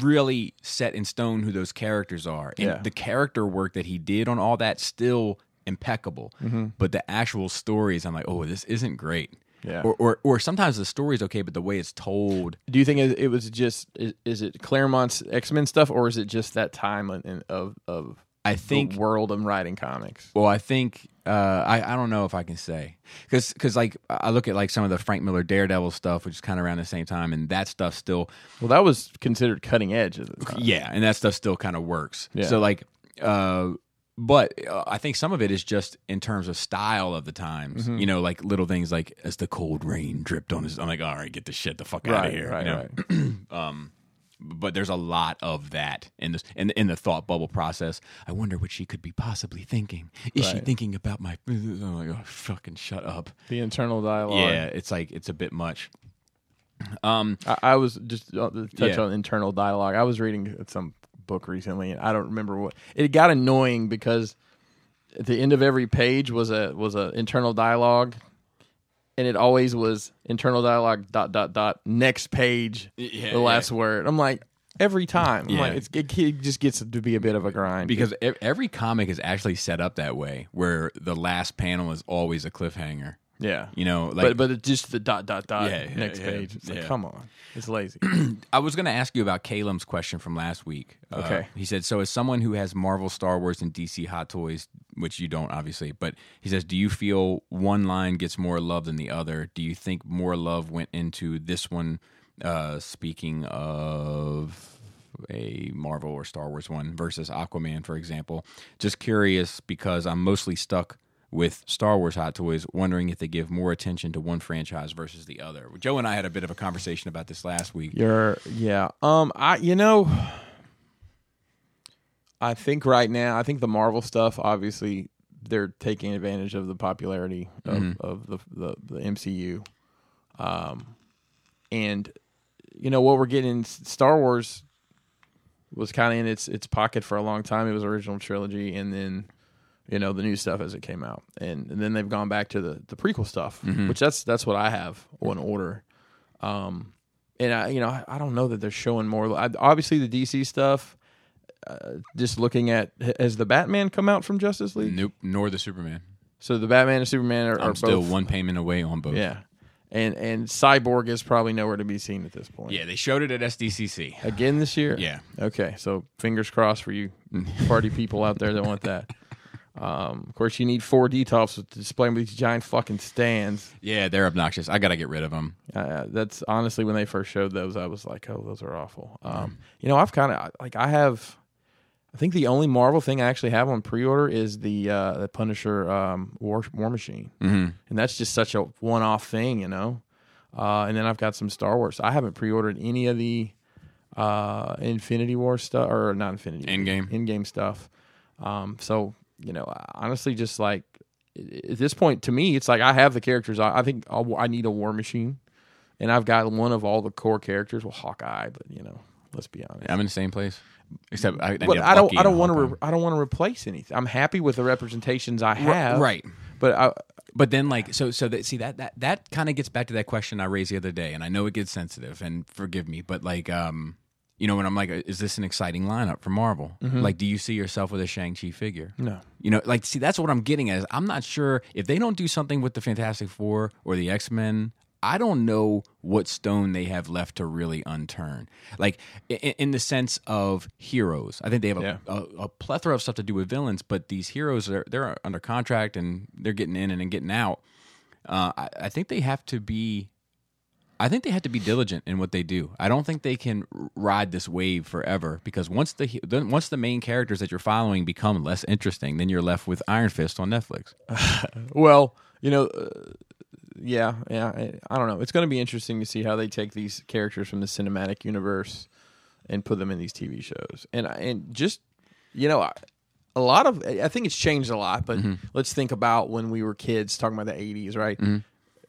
[SPEAKER 2] really set in stone who those characters are, and
[SPEAKER 3] Yeah.
[SPEAKER 2] the character work that he did on all that still impeccable.
[SPEAKER 3] Mm-hmm.
[SPEAKER 2] But the actual stories, I'm like, oh, this isn't great.
[SPEAKER 3] Yeah.
[SPEAKER 2] Or, or or sometimes the story's okay, but the way it's told,
[SPEAKER 3] Do you think it, it was just is, is it Claremont's X Men stuff or is it just that time in- in- of of
[SPEAKER 2] I
[SPEAKER 3] the
[SPEAKER 2] think
[SPEAKER 3] world of writing comics?
[SPEAKER 2] Well, I think uh, I I don't know if I can say because like I look at like some of the Frank Miller Daredevil stuff, which is kind of around the same time, and that stuff still
[SPEAKER 3] Well, that was considered cutting edge at the time.
[SPEAKER 2] Uh, yeah and that stuff still kind of works
[SPEAKER 3] Yeah.
[SPEAKER 2] so like uh but uh, I think some of it is just in terms of style of the times,
[SPEAKER 3] Mm-hmm.
[SPEAKER 2] you know, like little things like as the cold rain dripped on his. I'm like, all right, get the shit the fuck out
[SPEAKER 3] Right,
[SPEAKER 2] of here.
[SPEAKER 3] right,
[SPEAKER 2] you know?
[SPEAKER 3] right.
[SPEAKER 2] But there's a lot of that in this in, in the thought bubble process. I wonder what she could be possibly thinking. Is she
[SPEAKER 3] Right.
[SPEAKER 2] thinking about my? I'm like, oh, fucking shut up.
[SPEAKER 3] The internal dialogue.
[SPEAKER 2] Yeah, it's like it's a bit much. Um,
[SPEAKER 3] I, I was just uh, to touch
[SPEAKER 2] Yeah.
[SPEAKER 3] on internal dialogue. I was reading some book recently, and I don't remember what it got annoying because at the end of every page was a was a internal dialogue, and it always was internal dialogue dot dot dot next page
[SPEAKER 2] yeah,
[SPEAKER 3] the last word. I'm like every time. I'm
[SPEAKER 2] Yeah.
[SPEAKER 3] like it's, it, it just gets to be a bit of a grind
[SPEAKER 2] because e- every comic is actually set up that way where the last panel is always a cliffhanger
[SPEAKER 3] yeah.
[SPEAKER 2] you know like
[SPEAKER 3] but but it's just the dot dot dot
[SPEAKER 2] Yeah, yeah,
[SPEAKER 3] next
[SPEAKER 2] yeah,
[SPEAKER 3] page. It's like,
[SPEAKER 2] yeah.
[SPEAKER 3] come on, it's lazy.
[SPEAKER 2] i was going to ask you about Caleb's question from last week Uh,
[SPEAKER 3] Okay.
[SPEAKER 2] he said so as someone who has marvel star wars and dc hot toys which you don't obviously but he says do you feel one line gets more love than the other do you think more love went into this one Uh, speaking of a Marvel or Star Wars one versus Aquaman, for example. Just curious because I'm mostly stuck with Star Wars Hot Toys, wondering if they give more attention to one franchise versus the other. Joe and I had a bit of a conversation about this last week.
[SPEAKER 3] You're yeah. Um I you know I think right now I think the Marvel stuff obviously they're taking advantage of the popularity of, of the, the the MCU. Um and you know what we're getting Star Wars was kind of in its its pocket for a long time. It was original trilogy and then you know the new stuff as it came out. And, and then they've gone back to the the prequel stuff,
[SPEAKER 2] Mm-hmm.
[SPEAKER 3] which that's that's what I have on order Um, and I, you know, I, I don't know that they're showing more. I, obviously, the DC stuff. Uh, just looking at has the Batman come out from Justice League?
[SPEAKER 2] Nope, nor the Superman.
[SPEAKER 3] So the Batman and Superman are, are
[SPEAKER 2] I'm still
[SPEAKER 3] both,
[SPEAKER 2] one payment away on both.
[SPEAKER 3] yeah, and and Cyborg is probably nowhere to be seen at this point.
[SPEAKER 2] Yeah, they showed it at SDCC.
[SPEAKER 3] again this year.
[SPEAKER 2] Yeah.
[SPEAKER 3] Okay, so fingers crossed for you party people out there that want that. Um, of course, you need four D tops to display with these giant fucking stands.
[SPEAKER 2] Yeah, they're obnoxious. I got to get rid of them.
[SPEAKER 3] Uh, that's honestly when they first showed those, I was like, oh, those are awful. Um, you know, I've kind of like I have. I think the only Marvel thing I actually have on pre-order is the uh, the Punisher um, War War Machine, mm-hmm. and that's just such a one-off thing, you know. Uh, and then I've got some Star Wars. I haven't pre-ordered any of the uh, Infinity War stuff, or not Infinity
[SPEAKER 2] Endgame.
[SPEAKER 3] in-game stuff. Um, so you know, I- honestly, just like i- at this point, to me, it's like I have the characters. I, I think i I need a War Machine, and I've got one of all the core characters. Well, Hawkeye, but you know, let's be honest.
[SPEAKER 2] I'm in the same place. Except I, I,
[SPEAKER 3] But
[SPEAKER 2] get
[SPEAKER 3] I don't.
[SPEAKER 2] lucky
[SPEAKER 3] I don't
[SPEAKER 2] on
[SPEAKER 3] want to.
[SPEAKER 2] Hawkeye.
[SPEAKER 3] Re- I don't want to replace anything. I'm happy with the representations I have.
[SPEAKER 2] right.
[SPEAKER 3] But I,
[SPEAKER 2] But then, like, so, so that see that that that kind of gets back to that question I raised the other day, and I know it gets sensitive, and forgive me, but like, um, you know, when I'm like, is this an exciting lineup for Marvel?
[SPEAKER 3] Mm-hmm.
[SPEAKER 2] Like, do you see yourself with a Shang Chi figure?
[SPEAKER 3] No.
[SPEAKER 2] You know, like, see, that's what I'm getting at. Is I'm not sure if they don't do something with the Fantastic Four or the X Men. I don't know what stone they have left to really unturn. Like, in, in the sense of heroes, I think they have a,
[SPEAKER 3] Yeah.
[SPEAKER 2] a, a plethora of stuff to do with villains, but these heroes are they're under contract and they're getting in and, then getting out. Uh, I, I think they have to be. I think they have to be diligent in what they do. I don't think they can r- ride this wave forever because once the he- then once the main characters that you're following become less interesting, then you're left with Iron Fist on Netflix.
[SPEAKER 3] well, you know, uh, yeah, yeah. I, I don't know. It's going to be interesting to see how they take these characters from the cinematic universe and put them in these TV shows, and I- and just you know, I, a lot of I think it's changed a lot.
[SPEAKER 2] Mm-hmm.
[SPEAKER 3] But let's think about when we were kids, talking about the '80s, right?
[SPEAKER 2] Mm-hmm.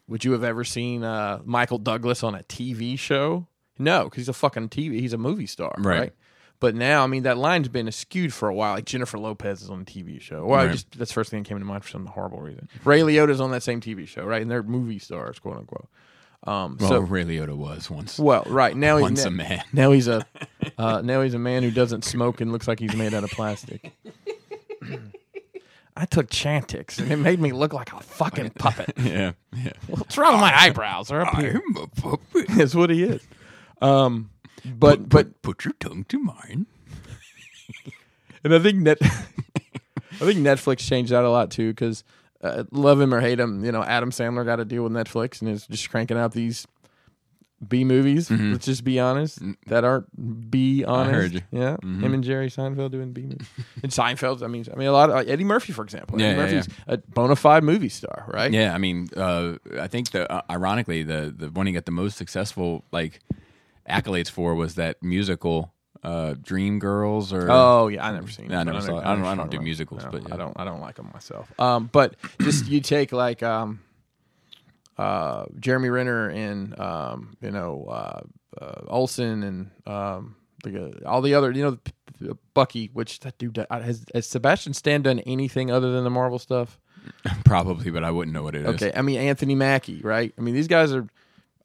[SPEAKER 3] Would you have ever seen uh, Michael Douglas on a TV show? No, because he's a fucking TV. He's a movie star,
[SPEAKER 2] Right.
[SPEAKER 3] right? But now, I mean, that line's been skewed for a while. Like Jennifer Lopez is on a TV show. Well,
[SPEAKER 2] Right.
[SPEAKER 3] I just that's the first thing that came to mind for some horrible reason. Ray Liotta's on that same TV show, right? And they're movie stars, quote unquote. Um,
[SPEAKER 2] Well,
[SPEAKER 3] so
[SPEAKER 2] Ray Liotta was once
[SPEAKER 3] well, right now
[SPEAKER 2] once
[SPEAKER 3] he's
[SPEAKER 2] a man.
[SPEAKER 3] now he's a uh, now he's a man who doesn't smoke and looks like he's made out of plastic. I took Chantix and it made me look like a fucking puppet.
[SPEAKER 2] yeah, yeah.
[SPEAKER 3] What's wrong with my eyebrows? They're up here.
[SPEAKER 2] I'm a puppet.
[SPEAKER 3] That's what he is. Um, but but
[SPEAKER 2] put your tongue to mine.
[SPEAKER 3] and I think net, I think Netflix changed that a lot too because uh, love him or hate him, you know, Adam Sandler got to deal with Netflix and is just cranking out these B movies. Let's just be honest, that aren't B honest.
[SPEAKER 2] Mm-hmm. Mm. heard you. Mm-hmm.
[SPEAKER 3] Yeah, him and Jerry Seinfeld doing B movies. and Seinfeld, I mean, I mean a lot of like Eddie Murphy, for example.
[SPEAKER 2] Yeah,
[SPEAKER 3] Eddie
[SPEAKER 2] yeah,
[SPEAKER 3] Murphy's a bona fide movie star, right?
[SPEAKER 2] Yeah, I mean, uh, I think the uh, ironically the the one he got the most successful like accolades for was that musical uh, Dream Girls or
[SPEAKER 3] Oh yeah, I never seen.
[SPEAKER 2] Yeah, I
[SPEAKER 3] it, but
[SPEAKER 2] never
[SPEAKER 3] know-
[SPEAKER 2] saw it. I don't-
[SPEAKER 3] know
[SPEAKER 2] I don't
[SPEAKER 3] Sean
[SPEAKER 2] do
[SPEAKER 3] Rock.
[SPEAKER 2] musicals,
[SPEAKER 3] No,
[SPEAKER 2] but yeah.
[SPEAKER 3] I don't. I don't like them myself. Um, but just you take like um, uh, Jeremy Renner and um, you know uh, uh, Olsen and um, the, all the other you know p- p- Bucky, which that dude uh, has, has Sebastian Stan done anything other than the Marvel stuff?
[SPEAKER 2] probably, but I wouldn't know what it is.
[SPEAKER 3] Okay, I mean Anthony Mackie, right? I mean these guys are.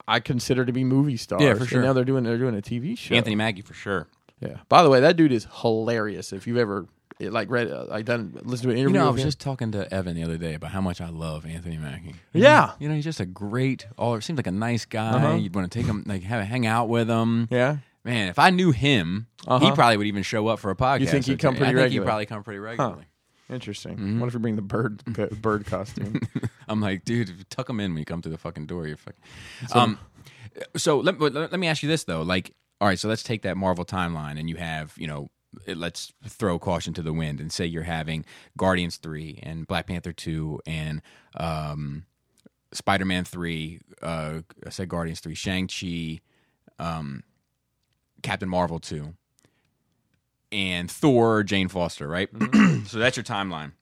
[SPEAKER 3] I consider to be movie stars.
[SPEAKER 2] Yeah, for sure.
[SPEAKER 3] And now they're doing they're doing a TV show.
[SPEAKER 2] Anthony Maggie for sure.
[SPEAKER 3] Yeah. By the way, that dude is hilarious. If you've ever eh, like read, uh, like done, listened to an
[SPEAKER 2] You
[SPEAKER 3] interview.
[SPEAKER 2] know, I
[SPEAKER 3] with
[SPEAKER 2] was
[SPEAKER 3] him.
[SPEAKER 2] just talking to Evan the other day about how much I love Anthony Mackie.
[SPEAKER 3] Yeah.
[SPEAKER 2] You know, he's just a great all seems like a nice guy.
[SPEAKER 3] Uh-huh.
[SPEAKER 2] You'd want to take him like have a hang out with him.
[SPEAKER 3] yeah.
[SPEAKER 2] Man, if I knew him, he
[SPEAKER 3] Uh-huh.
[SPEAKER 2] probably would even show up for a podcast.
[SPEAKER 3] think he'd
[SPEAKER 2] or two.
[SPEAKER 3] come pretty
[SPEAKER 2] I think he'd
[SPEAKER 3] regularly?
[SPEAKER 2] probably come pretty regularly.
[SPEAKER 3] Interesting. What if we bring the bird co- bird costume?
[SPEAKER 2] I'm like, dude, tuck them in when you come to the fucking door. You're fucking. Um, So let, but let let me ask you this though. Like, all right, so let's take that Marvel timeline, and you have you know. it- Let's throw caution to the wind and say you're having Guardians three and Black Panther two and um, Spider Man three. Uh, I said Guardians three, Shang Chi, um, Captain Marvel two, and Thor, Jane Foster. Right.
[SPEAKER 3] Mm-hmm.
[SPEAKER 2] so that's your timeline,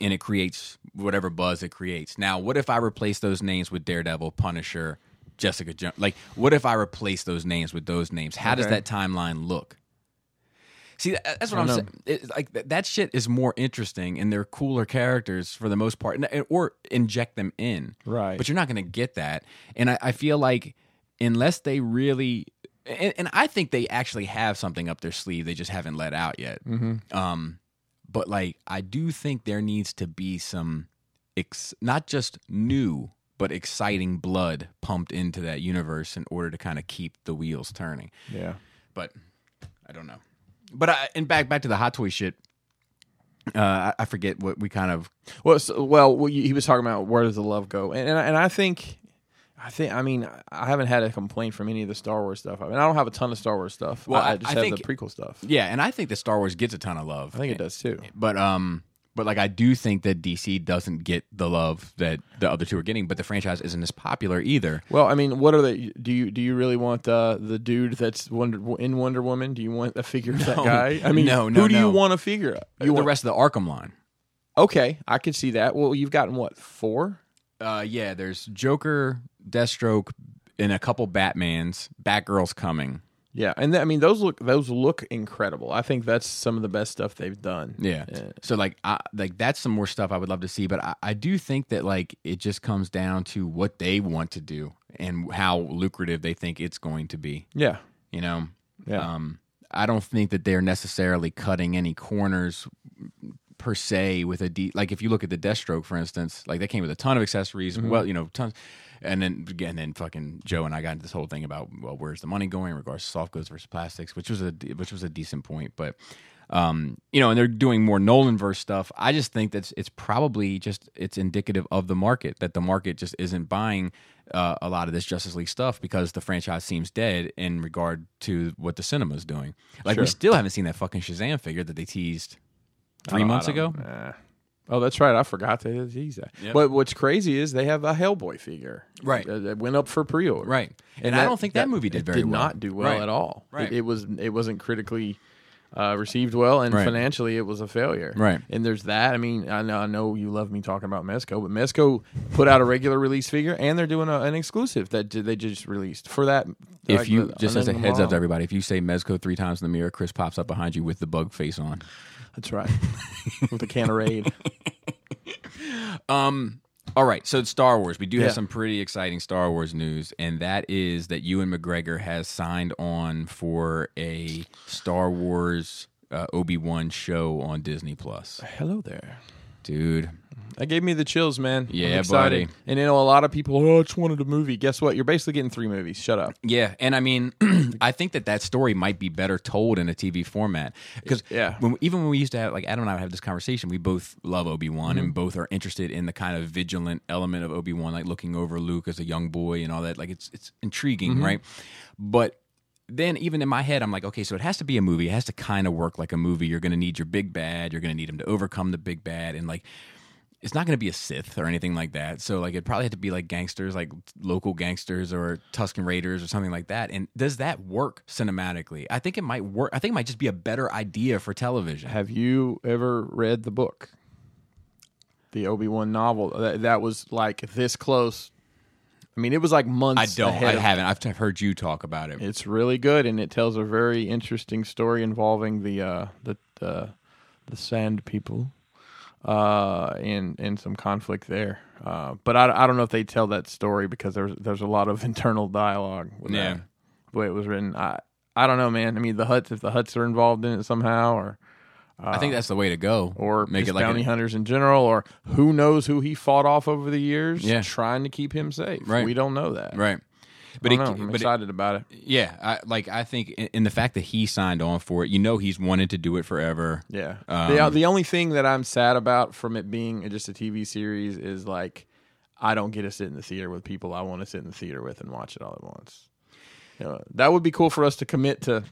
[SPEAKER 2] and it creates whatever buzz it creates. Now, what if I replace those names with Daredevil, Punisher, Jessica Jones? Like, what if I replace those names with those names? How does
[SPEAKER 3] Okay.
[SPEAKER 2] that timeline look? See, tha- that's what
[SPEAKER 3] I
[SPEAKER 2] I'm
[SPEAKER 3] don't
[SPEAKER 2] saying. It, like th- that shit is more interesting, and they're cooler characters for the most part, and- or inject them in.
[SPEAKER 3] Right.
[SPEAKER 2] But you're not going to get that, and I, I feel like unless they really, and, and I think they actually have something up their sleeve they just haven't let out yet.
[SPEAKER 3] Mm-hmm.
[SPEAKER 2] Um, but like I do think there needs to be some, ex- not just new but exciting blood pumped into that universe in order to kind of keep the wheels turning
[SPEAKER 3] Yeah.
[SPEAKER 2] but I don't know. But I, and back back to the hot toy shit. Uh, I, I forget what we kind of.
[SPEAKER 3] Well, so, well, what you- he was talking about where does the love go, and and I, and I think, I think, I mean, I haven't had a complaint from any of the Star Wars stuff. I mean, I don't have a ton of Star Wars stuff.
[SPEAKER 2] Well,
[SPEAKER 3] I,
[SPEAKER 2] I-
[SPEAKER 3] I just
[SPEAKER 2] I
[SPEAKER 3] have
[SPEAKER 2] think-
[SPEAKER 3] the prequel stuff.
[SPEAKER 2] Yeah, and I think that Star Wars gets a ton of love.
[SPEAKER 3] I think it does too.
[SPEAKER 2] but um, but like I do think that DC doesn't get the love that the other two are getting. But the franchise isn't as popular either.
[SPEAKER 3] Well, I mean, what are they? Do you do you really want uh, the dude that's Wonder in Wonder Woman? Do you want a figure of that
[SPEAKER 2] No.
[SPEAKER 3] guy? I mean,
[SPEAKER 2] No, no,
[SPEAKER 3] who do
[SPEAKER 2] no.
[SPEAKER 3] you want a figure? of?
[SPEAKER 2] the
[SPEAKER 3] You want,
[SPEAKER 2] rest of the Arkham line.
[SPEAKER 3] okay, I could see that. Well, you've gotten what four?
[SPEAKER 2] Uh, yeah, there's Joker, Deathstroke, and a couple Batmans. Batgirl's coming.
[SPEAKER 3] Yeah, and th- I mean those look those look incredible. I think that's some of the best stuff they've done.
[SPEAKER 2] Yeah. So like I like that's some more stuff I would love to see, but I, I do think that like it just comes down to what they want to do and how lucrative they think it's going to be.
[SPEAKER 3] yeah,
[SPEAKER 2] You know?
[SPEAKER 3] yeah.
[SPEAKER 2] Um I don't think that they're necessarily cutting any corners per se with a D like if you look at the Deathstroke for instance, like they came with a ton of accessories, well, you know, tons and then again then fucking Joe and I got into this whole thing about well where's the money going in regards to soft goods versus plastics, which was a which was a decent point, but um, you know, and they're doing more Nolanverse stuff. I just think that's it's probably just it's indicative of the market that the market just isn't buying uh, a lot of this Justice League stuff because the franchise seems dead in regard to what the cinema's doing. Like we
[SPEAKER 3] Sure.
[SPEAKER 2] still haven't seen that fucking Shazam figure that they teased
[SPEAKER 3] I
[SPEAKER 2] three
[SPEAKER 3] don't- I
[SPEAKER 2] months ago.
[SPEAKER 3] don't- eh. Oh, that's right. I forgot they did these.
[SPEAKER 2] Yep.
[SPEAKER 3] But what's crazy is they have a Hellboy figure,
[SPEAKER 2] Right.
[SPEAKER 3] That, that went up for pre-order,
[SPEAKER 2] Right. And, I don't think that, movie did
[SPEAKER 3] it
[SPEAKER 2] very
[SPEAKER 3] did
[SPEAKER 2] well.
[SPEAKER 3] not do well
[SPEAKER 2] Right.
[SPEAKER 3] at all.
[SPEAKER 2] Right.
[SPEAKER 3] It, it was it wasn't critically uh, received well, and
[SPEAKER 2] Right.
[SPEAKER 3] financially it was a failure.
[SPEAKER 2] Right.
[SPEAKER 3] And there's that. I mean, I know I know you love me talking about Mezco, but Mezco put out a regular release figure, and they're doing a, an exclusive that ju- they just released for that.
[SPEAKER 2] If
[SPEAKER 3] like,
[SPEAKER 2] you
[SPEAKER 3] the-
[SPEAKER 2] just as a
[SPEAKER 3] Unending
[SPEAKER 2] heads up
[SPEAKER 3] Mile.
[SPEAKER 2] to everybody, if you say Mezco three times in the mirror, Chris pops up behind you with the bug face on.
[SPEAKER 3] that's right, with a can of raid.
[SPEAKER 2] Um. All right. So it's Star Wars. We do have
[SPEAKER 3] Yeah.
[SPEAKER 2] some pretty exciting Star Wars news, and that is that Ewan McGregor has signed on for a Star Wars uh, Obi Wan show on Disney Plus.
[SPEAKER 3] Hello there.
[SPEAKER 2] Dude,
[SPEAKER 3] That gave me the chills, man. I'm
[SPEAKER 2] Yeah,
[SPEAKER 3] excited.
[SPEAKER 2] buddy.
[SPEAKER 3] And you know, a lot of people, oh, I just wanted a movie. Guess what? You're basically getting three movies. Shut up.
[SPEAKER 2] Yeah, and I mean, I think that that story might be better told in a TV format because
[SPEAKER 3] Yeah.
[SPEAKER 2] when, even when we used to have like Adam and I would have this conversation, we both love Obi Wan
[SPEAKER 3] Mm-hmm.
[SPEAKER 2] and both are interested in the kind of vigilant element of Obi Wan, like looking over Luke as a young boy and all that. Like it's it's intriguing,
[SPEAKER 3] Mm-hmm.
[SPEAKER 2] right? But then even in my head, I'm like, okay, so it has to be a movie. It has to kind of work like a movie. You're going to need your big bad. You're going to need him to overcome the big bad, and like it's not going to be a Sith or anything like that. So like it probably had to be like gangsters, like local gangsters or Tuscan Raiders or something like that. And does that work cinematically? I think it might work. I think it might just be a better idea for television.
[SPEAKER 3] Have you ever read the book? The Obi Wan novel. That, that was like this close. I mean, it was like months
[SPEAKER 2] I don't.
[SPEAKER 3] ahead
[SPEAKER 2] I
[SPEAKER 3] of-
[SPEAKER 2] haven't. I've t- heard you talk about it.
[SPEAKER 3] It's really good, and it tells a very interesting story involving the uh, the uh, the Sand People, uh, and and some conflict there. Uh, but I, I don't know if they tell that story because there's there's a lot of internal dialogue. With
[SPEAKER 2] Yeah.
[SPEAKER 3] that, the way it was written, I I don't know, man. I mean, the huts if the huts are involved in it somehow, or
[SPEAKER 2] I think that's the way to go.
[SPEAKER 3] Uh, or
[SPEAKER 2] make
[SPEAKER 3] just
[SPEAKER 2] it like
[SPEAKER 3] bounty
[SPEAKER 2] a,
[SPEAKER 3] hunters in general, or who knows who he fought off over the years,
[SPEAKER 2] Yeah.
[SPEAKER 3] trying to keep him safe.
[SPEAKER 2] Right.
[SPEAKER 3] We don't know that.
[SPEAKER 2] right.
[SPEAKER 3] But
[SPEAKER 2] But it,
[SPEAKER 3] I'm
[SPEAKER 2] but it,
[SPEAKER 3] excited about it.
[SPEAKER 2] yeah, I, like I think in, in the fact that he signed on for it, you know, he's wanted to do it forever.
[SPEAKER 3] Yeah. uh,
[SPEAKER 2] Um,
[SPEAKER 3] the the only thing that I'm sad about from it being just a TV series is like I don't get to sit in the theater with people I want to sit in the theater with and watch it all at once. You know, that would be cool for us to commit to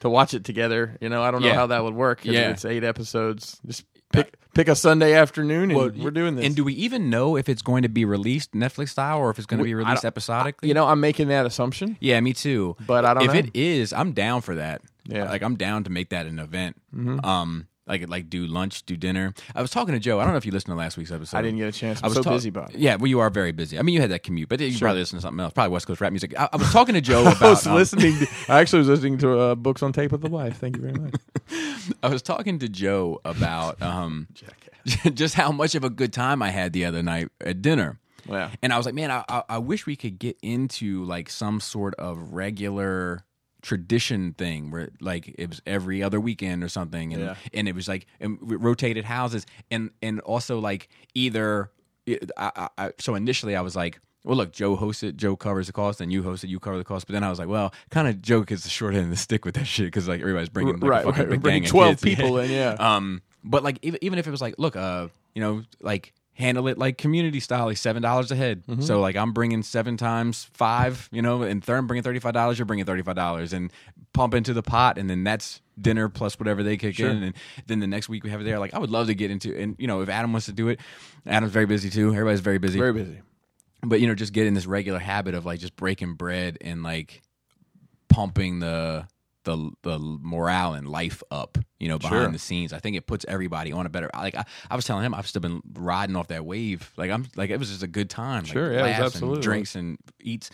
[SPEAKER 3] to watch it together. You know, I don't
[SPEAKER 2] Yeah.
[SPEAKER 3] know how that would work. 'cause
[SPEAKER 2] Yeah. Uh,
[SPEAKER 3] it's eight episodes. Just pick pick a Sunday afternoon and we're doing this.
[SPEAKER 2] And do we even know if it's going to be released Netflix style or if it's going to
[SPEAKER 3] We-
[SPEAKER 2] be
[SPEAKER 3] I
[SPEAKER 2] released
[SPEAKER 3] don't-
[SPEAKER 2] episodically?
[SPEAKER 3] you know, I'm making that assumption.
[SPEAKER 2] yeah, me too.
[SPEAKER 3] But I don't
[SPEAKER 2] if
[SPEAKER 3] know.
[SPEAKER 2] it is, I'm down for that.
[SPEAKER 3] Yeah. Mm-hmm.
[SPEAKER 2] like I'm down to make that an event. Um, like like do lunch, do dinner. I was talking to Joe. I don't know if you listened to last week's episode.
[SPEAKER 3] I didn't get a chance. I'm
[SPEAKER 2] I was
[SPEAKER 3] so
[SPEAKER 2] ta-
[SPEAKER 3] busy, Bob.
[SPEAKER 2] Yeah, well, you are very busy. I mean, you had that commute, but you probably listened to something else. Probably West Coast rap music. I, I was talking to Joe about.
[SPEAKER 3] I was
[SPEAKER 2] um,
[SPEAKER 3] listening. To, I actually was listening to uh, books on tape with the wife. Thank you very much.
[SPEAKER 2] I was talking to Joe about um, just how much of a good time I had the other night at dinner.
[SPEAKER 3] Yeah.
[SPEAKER 2] And I was like, man, I, I, I wish we could get into like some sort of regular tradition thing where like it was every other weekend or something and
[SPEAKER 3] Yeah.
[SPEAKER 2] and it was like and we rotated houses and and also like either it- I, I, I- so initially I was like well look Joe hosts it Joe covers the cost and you host it you cover the cost but then I was like well kind of Joe gets the short end of the stick with that shit because like everybody's bringing like
[SPEAKER 3] Right,
[SPEAKER 2] a fucking
[SPEAKER 3] right.
[SPEAKER 2] big
[SPEAKER 3] Bringing
[SPEAKER 2] gang of
[SPEAKER 3] 12
[SPEAKER 2] kids.
[SPEAKER 3] people in, yeah.
[SPEAKER 2] Um, but like even, even if it was like, look, uh, you know, like handle it like community style, like seven dollars a head. So like I'm bringing seven times five, you know, and third I'm bringing thirty five dollars, you're bringing thirty five dollars, and pump into the pot, and then that's dinner plus whatever they kick in, and then the next week we have it there. Like I would love to get into, and you know, if Adam wants to do it, Adam's very busy too. Everybody's very busy,
[SPEAKER 3] Very busy.
[SPEAKER 2] but you know, just get in this regular habit of like just breaking bread and like pumping the the the morale and life up, you know, behind
[SPEAKER 3] Sure.
[SPEAKER 2] the scenes. I think it puts everybody on a better. Like I, I was telling him, I've still been riding off that wave. Like I'm like it was just a good time. like,
[SPEAKER 3] Sure, yeah, it was
[SPEAKER 2] laughs
[SPEAKER 3] absolutely.
[SPEAKER 2] and drinks and eats.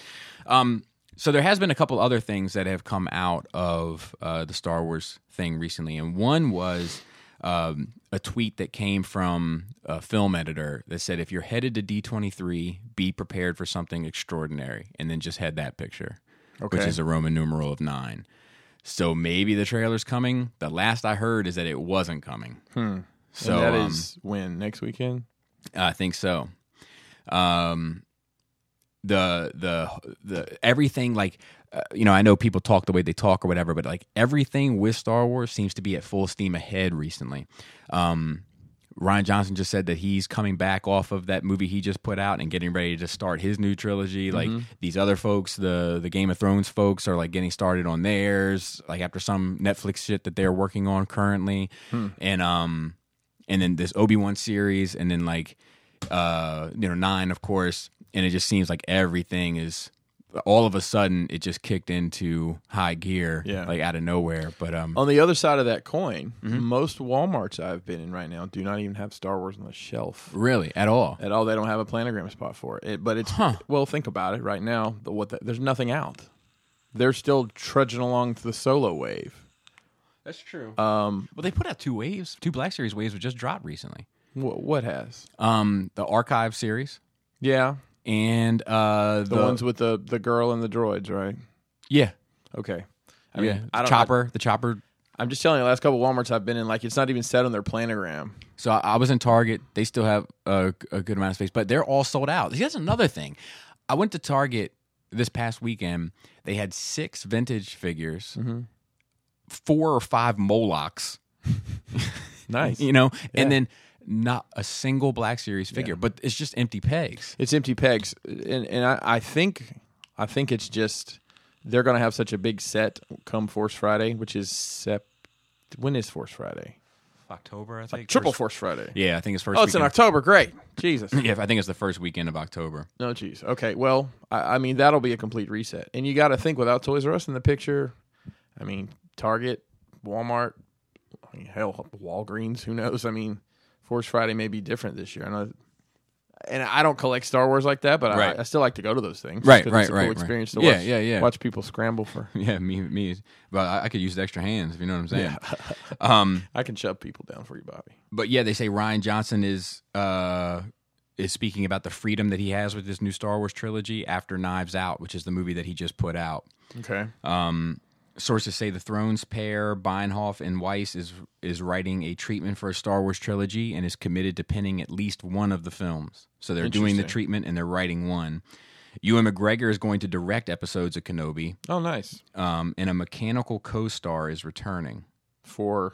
[SPEAKER 2] Um, so there has been a couple other things that have come out of uh, the Star Wars thing recently, and one was. Um, a tweet that came from a film editor that said, "If you're headed to D23, be prepared for something extraordinary," and then just had that picture which
[SPEAKER 3] Okay.
[SPEAKER 2] is a Roman numeral of nine. So maybe the trailer's coming. The last I heard is that it wasn't coming. So
[SPEAKER 3] and that is
[SPEAKER 2] um,
[SPEAKER 3] when next weekend.
[SPEAKER 2] I think so. Um, the the the everything like uh, you know I know people talk the way they talk or whatever, but like everything with Star Wars seems to be at full steam ahead recently. Um, Ryan Johnson just said that he's coming back off of that movie he just put out and getting ready to start his new trilogy. Like these other folks, the the Game of Thrones folks are like getting started on theirs, like after some Netflix shit that they're working on currently, and um, and then this Obi Wan series, and then like uh, you know nine, of course, and it just seems like everything is all of a sudden it just kicked into high gear,
[SPEAKER 3] Yeah. Oh.
[SPEAKER 2] like out of nowhere. But um,
[SPEAKER 3] On the other side of that coin,
[SPEAKER 2] Mm-hmm.
[SPEAKER 3] most WalMarts I've been in right now do not even have Star Wars on the shelf
[SPEAKER 2] really, at all,
[SPEAKER 3] at all. They don't have a planogram spot for it. it but it's
[SPEAKER 2] Huh.
[SPEAKER 3] well, think about it. Right now, the, what the, there's nothing out. They're still trudging along to the solo wave.
[SPEAKER 2] that's true.
[SPEAKER 3] Um,
[SPEAKER 2] Well, they put out two waves, two Black Series waves, which just dropped recently.
[SPEAKER 3] wh- what has?
[SPEAKER 2] Um, the Archive series
[SPEAKER 3] Yeah,
[SPEAKER 2] and uh,
[SPEAKER 3] the, ones with the the girl and the droids, right?
[SPEAKER 2] yeah,
[SPEAKER 3] Okay. I
[SPEAKER 2] I
[SPEAKER 3] mean,
[SPEAKER 2] yeah,
[SPEAKER 3] I don't,
[SPEAKER 2] Chopper, the Chopper.
[SPEAKER 3] I, am just telling you, the last couple WalMarts I've been in, like it's not even set on their planogram.
[SPEAKER 2] So I, I was in Target. They still have a, a good amount of space, but they're all sold out. See, that's another thing. I went to Target this past weekend. They had six vintage figures,
[SPEAKER 3] Mm-hmm.
[SPEAKER 2] four or five Molochs.
[SPEAKER 3] Nice.
[SPEAKER 2] You know, and then not a single Black Series figure, but it's just empty pegs.
[SPEAKER 3] It's empty pegs, and and I, I think I think it's just they're going to have such a big set come Force Friday, which is sep. When is Force Friday?
[SPEAKER 2] October, I think.
[SPEAKER 3] Triple Force Friday.
[SPEAKER 2] Yeah, I think it's first.
[SPEAKER 3] Oh, it's in
[SPEAKER 2] weekend.
[SPEAKER 3] October. Great. Jesus.
[SPEAKER 2] Yeah, I think it's the first weekend of October.
[SPEAKER 3] No, jeez. Okay. Well, I, I mean that'll be a complete reset, and you got to think without Toys R Us in the picture. I mean, Target, Walmart, I mean, hell, Walgreens. Who knows? I mean, Force Friday may be different this year. I know, and I don't collect Star Wars like that, but
[SPEAKER 2] Right.
[SPEAKER 3] I, I still like to go to those things.
[SPEAKER 2] Right,
[SPEAKER 3] 'cause
[SPEAKER 2] right,
[SPEAKER 3] it's a
[SPEAKER 2] right,
[SPEAKER 3] Cool
[SPEAKER 2] right.
[SPEAKER 3] experience to
[SPEAKER 2] Yeah,
[SPEAKER 3] watch,
[SPEAKER 2] yeah, yeah.
[SPEAKER 3] Watch people scramble for.
[SPEAKER 2] Yeah, me, me, but I, I could use the extra hands if you know what I'm saying. um,
[SPEAKER 3] I can shove people down for you, Bobby.
[SPEAKER 2] but yeah, they say Ryan Johnson is uh, is speaking about the freedom that he has with this new Star Wars trilogy after Knives Out, which is the movie that he just put out.
[SPEAKER 3] Okay.
[SPEAKER 2] Um, sources say the Thrones pair Beinhoff and Weiss is is writing a treatment for a Star Wars trilogy and is committed to penning at least one of the films. So they're doing the
[SPEAKER 3] Interesting.
[SPEAKER 2] treatment and they're writing one. Ewan McGregor is going to direct episodes of Kenobi,
[SPEAKER 3] oh, nice.
[SPEAKER 2] um, and a mechanical co-star is returning
[SPEAKER 3] For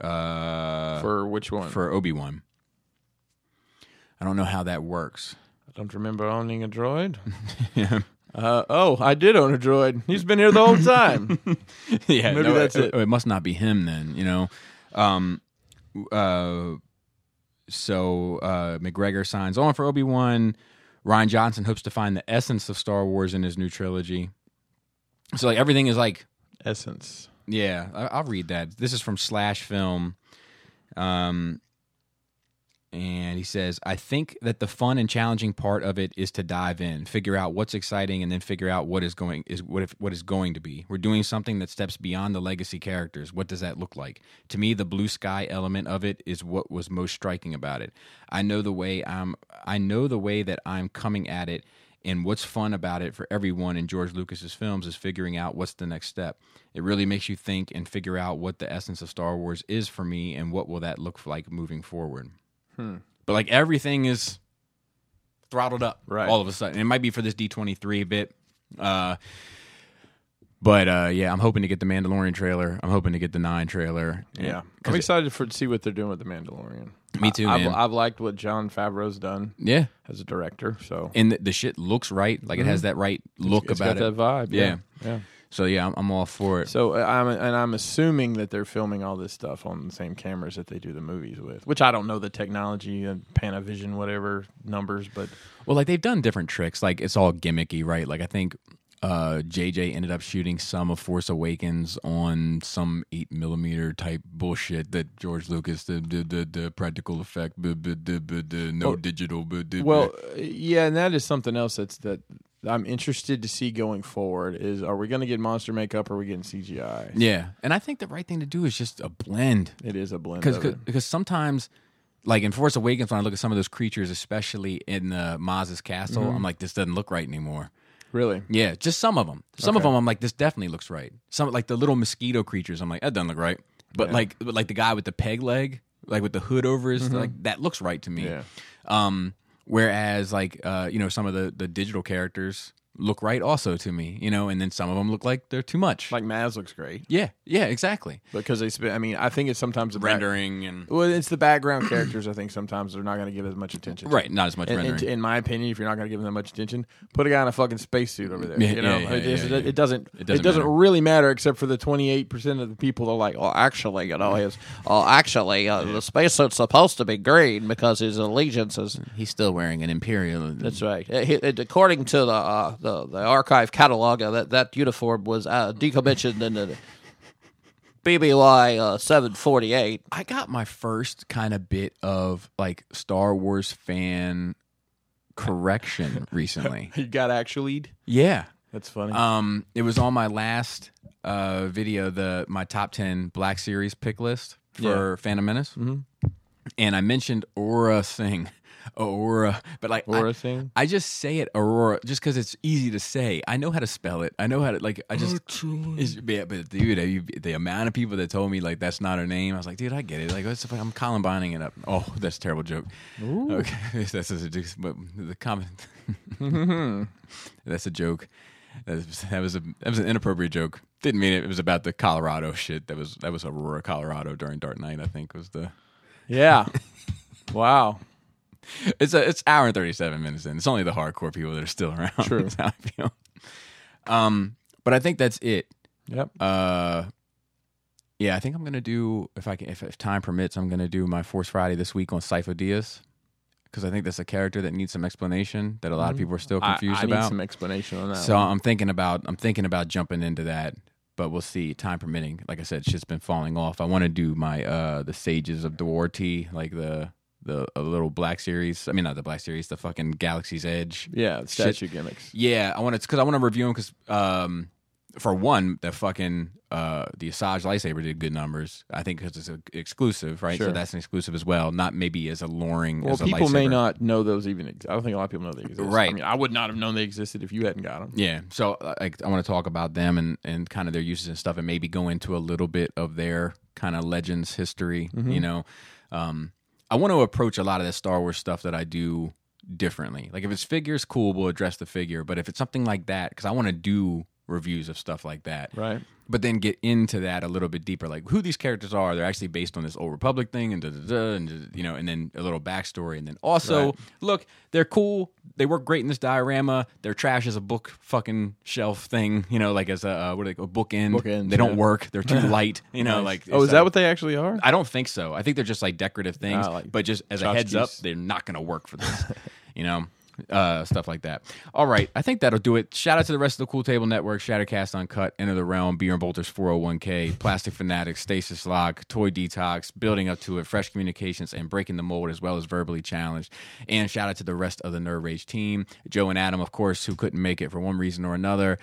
[SPEAKER 2] uh,
[SPEAKER 3] for which one?
[SPEAKER 2] for Obi Wan. I don't know how that works.
[SPEAKER 3] don't remember owning a droid.
[SPEAKER 2] yeah,
[SPEAKER 3] Uh, oh, I did own a droid. He's been here the whole time.
[SPEAKER 2] yeah.
[SPEAKER 3] Maybe
[SPEAKER 2] no,
[SPEAKER 3] that's
[SPEAKER 2] It must not be him then. You know. Um. Uh. So uh, McGregor signs on for Obi Wan. Ryan Johnson hopes to find the essence of Star Wars in his new trilogy. So like everything is like
[SPEAKER 3] Essence.
[SPEAKER 2] Yeah, I, I'll read that. This is from Slash Film. Um, and he says, I think that the fun and challenging part of it is to dive in, figure out what's exciting, and then figure out what is going is what if what is going to be. We're doing something that steps beyond the legacy characters. What does that look like? To me, the blue sky element of it is what was most striking about it. I know the way I'm I know the way that I'm coming at it and what's fun about it for everyone in George Lucas's films is figuring out what's the next step. It really makes you think and figure out what the essence of Star Wars is for me and what will that look like moving forward.
[SPEAKER 3] Hmm.
[SPEAKER 2] But like everything is throttled up
[SPEAKER 3] Right.
[SPEAKER 2] all of a sudden. It might be for this D23 bit. Uh, but uh, yeah, I'm hoping to get the Mandalorian trailer. I'm hoping to get the 9 trailer.
[SPEAKER 3] Yeah, I'm
[SPEAKER 2] 'Cause
[SPEAKER 3] excited for to see what they're doing with the Mandalorian.
[SPEAKER 2] it- me too,
[SPEAKER 3] I've,
[SPEAKER 2] man.
[SPEAKER 3] I've liked what John Favreau's done
[SPEAKER 2] yeah.
[SPEAKER 3] as a director, so
[SPEAKER 2] And the, the shit looks right. Like it has that right look
[SPEAKER 3] Mm-hmm. it's
[SPEAKER 2] about
[SPEAKER 3] got
[SPEAKER 2] it.
[SPEAKER 3] that vibe. Yeah, yeah.
[SPEAKER 2] So yeah, I'm, I'm all for it.
[SPEAKER 3] So uh, I'm and I'm assuming that they're filming all this stuff on the same cameras that they do the movies with, which I don't know the technology and Panavision whatever numbers, but
[SPEAKER 2] Well, like they've done different tricks. Like it's all gimmicky, right? Like I think uh JJ ended up shooting some of Force Awakens on some eight millimeter type bullshit that George Lucas the the the, the practical effect, buh, buh, duh, buh, duh, no
[SPEAKER 3] Well-
[SPEAKER 2] digital. buh, duh,
[SPEAKER 3] Well,
[SPEAKER 2] buh.
[SPEAKER 3] uh, yeah, and that is something else that's that I'm interested to see going forward is are we going to get monster makeup or are we getting CGI?
[SPEAKER 2] yeah, and I think the right thing to do is just a blend
[SPEAKER 3] It is a blend.
[SPEAKER 2] because
[SPEAKER 3] of it.
[SPEAKER 2] because sometimes. Like in Force Awakens, when I look at some of those creatures, especially in uh, Maz's castle,
[SPEAKER 3] Mm-hmm.
[SPEAKER 2] I'm like, this doesn't look right anymore.
[SPEAKER 3] Really,
[SPEAKER 2] Yeah, just some of them. Some of them, I'm like, this definitely looks right. Some like the little mosquito creatures, I'm like, that doesn't look right. But like, but like the guy with the peg leg, like with the hood over his, like that looks right to me.
[SPEAKER 3] Yeah.
[SPEAKER 2] Um, whereas like, uh, you know, some of the the digital characters look right also to me, you know, and then some of them look like they're too much.
[SPEAKER 3] like Maz looks great
[SPEAKER 2] yeah, yeah, exactly.
[SPEAKER 3] because they spend. I mean, I think it's sometimes the back-
[SPEAKER 2] Rendering and
[SPEAKER 3] well, it's the background characters. I think sometimes they're not going to give as much attention. to.
[SPEAKER 2] right, not as much
[SPEAKER 3] And,
[SPEAKER 2] rendering.
[SPEAKER 3] and in my opinion, if you're not going to give them that much attention, put a guy in a fucking spacesuit over there.
[SPEAKER 2] Yeah,
[SPEAKER 3] you know,
[SPEAKER 2] yeah, yeah,
[SPEAKER 3] it, it-
[SPEAKER 2] yeah, yeah.
[SPEAKER 3] it doesn't. It doesn't,
[SPEAKER 2] doesn't matter.
[SPEAKER 3] really matter, except for the 28 percent of the people that are like, "Oh, actually, you know, his
[SPEAKER 4] Oh, actually, uh, the spacesuit's supposed to be green because his allegiance is.
[SPEAKER 2] He's still wearing an imperial.
[SPEAKER 4] That's right. Uh, he- uh, according to the, uh, the the archive catalog, uh, that that uniform was uh, decommissioned in the BBY uh, seven forty eight.
[SPEAKER 2] I got my first kind of bit of like Star Wars fan correction recently.
[SPEAKER 3] you got actually."
[SPEAKER 2] Yeah.
[SPEAKER 3] That's funny.
[SPEAKER 2] Um, it was on my last uh, video, the my top ten Black Series pick list for
[SPEAKER 3] Yeah.
[SPEAKER 2] Phantom Menace, and I mentioned Aura Singh, Aura, but like I-
[SPEAKER 3] Aura Singh?
[SPEAKER 2] I just say it Aurora just because it's easy to say. I know how to spell it. I know how to like. I just it's, yeah, but dude, you, the amount of people that told me like that's not her name, I was like, dude, I get it. Like, what's the fuck? I'm Columbining it up. Oh, that's a terrible joke. Okay, that's a, but the comment. That's a joke. That was, that was a that was an inappropriate joke. Didn't mean it. It was about the Colorado shit. That was that was Aurora, Colorado during Dark Night. I think was the.
[SPEAKER 3] yeah. wow.
[SPEAKER 2] It's a it's hour and thirty seven minutes in. It's only the hardcore people that are still around.
[SPEAKER 3] True.
[SPEAKER 2] That's how I feel. Um, but I think that's it.
[SPEAKER 3] Yep.
[SPEAKER 2] Uh, yeah, I think I'm gonna do if I can if, if time permits, I'm gonna do my Force Friday this week on Sifo Diaz because I think that's a character that needs some explanation that a lot of people are still confused
[SPEAKER 3] Mm-hmm. I, I
[SPEAKER 2] about.
[SPEAKER 3] Need some explanation on that.
[SPEAKER 2] So I'm thinking about I'm thinking about jumping into that, but we'll see. Time permitting, like I said, shit's been falling off. I want to do my uh the Sages of Duarte, like the the a little Black series. I mean, not the Black series, the fucking Galaxy's Edge.
[SPEAKER 3] yeah, statue gimmicks.
[SPEAKER 2] Yeah, I want to because I want to review them because um, for one, the fucking uh, the Asajj lightsaber did good numbers. I think because it's a, exclusive, right?
[SPEAKER 3] Sure.
[SPEAKER 2] So that's an exclusive as well. Not maybe as alluring.
[SPEAKER 3] Well,
[SPEAKER 2] as a
[SPEAKER 3] people may
[SPEAKER 2] lightsaber.
[SPEAKER 3] not know those even. Ex- I don't think a lot of people know they exist. I
[SPEAKER 2] Right.
[SPEAKER 3] mean, I would not have known they existed if you hadn't got them.
[SPEAKER 2] Yeah. So uh, like, I want to talk about them and, and kind of their uses and stuff, and maybe go into a little bit of their kind of legends history. You know, um, I want to approach a lot of that Star Wars stuff that I do differently. Like if it's figures, cool, we'll address the figure. But if it's something like that, because I want to do reviews of stuff like that.
[SPEAKER 3] Right.
[SPEAKER 2] But then get into that a little bit deeper, like who these characters are. They're actually based on this old Republic thing, and da da da, and da- you know, and then a little backstory, and then also look, they're cool. They work great in this diorama. Their trash is a book fucking shelf thing, you know, like as a uh, what are they a bookend.
[SPEAKER 3] Bookends,
[SPEAKER 2] they don't
[SPEAKER 3] yeah.
[SPEAKER 2] work. They're too light, you know. Like
[SPEAKER 3] Oh, is
[SPEAKER 2] so-
[SPEAKER 3] that what they actually are?
[SPEAKER 2] I don't think so. I think they're just like decorative things,
[SPEAKER 3] Ah, like
[SPEAKER 2] but just as a heads up,
[SPEAKER 3] tchotchkes.
[SPEAKER 2] they're not going to work for this, you know, uh, stuff like that. All right, I think that'll do it. Shout out to the rest of the Cool Table Network, Shattercast Uncut, Enter the Realm, Beer and Bolters 401k, Plastic Fanatics, Stasis Lock, Toy Detox, Building Up to It, Fresh Communications, and Breaking the Mold, as well as Verbally Challenged. And shout out to the rest of the Nerd Rage team, Joe and Adam, of course, who couldn't make it for one reason or another.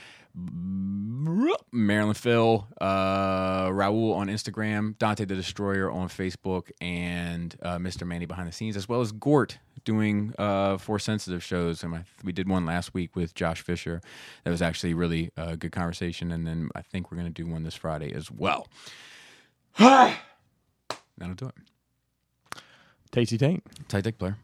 [SPEAKER 2] Marilyn Phil, uh, Raul on Instagram, Dante the Destroyer on Facebook, and uh, Mr. Manny behind the scenes, as well as Gort doing uh, four sensitive shows. And I, we did one last week with Josh Fisher. That was actually really a good conversation. And then I think we're going to do one this Friday as well. That'll do it.
[SPEAKER 3] Tasty Tank.
[SPEAKER 2] Tight dick player.